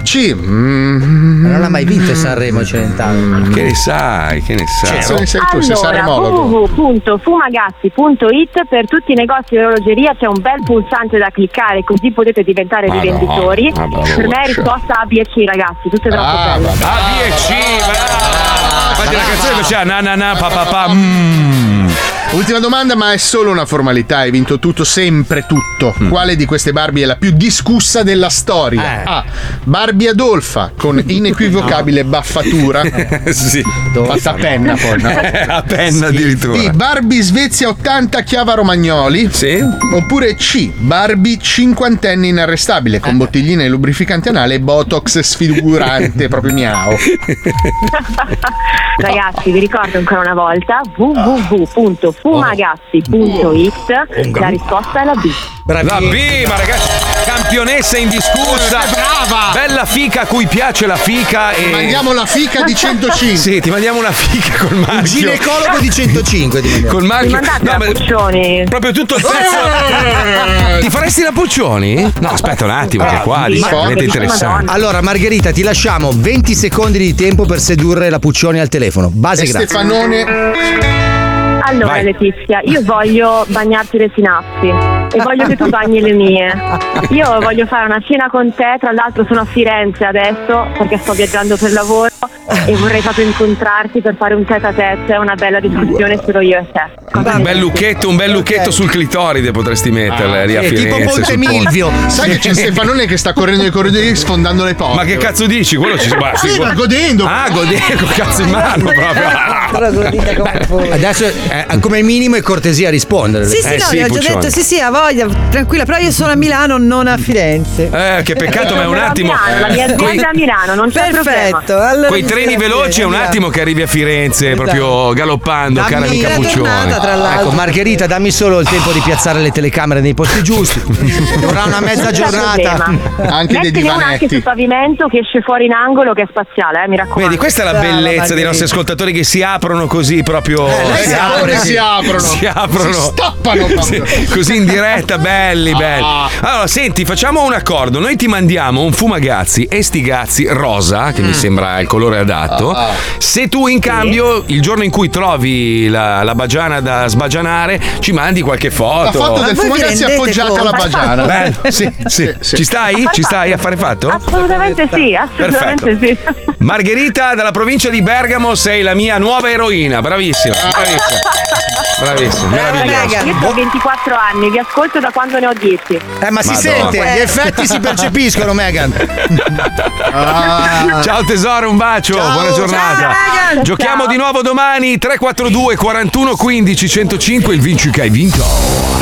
C. mm, Non
l'ha mai vinto Sanremo Celentano.
Mm. Che ne sai, che ne sai?
Allora, www.fumagazzi.it per tutti i negozi di orologeria c'è un bel pulsante da cliccare così potete diventare
Madonna, Ah,
rivenditori.
ma
per me
broccia.
è risposta A, B e C ragazzi, tutte troppo belle.
Infatti la canzone faceva na na na pa pa pa. mm.
Ultima domanda, ma è solo una formalità, hai vinto tutto, sempre tutto.
Mm.
Quale di queste Barbie è la più discussa della
Eh.
storia? A. Barbie Adolfa con inequivocabile baffatura.
sì.
Fatta a penna poi, no?
a penna
B.
addirittura.
Barbie Svezia 80 Chiava Romagnoli.
Sì.
Oppure C. Barbie cinquantenne inarrestabile
Eh.
con bottigline e lubrificante anale e botox sfigurante, proprio miau.
Ragazzi, vi ricordo ancora una volta
Ah.
www.fumagazzi.it La risposta è la B.
La B, ma ragazzi, campionessa indiscussa.
Eh,
Brava! Bella fica a cui piace la fica e.
Mandiamo la fica di 105.
Sì, ti mandiamo una fica col marchio.
ginecologo di 105 ti mandiamo.
Col marchio.
Ti mandate la
ma- Proprio tutto il pezzo. ti faresti la Puccioni? No, aspetta un attimo, che qua lì è veramente interessante.
Allora, Margherita, ti lasciamo 20 secondi di tempo per sedurre la Puccioni al telefono. Base
E
grazie.
Allora
Vai.
Letizia, io voglio bagnarti le sinapsi e voglio che tu bagni le mie. Io voglio fare una cena con te, tra l'altro sono a Firenze adesso perché sto viaggiando per lavoro e vorrei proprio incontrarti per fare un tete a tete, una bella discussione solo io e te.
Un bel lucchetto, un bel lucchetto sul clitoride potresti metterle lì a
Ah, Sì,
Firenze. sul ponte.
Sai che c'è Stefanone che sta correndo nei corridoi sfondando le porte.
Ma che cazzo dici? Quello ci sbaglia.
Sì, ma godendo.
Ah, godendo, col cazzo in mano proprio.
Adesso eh, come minimo è cortesia rispondere. Eh,
Sì, sì, no, gli ho già detto, sì, sì, ha voglia, tranquilla, però io sono a Milano, non a Firenze.
Eh, che peccato, ma è un attimo.
Milano, la mia azienda
Quei-
è Eh, a Milano, non c'è
Perfetto,
problema.
allora
Quei treni veloci è un attimo che arrivi a Firenze, proprio galoppando, cara amica Puccioni.
Ecco, Margherita, dammi solo il tempo di piazzare le telecamere nei posti giusti. Vorrà una mezza
Non c'è
giornata.
problema. Mettene una anche sul pavimento che esce fuori in angolo che è spaziale, eh, mi raccomando.
Vedi, questa è la bellezza dei nostri ascoltatori che si aprono così proprio.
Eh, lei si apre, si aprono.
Si aprono.
Si stappano proprio. Ah.
Sì, Così in diretta, belli, belli. Allora, senti, facciamo un accordo. Noi ti mandiamo un fumagazzi e stigazzi rosa,
Mm.
che mi sembra il colore adatto.
Ah, ah.
Se tu in cambio, il giorno in cui trovi la, la bagiana da sbagianare, ci mandi qualche foto.
La foto del fumagazzi appoggiata alla bagiana.
Eh, Bello, sì, sì. Ci stai? Ci stai a fare fatto?
Assolutamente sì, assolutamente sì.
Margherita dalla provincia di Bergamo, sei la mia nuova eroina. Bravissima, bravissima. Bravissima, meravigliosa.
Io ho 24 anni, vi ascolto da quando ne ho 10. Eh,
ma si sente, gli effetti si percepiscono, Megan.
Ah. Ciao tesoro, un bacio, buona giornata.
Megan.
Giochiamo
Ciao.
di nuovo domani 342 41 15 105 il vinci che hai vinto.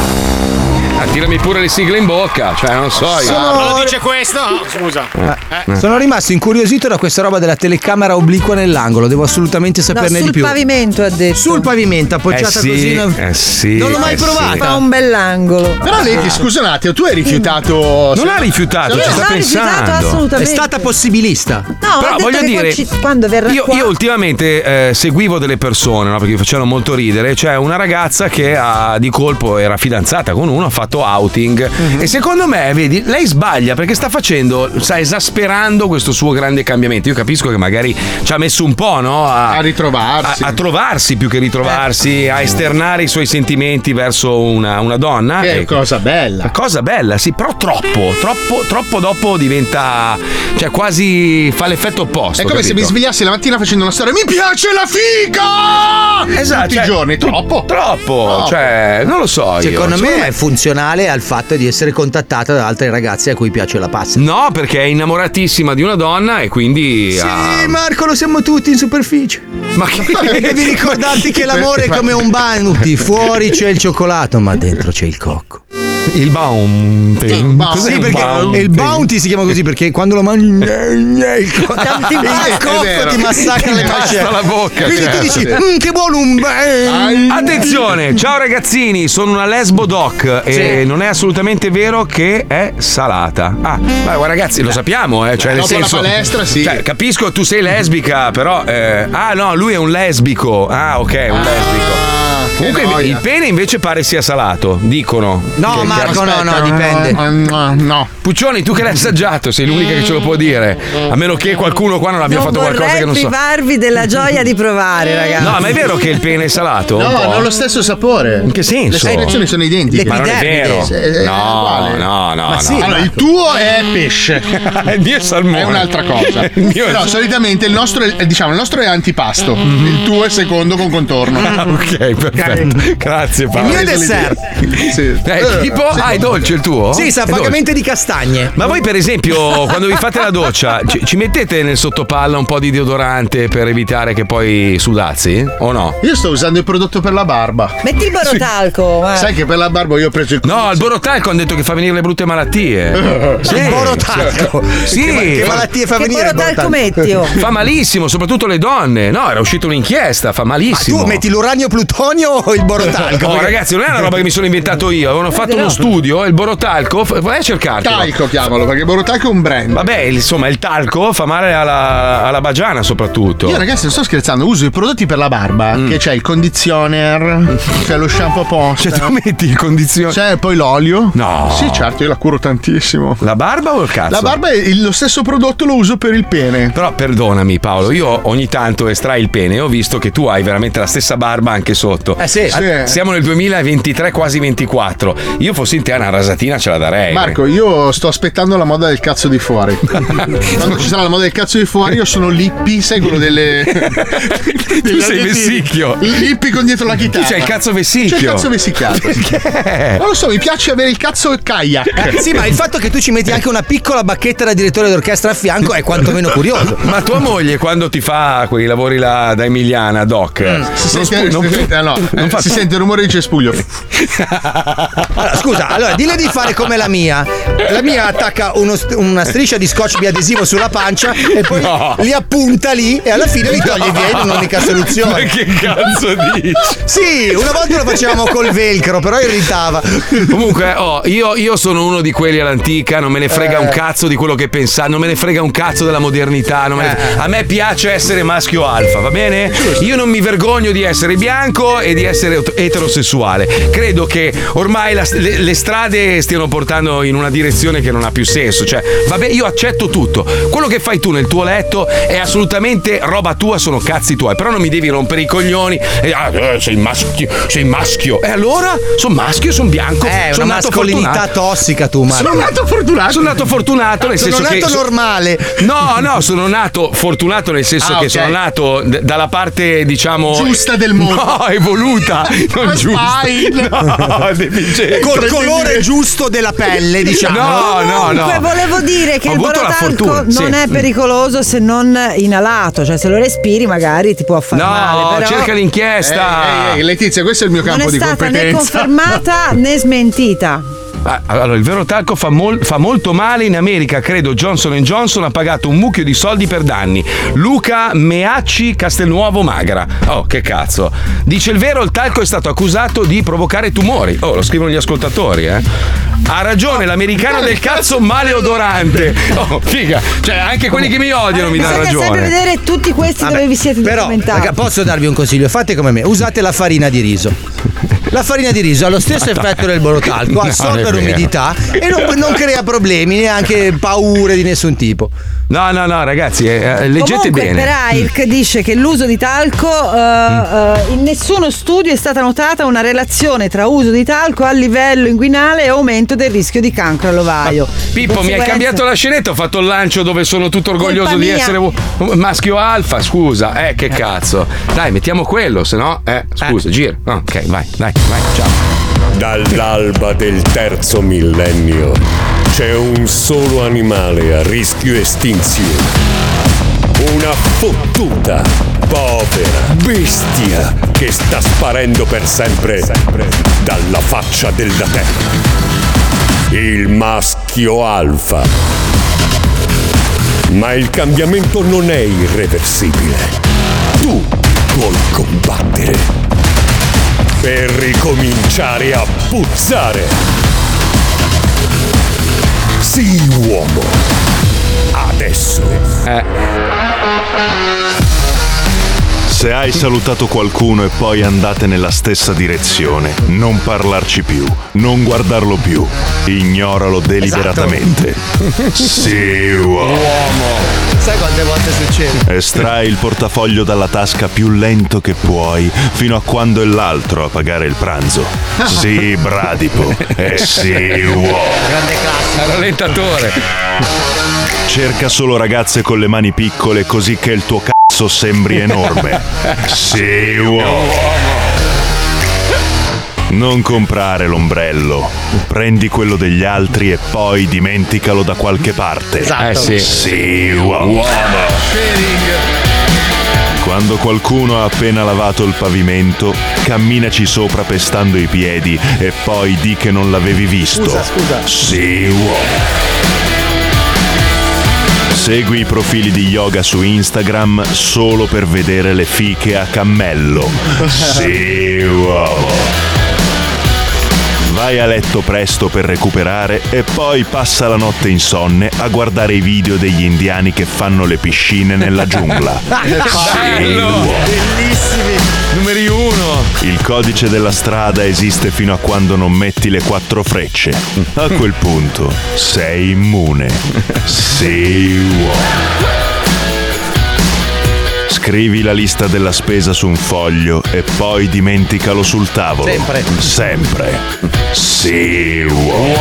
Ah, tirami pure le sigle in bocca, cioè non so io.
Ah, non lo dice questo? No, scusa. Eh.
Sono rimasto incuriosito da questa roba della telecamera obliqua nell'angolo, devo assolutamente
No,
saperne
sul
di più.
pavimento ha detto. Sul
pavimento appoggiata
Eh sì,
così, no?
eh sì,
Non l'ho mai
eh
provata.
sì.
Fa un bell'angolo.
Però Leti, scusa un attimo, tu hai rifiutato.
Non ha rifiutato,
Non
ci sta
ha
pensando.
rifiutato assolutamente.
È stata possibilista.
No,
Però
ha detto
voglio
che
dire,
poi ci- quando verrà
Io,
qua.
io ultimamente eh, seguivo delle persone no, perché mi facevano molto ridere. C'è una ragazza che ha- di colpo era fidanzata con uno, ha fatto outing. E secondo me, vedi, lei sbaglia perché sta facendo, sta esasperando questo suo grande cambiamento. Io capisco che magari ci ha messo un po' no, a, ritrovarsi. A, a trovarsi più che ritrovarsi,
Eh.
a esternare i suoi sentimenti verso una, una donna. Ecco.
Che cosa bella.
Cosa bella, sì, però troppo, troppo, troppo dopo diventa, cioè quasi fa l'effetto opposto.
È come se mi
capito?
svegliassi la mattina facendo una storia. Mi piace la figa!
Esatto,
Tutti
cioè,
i giorni, troppo.
Troppo, cioè, non lo so. io.
Secondo me è funzionale al fatto di essere contattata da altre ragazze a cui piace la pasta.
No, perché è innamoratissima di una donna e quindi. ha-
Marco, lo siamo tutti in superficie.
Ma che-
devi ricordarti che
Ma-
l'amore è come un banti, fuori c'è il cioccolato, ma dentro c'è il cocco.
Il bounty. Cos'è
Sì,
il
perché
bounty?
il bounty si chiama così perché quando lo mangi il co- il cocco ti massacra le
Basta
mascelle.
la bocca.
Quindi tu
certo.
dici, "Mm, che buono un bel...
Attenzione, ciao ragazzini, sono una lesbo doc e
Sì.
non è assolutamente vero che è salata. Ah, ma guarda, ragazzi, lo sappiamo, eh, cioè nel
Dopo la
senso
palestra, sì.
Cioè, capisco tu sei lesbica, però eh, ah no, lui è un lesbico. Ah, ok, un lesbico. Comunque
Ah, noia.
il pene invece pare sia salato, dicono.
No,
Che-
Marco,
che-
no, no, dipende.
No.
Puccioni, tu che l'hai assaggiato, sei l'unica che ce lo può dire. A meno che qualcuno qua non abbia
non
fatto qualcosa
vorrei
che non so. Eh.
privarvi della gioia di provare, ragazzi.
No, ma è vero che il pene è salato?
No,
Un po'?
non lo stesso sapore. In
che senso?
Le reazioni sono identiche. Eh,
Ma non è vero. No, no, no. no.
Ah, allora, il tuo è pesce.
il mio è salmone.
È un'altra cosa.
Il mio è-
Però solitamente il nostro è, diciamo, il nostro è antipasto. Il tuo è secondo con contorno.
Mm-hmm. Ah, ok, perfetto. Grazie Paolo.
Il mio è dessert. Sì.
Eh, tipo, ah, è dolce il tuo?
Sì, sa
È dolce.
vagamente di castagne.
Ma voi per esempio quando vi fate la doccia ci, ci mettete nel sottopalla un po' di deodorante per evitare che poi sudazzi? O no?
Io sto usando il prodotto per la barba.
Metti il borotalco, ma-
Sai che per la barba io ho preso il
No, il borotalco hanno detto che fa venire le brutte malattie. Sì, cioè,
Il borotalco?
Sì.
Che ma- che malattie fa Che venire il borotalco borotalco? metti, oh?
Fa malissimo, soprattutto le donne. No, era uscita un'inchiesta, fa malissimo.
Tu metti l'uranio plutonio o il
Certo,
borotalco?
Oh,
Perché-
ragazzi, non è una roba che mi sono inventato io.
Eh,
Avevano fatto uno studio e il borotalco. f- Vai a cercarlo.
Talco, chiamalo, perché borotalco è un brand.
Vabbè, insomma, il talco fa male alla, alla bagiana, soprattutto.
Io ragazzi non sto scherzando, uso i prodotti per la barba,
Mm.
che c'è il conditioner, c'è lo shampoo apposta. Cioè
tu metti il conditioner?
C'è poi l'olio.
No.
Sì, certo, io la curo tantissimo.
La barba o il cazzo?
La barba è il- lo stesso prodotto, lo uso per il pene.
Però perdonami Paolo, io ogni tanto estrai il pene e ho visto che tu hai veramente la stessa barba anche sotto.
Eh sì.
Ah,
Sì.
Siamo nel 2023, quasi 24. Io fossi in te una rasatina ce la darei.
Marco, io sto aspettando la moda del cazzo di fuori. Quando ci sarà la moda del cazzo di fuori, io sono Lippi, sai quello delle.
Tu sei vessicchio.
Lippi con dietro la chitarra.
Tu sei il cazzo vessicchio.
C'è il cazzo vessicchiato.
Perché?
Non lo so, mi piace avere il cazzo
Cioè,
kayak.
Eh, Sì, ma il fatto che tu ci metti anche una piccola bacchetta da direttore d'orchestra a fianco è quantomeno curioso.
Ma tua moglie quando ti fa quei lavori là da Emiliana, Doc,
Mm. Si
non spu-
sente,
non-
si sente- ah, no, eh,
fa-
si sente il rumore di cespuglio.
Allora, scusa, allora dille di fare come la mia. La mia attacca uno st- una striscia di scotch biadesivo sulla pancia e poi
No.
li appunta lì e alla fine li toglie via in un'unica soluzione.
Ma che cazzo dici?
Sì, una volta lo facevamo col velcro, però irritava.
Comunque, oh, io, io sono uno di quelli all'antica, non me ne frega
Eh.
un cazzo di quello che pensate, non me ne frega un cazzo della modernità. non me ne- A me piace essere maschio alfa, va bene? Io non mi vergogno di essere bianco e di essere et- eterosessuale. Credo che ormai la- le, le le strade stiano portando in una direzione che non ha più senso. Cioè, vabbè, io accetto tutto. Quello che fai tu nel tuo letto è assolutamente roba tua, sono cazzi tuoi. Però non mi devi rompere i coglioni. E, ah, eh, sei maschio, sei maschio. E allora? Sono maschio, sono bianco.
È
sono
Eh, una
nato
mascolinità
fortunato.
tossica tu, Marco.
Sono nato fortunato. Sono nato fortunato nel
Sono
senso che.
nato normale.
No, no, sono nato fortunato nel senso
Ah,
che
ok.
sono nato d- dalla parte, diciamo.
Giusta del mondo.
No, evoluta. Non
Ma
giusta.
vai.
No, deficiente.
Col colore giusto della pelle, diciamo.
No, no, no.
Comunque volevo dire che
Ho
il
avuto la
borotalco
fortuna,
non
sì. Mm.
è pericoloso se non inalato, cioè se lo respiri magari ti può far
No,
male. Però
cerca l'inchiesta.
Ehi, ehi, ehi, Letizia, questo è il mio
non
campo
è
di
stata né
competenza.
confermata né smentita.
Ah, Allora, il vero talco fa, mol- fa molto male in America, credo. Johnson Johnson ha pagato un mucchio di soldi per danni. Luca Meacci Castelnuovo Magra. Oh, che cazzo. Dice il vero, il talco è stato accusato di provocare tumori. Oh, lo scrivono gli ascoltatori, eh. Ha ragione l'americano del cazzo maleodorante. Oh, figa. Cioè, anche quelli che mi odiano mi danno
Bisogna sempre
ragione.
vedere tutti questi dove vi siete documentati.
Raga, posso darvi un consiglio? Fate come me, usate la farina di riso. La farina di riso ha lo stesso effetto del borotalco,
No,
assorbe
non è vero.
l'umidità e non, non crea problemi, neanche paure di nessun tipo.
No, no, no, ragazzi, eh, eh, leggete
Comunque,
bene.
per AIRC dice che l'uso di talco eh, eh, in nessuno studio è stata notata una relazione tra uso di talco a livello inguinale e aumento del rischio di cancro all'ovaio.
Pippo, mi hai
Conseguenza-
cambiato la scenetta, ho fatto il lancio dove sono tutto orgoglioso
Colpa
di
mia.
essere u- un maschio alfa, scusa, eh che cazzo. Dai, mettiamo quello, se no, eh, scusa, gira. No, ok, vai, dai, vai, ciao.
Dall'alba del terzo millennio c'è un solo animale a rischio estinzione. Una fottuta, povera bestia che sta sparendo per sempre dalla faccia della terra. Il maschio alfa. Ma il cambiamento non è irreversibile. Tu vuoi combattere per ricominciare a puzzare. Sii uomo. Adesso.
Eh.
Se hai salutato qualcuno e poi andate nella stessa direzione, non parlarci più, non guardarlo più, ignoralo deliberatamente.
Esatto.
Sii uomo.
Sai quante volte succede?
Estrai il portafoglio dalla tasca più lento che puoi, fino a quando è l'altro a pagare il pranzo. Sii bradipo e sii uomo.
Grande classe.
Rallentatore.
Cerca solo ragazze con le mani piccole così che il tuo cazzo sembri enorme. Sii uomo. Non comprare l'ombrello, prendi quello degli altri e poi dimenticalo da qualche parte.
Esatto. Eh, sì.
Sii uomo. Quando qualcuno ha appena lavato il pavimento, camminaci sopra pestando i piedi e poi di che non l'avevi visto. Scusa, scusa. Sì, uomo. Segui i profili di yoga su Instagram solo per vedere le fiche a cammello. Sì, uomo. Vai a letto presto per recuperare e poi passa la notte insonne a guardare i video degli indiani che fanno le piscine nella giungla.
Bello! Bellissimi! Numeri uno!
Il codice della strada esiste fino a quando non metti le quattro frecce. A quel punto sei immune. Sei uomo. Scrivi la lista della spesa su un foglio e poi dimenticalo sul tavolo.
Sempre.
Sempre. Sei uomo.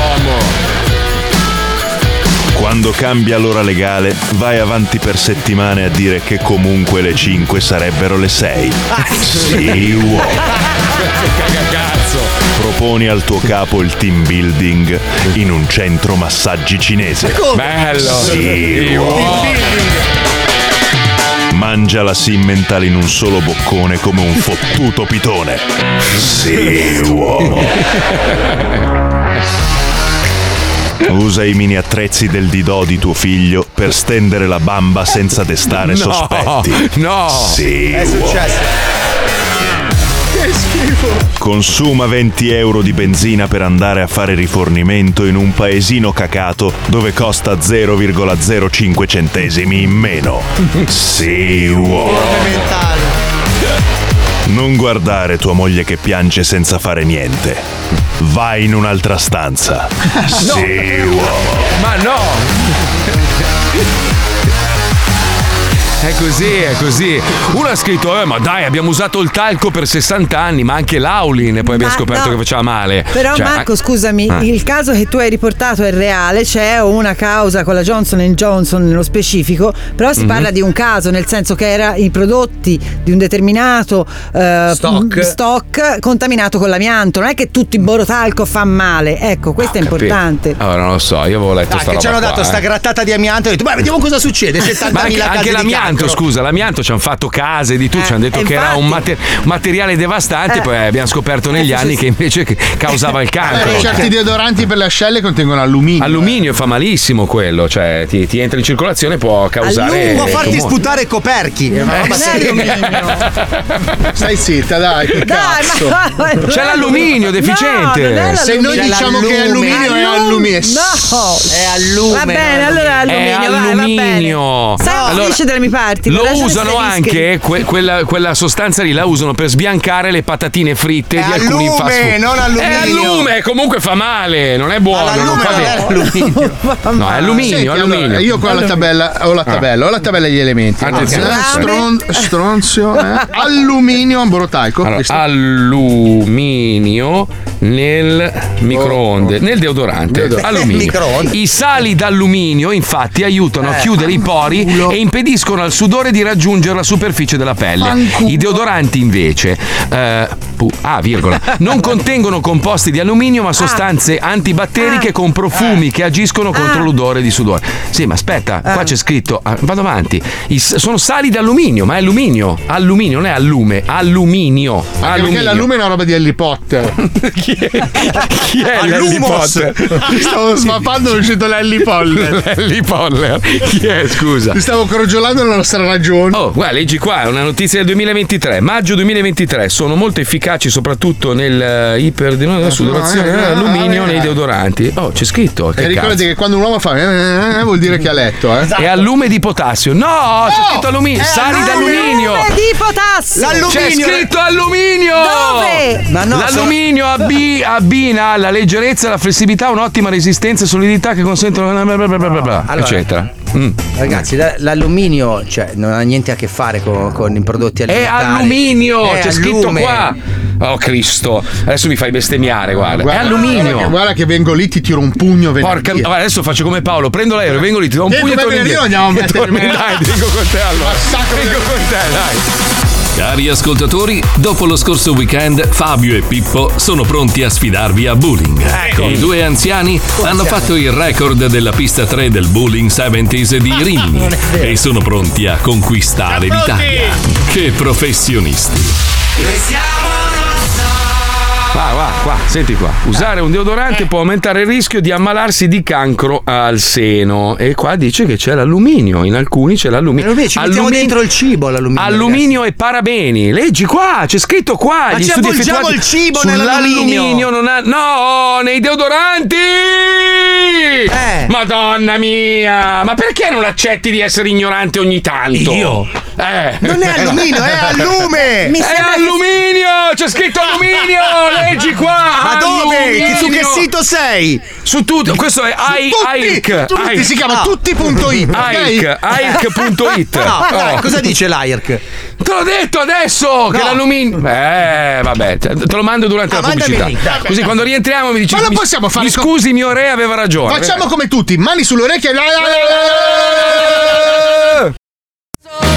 Quando cambia l'ora legale, vai avanti per settimane a dire che comunque le 5 sarebbero le 6. Sì, uomo.
Cazzo!
Proponi al tuo capo il team building in un centro massaggi cinese.
Bello!
Sì, uomo.
uomo.
Mangia la Simmental in un solo boccone come un fottuto pitone. Sì, uomo. Usa i mini attrezzi del didò di tuo figlio per stendere la bamba senza destare
No,
sospetti.
no.
Sì,
È
uomo.
successo.
Che schifo.
Consuma 20 euro di benzina per andare a fare rifornimento in un paesino cacato dove costa 0,05 centesimi in meno. Sì, uomo. Non guardare tua moglie che piange senza fare niente. Vai in un'altra stanza. Sì, uomo.
Ma no! È così, è così. Uno ha scritto: eh, ma dai, abbiamo usato il talco per 60 anni, ma anche l'aulin. E poi abbiamo
Ma
scoperto
no.
che faceva male.
Però
Cioè,
Marco,
an-
scusami,
Ah.
il caso che tu hai riportato è reale, c'è una causa con la Johnson Johnson nello specifico, però si
Mhm.
parla di un caso, nel senso che era i prodotti di un determinato eh,
Stock.
m- stock contaminato con l'amianto, non è che tutto il borotalco fa male, ecco, questo è
capito.
importante.
Allora, non lo so, io avevo letto
Dai,
sta
Ah, che ci
roba
hanno
qua,
dato
eh.
sta grattata di amianto e ho detto, beh, vediamo cosa succede. 70.000
Ma anche, anche
casi di
l'amianto,
cancro."
scusa, l'amianto ci hanno fatto case di tutto, ci hanno detto
eh,
che era un mate- materiale devastante,
Eh.
poi abbiamo scoperto negli anni che invece che- causava il cancro. Cioè,
Beh, Eh, certi deodoranti per le ascelle contengono alluminio.
Alluminio fa malissimo quello, cioè ti, ti entra in circolazione può causare. ecco,
Alluminio. Può farti
sputare coperchi.
ma sei alluminio. eh, Stai zitta, dai, che cazzo.
C'è l'alluminio deficiente.
No, non è
Eh, Se
l'alluminio.
noi diciamo che è alluminio, è
Allum-
alluminio.
No,
È
alluminio. Va bene, allora
È
alluminio, vai, va bene.
alluminio.
Sai,
Allora,
finisce dalle mie parti.
Lo
la ragione
usano
stai rischi-
anche, eh, que- quella, quella sostanza lì la usano per sbiancare le patatine fritte di alcuni
allume,
fast food.
non alluminio.
È allume, comunque fa male, non è buono. non fa bene. No, è alluminio,
Ah, Senti,
alluminio.
allora, io qua ho la tabella, ho la
Ah.
tabella, ho la tabella degli elementi.
Attenzione.
Eh, stron- stronzio, eh. alluminio amborotaico.
Allora,
Questo-
alluminio nel microonde, nel deodorante,
Deodorante.
alluminio.
Microonde.
I sali d'alluminio infatti aiutano a
Eh,
chiudere i pori e impediscono al sudore di raggiungere la superficie della pelle.
Fanculo.
I deodoranti invece eh, pu- ah, virgola, non contengono composti di alluminio
Ah.
ma sostanze antibatteriche con
Eh.
profumi che agiscono
Ah.
contro l'odore di sudore. Sì, ma aspetta, qua c'è scritto, ah, vado avanti, I s- sono sali d'alluminio, ma è alluminio, alluminio, non è allume, alluminio.
Anche
alluminio.
perché l'allume è una roba di Harry Potter.
Chi è Harry
Allumos.
Potter?
Stavo smappando e è uscito l'Harry Poller.
Harry Potter. Chi è, scusa?
Ti stavo crogiolando una nostra ragione.
Oh, guarda, leggi qua, è una notizia del 2023. Maggio 2023 sono molto efficaci soprattutto nel eh, iper nella sudorazione
ah,
dell'alluminio
ah,
eh, nei
ah.
deodoranti. Oh, c'è scritto.
E
Che
ricordati
cazzo. Esatto.
che quando un uomo fa eh, eh, eh, vuol dire che ha letto, eh.
E allume di potassio. No, c'è
Oh,
scritto
No,
alluminio.
eh,
è
Sali d'alluminio.
Allume di potassio.
C'è scritto alluminio!
Dove?
L'alluminio abbi- abbina alla leggerezza, alla flessibilità, un'ottima resistenza e solidità che consentono. bla bla bla bla bla bla,
Allora,
eccetera. Mm.
Ragazzi, la- l'alluminio cioè, non ha niente a che fare con, con i prodotti
È
alimentari.
alluminio!
È
c'è scritto
allume.
qua! Oh Cristo, adesso mi fai bestemmiare, guarda. È
Guarda che,
alluminio!
guarda che vengo lì, ti tiro un pugno venerdì.
Porca, guarda, adesso faccio come Paolo, prendo l'aereo, vengo lì, ti do un
Vieni
pugno e
come
torno
venerdì,
indietro.
andiamo a mettere
Torno-
in mezzo.
Dai, vengo con te allora. Vengo con te, dai.
Cari ascoltatori, dopo lo scorso weekend Fabio e Pippo sono pronti a sfidarvi a bowling.
Ecco.
I due anziani hanno fatto il record della pista 3 del bowling 70s
Ah,
di Rimini e sono pronti a conquistare
Siamo pronti!
l'Italia. Che professionisti!
Qua, qua, qua, senti qua. Usare un deodorante può aumentare il rischio di ammalarsi di cancro al seno. E qua dice che c'è l'alluminio, in alcuni c'è l'alluminio.
Alluminio, ci mettiamo
Allumi-
dentro il cibo l'alluminio.
Alluminio e parabeni, leggi qua, c'è scritto qua.
Ma
gli
ci
studi
avvolgiamo
effettuati
il cibo
sull'alluminio
nell'alluminio.
non ha. No, nei deodoranti! Madonna mia! Ma perché non accetti di essere ignorante ogni tanto?
Io?
Eh.
Non è alluminio, è Eh, allume! Mi
è
sembra che-
alluminio! C'è scritto alluminio! Leggi qua!
Ma dove?
Alluminio!
Su che sito
sei? Su tutto, questo è i-
tutti,
Ike.
tutti,
Ike.
si chiama
Ah.
tutti.it, ok?
Ike, Ike.it.
No, dai,
Oh.
cosa dice l'AIRC?
Te l'ho detto adesso che l'alluminio. Eh, vabbè, te te lo mando durante
Ah,
la
mandami
pubblicità.
lì, dai.
Così quando rientriamo mi dici.
Ma lo
mi-
possiamo fare
Mi
co-
scusi, mio re aveva ragione.
Facciamo come tutti, mani sulle orecchie. la- la- la- la- la- la-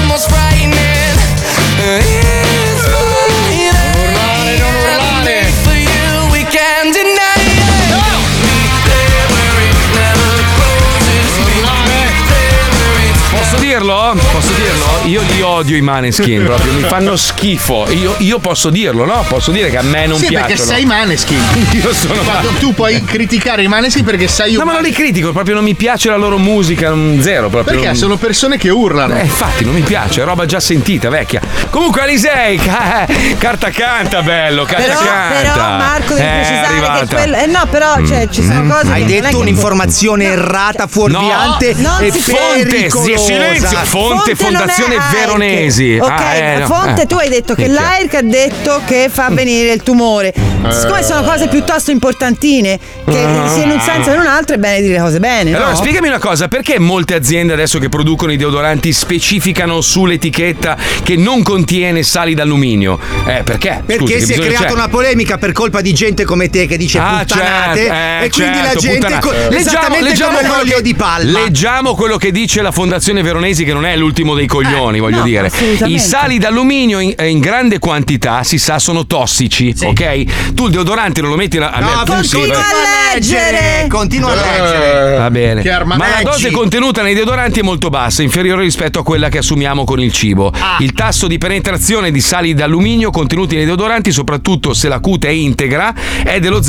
Posso
Eh.
dirlo? Posso dirlo? Io li odio i maneskin proprio, mi fanno schifo. Io, io posso dirlo, no? Posso dire che a me non
sì,
piacciono.
perché sei Maneskin.
Io sono
Infatti, Tu puoi criticare i Maneskin perché sei
No,
un.
ma non li critico, proprio non mi piace la loro musica, mm, zero proprio.
Perché
non-
sono persone che urlano.
Eh, infatti, non mi piace, è roba già sentita, vecchia. Comunque, Alisei, ca- carta canta, bello, carta
Però,
canta.
però Marco devi
Eh, è
precisare che
arrivata. Mm.
quello. Eh no, però cioè, ci sono cose che
Hai
non è
detto
che-
un'informazione errata, fuorviante
No, non
e
si-
Fonte, sì,
pericolosa.
silenzio. Fonte,
non è Oh.
Fondazione
AERC.
Veronesi.
Ok,
Ah, eh, no.
Fonte,
Eh.
tu hai detto che
Minchia.
l'AIRC ha detto che fa venire il tumore.
Eh.
Siccome sono cose piuttosto importantine, che
Ah.
sia in un senso o in un altro, è bene dire le cose bene.
Allora,
no?
spiegami una cosa, perché molte aziende adesso che producono i deodoranti specificano sull'etichetta che non contiene sali d'alluminio? Eh, perché? Scusi,
Perché
che cioè,
si è
bisogno
creata
c'è?
una polemica per colpa di gente come te che dice
Ah,
puttanate
certo, eh,
e quindi la
certo,
gente
puttanate.
co-
Eh.
esattamente come
quello
l'olio
che-
di palma.
Leggiamo quello che dice la Fondazione Veronesi, che non è l'ultimo dei coglioni, voglio
Eh, no,
dire.
assolutamente.
I sali d'alluminio in, eh, in grande quantità, si sa, sono tossici, ok? Tu il deodorante non lo metti a
No,
tu sì,
continua
vabbè.
a leggere. Continua a leggere.
Va bene.
Che
Ma la
armamenti.
dose contenuta nei deodoranti è molto bassa, inferiore rispetto a quella che assumiamo con il cibo.
Ah.
Il tasso di penetrazione di sali d'alluminio contenuti nei deodoranti, soprattutto se la cute è integra, è dello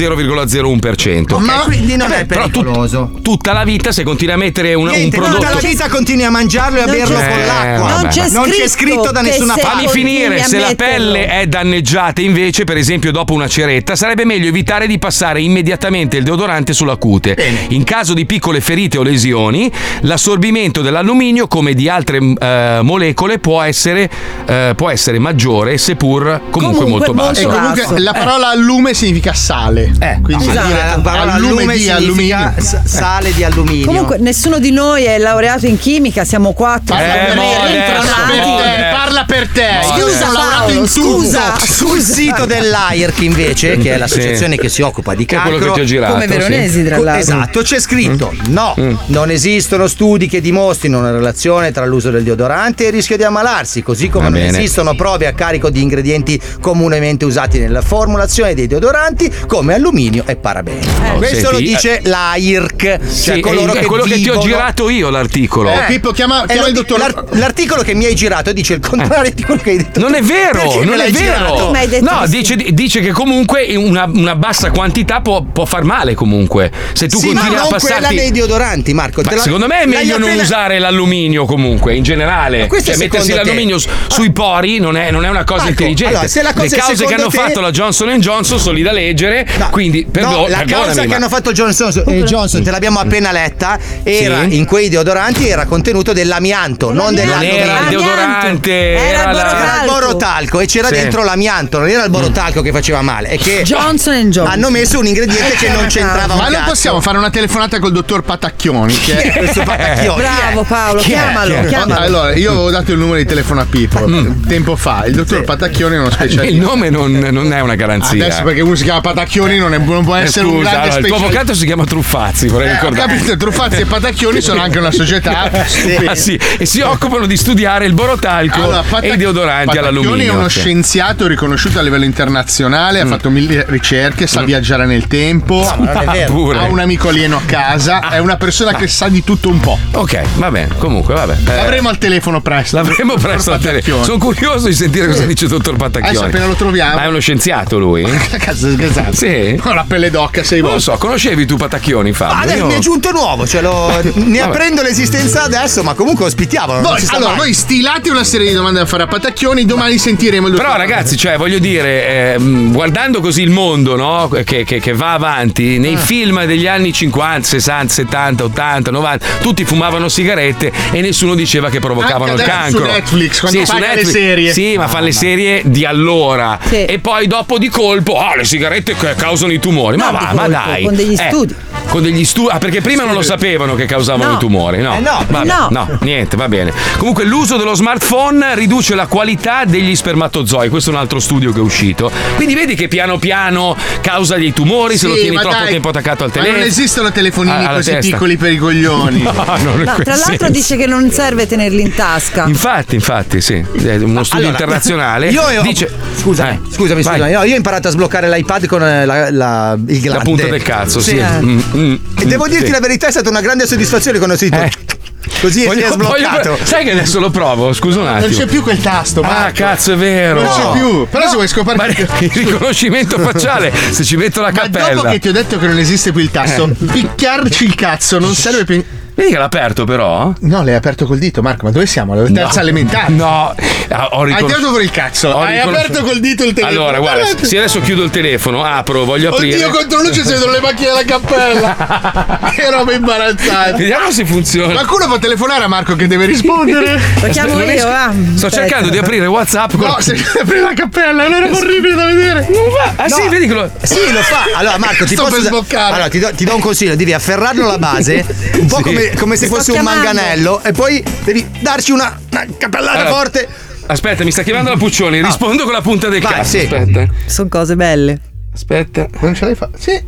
0,01%.
Ma quindi non è
però tut-
pericoloso.
tutta la vita se continui a mettere un, un
Niente,
prodotto.
tutta la vita continui a mangiarlo e a
Non
berlo
c'è-
con l'acqua.
Eh, Non c'è
scritto da nessuna parte.
Fammi finire, se la pelle è danneggiata invece, per esempio dopo una ceretta, sarebbe meglio evitare di passare immediatamente il deodorante sulla cute. In caso di piccole ferite o lesioni, l'assorbimento dell'alluminio come di altre eh, molecole può essere, eh, può essere maggiore, seppur comunque, molto basso.
E Ecco, comunque Eh, la parola allume significa sale. Quindi
Esatto.
Scusa,
dire
la parola Eh. allume
di
significa
alluminio.
s- sale di alluminio.
Comunque, nessuno di noi è laureato in chimica, siamo
Eh,
quattro.
Parla
siamo
per
noi
me, parla per
rintronati.
te, parla per te. Io
Scusa,
sono laureato
Paolo,
in tutto.
scusa.
sul sito dell'AIRC invece, che è l'associazione
Sì.
che si occupa di
Che è
cancro,
quello che ti ho girato, Come Veronesi, sì. Mm. tra
Co-
l'altro.
Esatto, c'è scritto: no, non esistono studi che dimostrino una relazione tra l'uso del deodorante e il rischio di ammalarsi, così come
Va
non
bene.
esistono prove a carico di ingredienti comunemente usati nella formulazione dei deodoranti come alluminio e parabeni.
Oh,
Questo
senti,
lo dice
eh,
l'AIRC,
Sì,
cioè coloro
è
che
quello che ti ho
vivono-
girato io l'articolo.
Eh, eh, lo di- l'ar- l'articolo che mi hai girato dice il contrario di quello che hai detto.
Eh. Non è vero,
Perché me
non è
l'hai girato?
vero.
Tu mi hai detto
no,
di sì.
dice, dice che comunque una, una bassa quantità può, può far male comunque. Se tu
Sì,
continui
ma
a
non
passarti
quella dei deodoranti, Marco.
Ma
te la-
secondo me è
l'hai
meglio non
appena-
usare l'alluminio comunque, in generale.
Ma questo
Cioè,
è secondo
mettersi
te? Ah.
l'alluminio su- sui pori non è, non è una cosa
Marco,
intelligente.
allora, se la cosa
Le
è
cause che
secondo
hanno
te-
fatto la Johnson Johnson sono lì da leggere. Quindi, perdo-
No, la causa
perdonami,
che
ma- Mm.
hanno fatto Johnson, eh, Johnson, te l'abbiamo appena letta, era
Sì.
in quei deodoranti era contenuto dell'amianto, non
Non era il
dell'amianto.
deodorante, era, la-
Era il borotalco e c'era
Sì. Mm.
dentro l'amianto, non era il borotalco che faceva male. È che
Johnson Johnson
hanno messo un ingrediente che non c'entrava un
Ma non
cazzo.
possiamo fare una telefonata col dottor Patacchioni? Che
Chi è questo Patacchioni?
Bravo Paolo,
Chi è?
chiamalo,
Chi è?
chiamalo.
Allora, io avevo dato il numero di telefono a Pippo tempo fa. Il dottor Patacchioni è uno
Il
specialista.
nome non, non è una garanzia.
Adesso perché uno si chiama Patacchioni non, è- non può
Eh,
essere un
scusa, allora,
grande
il tuo
specialista.
avvocato si chiama Truffazzi, vorrei
Eh, ho
ricordare.
capito, Truffazzi e Patacchioni sono anche una società.
Ah, sì, e si occupano di studiare il borotalco
Allora,
e i deodoranti
Patacchioni
all'alluminio.
è uno
Sì.
scienziato riconosciuto a livello internazionale, ha fatto mille ricerche, sa viaggiare nel tempo,
No, ma non è vero. Pure.
ha un amico alieno a casa, è una persona che sa di tutto un po'.
Ok, va bene, comunque, vabbè. Eh,
L'avremo al telefono presto. Eh.
l'avremo presto al telefono. Sono curioso di sentire cosa dice il dottor Patacchioni.
Adesso appena lo troviamo.
Ma è uno scienziato lui?
Cazzo, scherzato.
Sì.
Ho la pelle d'occa, sei
Non lo
voi.
so, conoscevi tu Patacchioni, Fabio?
Ah, Adesso
Io-
mi è giunto nuovo, cioè lo- ne apprendo l'esistenza adesso, ma comunque ospitiamolo. non
Voi-
si sa
allora,
mai.
voi stilate una serie di domande da fare a Patacchioni, domani sentiremo il
Però ragazzi, cioè, voglio dire, eh, mh, guardando così il mondo no? che, che- che va avanti,
Ah.
nei film degli anni 50, 60, 70, 80, 90, tutti fumavano sigarette e nessuno diceva che provocavano
Anche
il
adesso
cancro.
su Netflix, quando
su
paga le serie.
Sì, ma fa le serie di allora. E poi dopo di colpo, ah, le sigarette che causano i tumori. Ma
No,
va,
di
ma
colpo,
dai. Eh,
con degli studi.
Con degli studi. Ah, perché prima non lo sapevano che causavano
No.
i tumori, no?
Eh, no.
Vabbè,
No.
no, niente, va bene. Comunque l'uso dello smartphone riduce la qualità degli spermatozoi, questo è un altro studio che è uscito. Quindi vedi che piano piano causa dei tumori se lo
Sì,
tieni
ma
troppo
dai,
tempo attaccato al
ma
telefono.
non esistono telefonini
a- alla
così
testa.
piccoli per i coglioni.
No, non in
No,
quel
tra l'altro
senso.
dice che non serve tenerli in tasca.
Infatti, infatti, sì, è uno studio
Ah, Allora,
internazionale
io ho-
dice
Scusami,
Eh,
scusami,
vai.
scusami. No, io ho imparato a sbloccare l'iPad con eh, la, la- il glande.
La punta del cazzo, sì.
eh.
Mm, mm,
E devo
mm,
dirti
sì.
la verità, è stata una grande soddisfazione quando ho sentito. Così
Voglio-
si è
voglio-
sbloccato.
sai che adesso lo provo, scusa un attimo.
Non c'è più quel tasto, ma.
Ah, cazzo, è vero.
Non c'è più. Però se vuoi scoprire.
Ma il riconoscimento facciale, se ci metto la
Ma
cappella. Eh.
dopo che ti ho detto che non esiste più il tasto, picchiarci il cazzo non serve più.
Vedi che l'ha aperto però?
No, l'hai aperto col dito, Marco, ma dove siamo? La terza elementare.
No, Ah, ho
Hai
riconos-
tirato fuori il cazzo.
Ho
Hai
riconos-
aperto col dito il telefono.
Allora, guarda,
Guardate.
se adesso chiudo il telefono, apro, voglio aprire.
Oddio, contro luce si vedono le macchine della cappella. che roba imbarazzante.
Vediamo se funziona.
Qualcuno può telefonare a Marco che deve rispondere.
Lo chiamo Non io, riesco- va. Sto cercando di aprire WhatsApp con-
No, se apri la cappella, è un'era orribile da vedere.
Non va. Ah, sì, vedi che lo.
Sì, lo fa. Allora, Marco, ti
Sto
posso
per
da-
sboccare.
Allora, ti do, ti do un consiglio: devi afferrarlo alla base, un po'
Sì.
come, come se
Sto
fosse un
chiamando.
manganello, e poi devi darci una, una
Ah,
cappellata
Allora,
forte.
Aspetta, mi sta chiamando la Puccioni,
Ah.
rispondo con la punta del
Vai,
cazzo.
sì.
Aspetta.
Sono cose belle.
Aspetta. Eh,
Non ce l'hai fatta? Sì.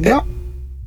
No.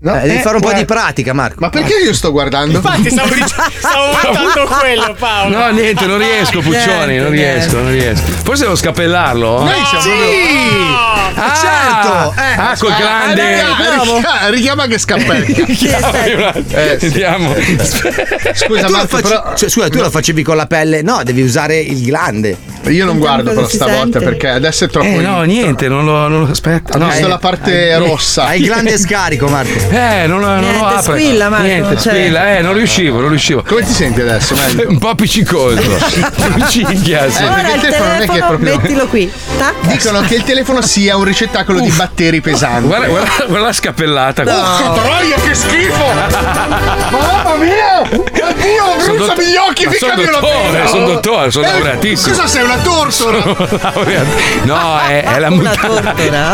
No,
Eh, devi
eh,
fare un po'
guarda.
di pratica, Marco.
Ma perché io sto guardando?
Infatti, stavo
Stavo guardando quello, Paolo.
No, Ah, niente, non riesco, Puccioni, non riesco, non riesco. Forse devo scappellarlo?
Noi siamo proprio-
Ah,
certo! Eh,
ah, col grande.
eh, richiama- richiama che scappella.
Eh, Vediamo.
Scusa,
tu lo
Marco,
facci-
però-
cioè, scusa, tu lo facevi con la pelle? No, devi usare il glande.
Io non guardo però stavolta perché adesso è troppo.
Eh, no, niente, non lo, non lo aspetta.
Ha
no.
visto la parte rossa.
Hai il glande scarico, Marco.
Eh, non, non lo
Niente,
apre.
squilla, Marco,
Niente,
cioè.
squilla, eh, non riuscivo, non riuscivo.
Come ti senti adesso? Meglio?
Un po' appiccicoso. Appicicchia, sì.
Eh,
Ora
perché
il
il telefono non è che è
telefono,
proprio-
mettilo qui. Uh. Tac.
Dicono che il telefono sia un ricettacolo di batteri pesanti.
Guarda, guarda- guarda la scappellata. Uh,
Porca troia, che schifo! Mamma mia! Oddio,
Sono dott-
bruciami gli occhi,
ma sono
ficcami una
dottore,
pena!
sono dottore, sono
Eh,
laureatissimo.
Cosa sei, una tortora?
No, è, è la mutanda.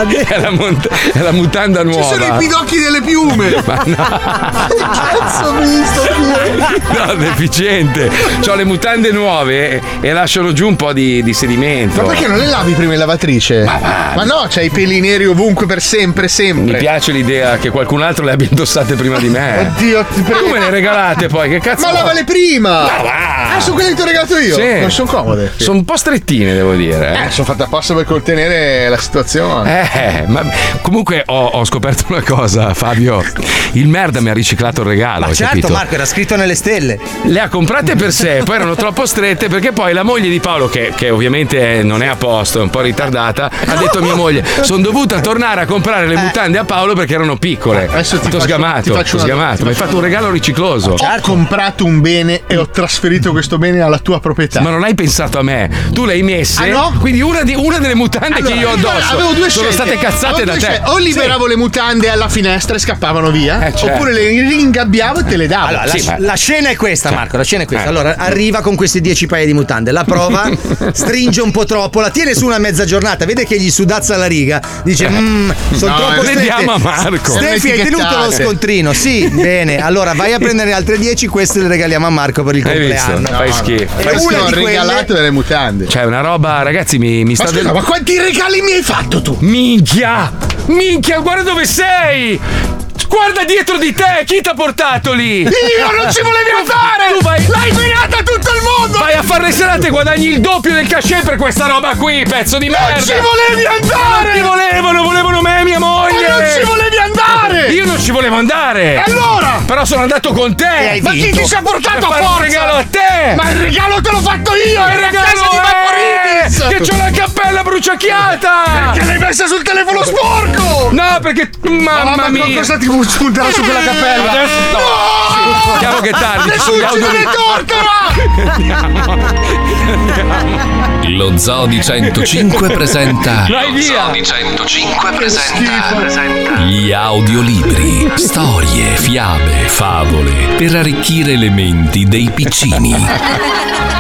È la, mont- è la mutanda nuova.
Ci sono i pidocchi delle piume!
Ma no.
Che cazzo mi sto
No, deficiente. Ho le mutande nuove e, e lasciano giù un po' di, di sedimento.
Ma perché non le lavi prima in lavatrice? Ma, no, c'hai i peli neri ovunque per sempre, sempre.
Mi piace l'idea che qualcun altro le abbia indossate prima di me.
Oddio, ti prego.
Come le regalate poi? Che cazzo?
Ma lavale prima!
Ma va!
Ah, sono quelle che ti ho regalato io?
Sì.
Non sono comode.
Sono un po' strettine, devo dire.
Eh, sono fatte apposta per contenere la situazione.
Eh, ma comunque ho, ho scoperto una cosa, Fabio. Il merda mi ha riciclato il regalo.
Ma
hai
certo,
capito?
Marco, era scritto nelle stelle.
Le ha comprate per sé, poi erano troppo strette perché poi la moglie di Paolo, che, che ovviamente non è a posto, è un po' ritardata, ha detto a mia moglie: Sono dovuta tornare a comprare le mutande a Paolo perché erano piccole.
Eh, Adesso ti
Sto
faccio- ti
sgamato,
faccio
sto
una- Cioè,
sgamato.
ti
Mi hai
faccio
fatto un regalo ricicloso.
Ho comprato un bene e ho trasferito questo bene alla tua proprietà.
Ma non hai pensato a me, tu le hai messe.
Ah, no?
Quindi una, di- una delle mutande
Allora,
che io ho addosso
avevo due
sono
scelte.
state cazzate
Avevo
da
due
te.
scelte. O liberavo le mutande alla finestra e scappavano via,
Eh, certo.
oppure le ringabbiavo e te le davo.
Allora, la,
Sì, ma-
la scena è
Cioè,
questa, Marco. La scena è questa.
Eh.
Allora, arriva con questi 10 paia di mutande, la prova, stringe un po' troppo, la tiene su una mezza giornata, vede che gli sudazza la riga, dice: Mmm, sono
Eh. No,
troppo strette.
vediamo a Marco.
Steffi, hai
Sono
tenuto lo
etichettate.
scontrino? Sì, bene. Allora, vai a prendere le altre 10, queste le regaliamo a Marco per il
Hai visto?
compleanno.
Fai schifo.
E
Fai
una
schifo.
di quelle-
delle mutande.
Cioè, una roba, ragazzi, mi, mi
Ma
sta
scusa,
del-
ma quanti regali mi hai fatto tu?
Minchia! Minchia, guarda dove sei! Guarda dietro di te, chi t'ha portato lì?
Io non ci volevi andare!
Tu vai-
L'hai fregata tutto il mondo!
Vai a fare le serate e guadagni il doppio del cachet per questa roba qui, pezzo di merda!
Non ci volevi andare!
Non ti volevano, volevano me e mia moglie!
Ma non ci volevi andare!
Io non ci volevo andare!
E allora?
Però sono andato con te!
Ma chi ti ci ha portato
Per
a
fare un
forza?
regalo a te!
Ma il regalo te l'ho fatto io!
Il
Era a
regalo
casa di
è
Vaporidis!
Che c'ho la cappella bruciacchiata!
Perché l'hai messa sul telefono sporco?
No, perché. Mamma
ma
mia!
Cosa ti vuoi spuntare su quella cappella?
Adesso- no! Chiaro che è tardi, ci sono gli
Nessuno
audio-
delle tortora!
Lo Zoo di 105 presenta
Vai via!
Lo Zoo di 105
Schifo.
presenta gli audiolibri, storie, fiabe, favole per arricchire le menti dei piccini.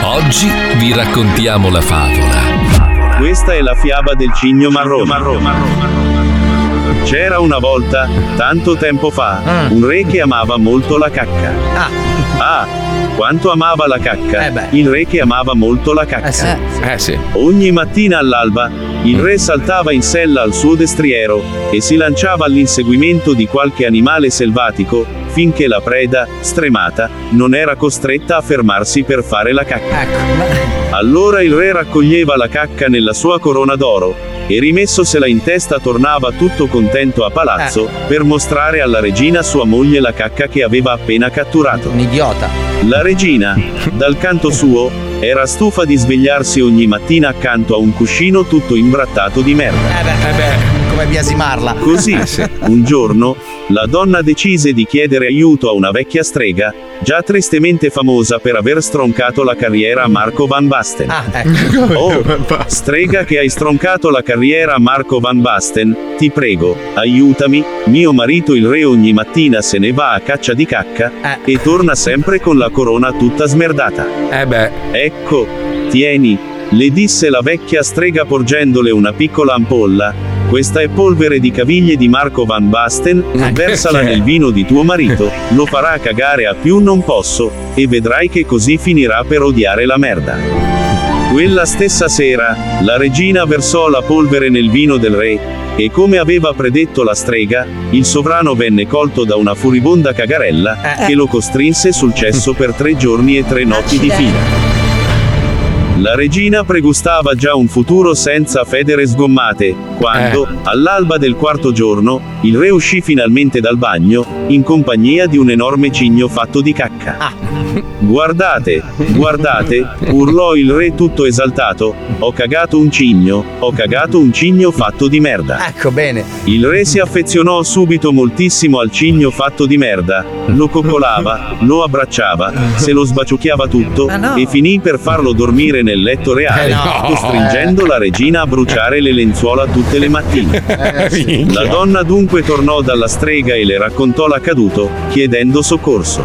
Oggi vi raccontiamo la favola.
Questa è la fiaba del cigno marrone. C'era una volta, tanto tempo
Ah.
fa, un re che amava molto la cacca. Ah, quanto amava la cacca. il re che amava molto la cacca. Ogni mattina all'alba, il re saltava in sella al suo destriero e si lanciava all'inseguimento di qualche animale selvatico, finché la preda, stremata, non era costretta a fermarsi per fare la cacca. Allora il re raccoglieva la cacca nella sua corona d'oro, e rimessosela in testa tornava tutto contento a palazzo, per mostrare alla regina sua moglie la cacca che aveva appena catturato. Un idiota. La regina, dal canto suo, era stufa di svegliarsi ogni mattina accanto a un cuscino tutto imbrattato di merda.
Eh beh,
vuoi biasimarla.
Così, un giorno, la donna decise di chiedere aiuto a una vecchia strega, già tristemente famosa per aver stroncato la carriera a Marco Van Basten.
Ah, ecco.
Oh, strega che hai stroncato la carriera a Marco Van Basten, ti prego, aiutami, mio marito il re ogni mattina se ne va a caccia di cacca e torna sempre con la corona tutta smerdata.
Eh beh.
Ecco, tieni, le disse la vecchia strega porgendole una piccola ampolla. Questa è polvere di caviglie di Marco Van Basten, versala nel vino di tuo marito, lo farà cagare a più non posso, e vedrai che così finirà per odiare la merda. Quella stessa sera, la regina versò la polvere nel vino del re, e come aveva predetto la strega, il sovrano venne colto da una furibonda cagarella, che lo costrinse sul cesso per tre giorni e tre notti di fila. La regina pregustava già un futuro senza federe sgommate,
Eh.
quando, all'alba del quarto giorno, il re uscì finalmente dal bagno, in compagnia di un enorme cigno fatto di cacca.
Ah.
Guardate, guardate, urlò il re tutto esaltato, ho cagato un cigno, ho cagato un cigno fatto di merda.
Ecco bene.
Il re si affezionò subito moltissimo al cigno fatto di merda, lo coccolava, lo abbracciava, se lo sbaciucchiava tutto
Ah,
e finì per farlo dormire nel letto reale,
Ah. Eh no.
costringendo la regina a bruciare le lenzuola tutte le mattine.
Eh, sì.
La donna dunque tornò dalla strega e le raccontò l'accaduto, chiedendo soccorso.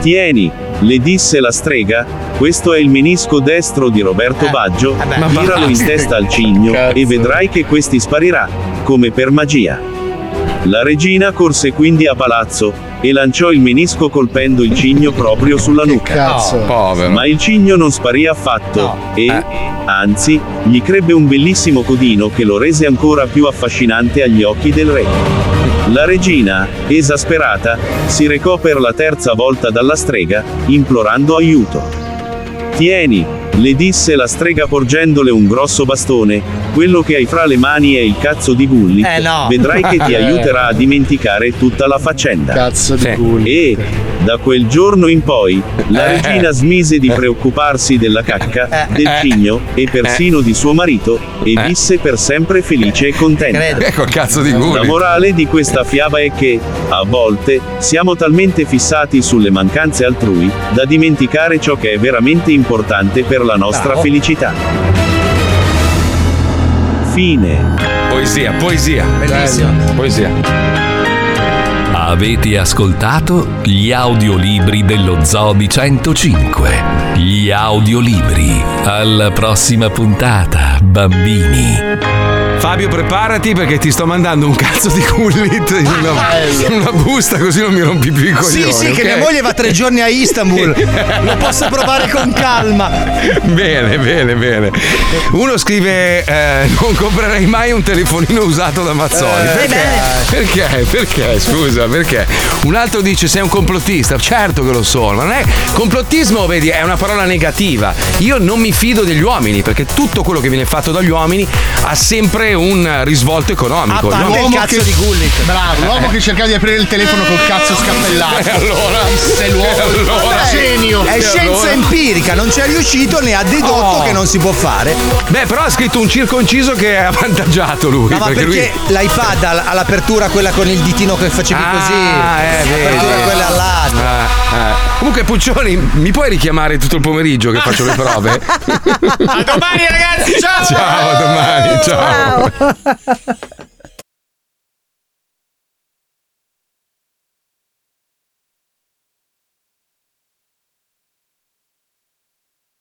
Tieni, le disse la strega, questo è il menisco destro di
Eh,
Roberto Baggio,
ma va-
tiralo in testa al cigno e vedrai che questi sparirà, come per magia. La regina corse quindi a palazzo e lanciò il menisco colpendo il cigno proprio sulla nuca.
cazzo. No, povero.
Ma il cigno non sparì affatto e, anzi, gli crebbe un bellissimo codino che lo rese ancora più affascinante agli occhi del re. La regina, esasperata, si recò per la terza volta dalla strega, implorando aiuto. Tieni, le disse la strega porgendole un grosso bastone, quello che hai fra le mani è il cazzo di Gulli.
Eh, no.
Vedrai che ti aiuterà a dimenticare tutta la faccenda. Cazzo di E da quel giorno in poi la
Eh.
regina smise di preoccuparsi della cacca, del
Eh.
cigno e persino di suo marito e visse per sempre felice e contenta.
Credo. Ecco il cazzo di Gulli.
La morale di questa fiaba è che, a volte, siamo talmente fissati sulle mancanze altrui da dimenticare ciò che è veramente importante per la nostra
Bravo.
felicità. Fine.
Poesia, poesia.
Bellissimo.
Poesia.
Avete ascoltato gli audiolibri dello Zoo di 105. Gli audiolibri. Alla prossima puntata, bambini.
Fabio, preparati perché ti sto mandando un cazzo di cullit in una, in una busta così non mi rompi più i
Sì,
coglioni.
sì, che
ok?
mia moglie va tre giorni a Istanbul. Lo posso provare con calma.
Bene, bene, bene. Uno scrive: eh, Non comprerei mai un telefonino usato da Mazzoli.
Eh,
perché? Perché? Perché? Scusa, perché? Un altro dice: Sei un complottista. Certo che lo sono, ma non è. Complottismo, vedi, è una parola negativa. Io non mi fido degli uomini perché tutto quello che viene fatto dagli uomini ha sempre un risvolto economico.
Ah,
Gli uomini-
Gullit. Bravo, l'uomo che cercava di aprire il telefono col cazzo scappellato.
E Eh. allora?
Disse l'uomo.
E allora?
Genio.
Eh, È
E
scienza
allora? Oh.
empirica, non ci è riuscito, ne ha dedotto che non si può fare.
Beh, però ha scritto un circonciso che è avvantaggiato lui.
No, ma perché, l'iPad ha l- ha l'apertura quella con il ditino che facevi
Ah,
così?
eh,
l'apertura
vedi.
quella là.
Ah, ah. Comunque, Puccioni, mi puoi richiamare tutto il pomeriggio che faccio le prove?
A domani, ragazzi, ciao!
ciao, a domani, ciao.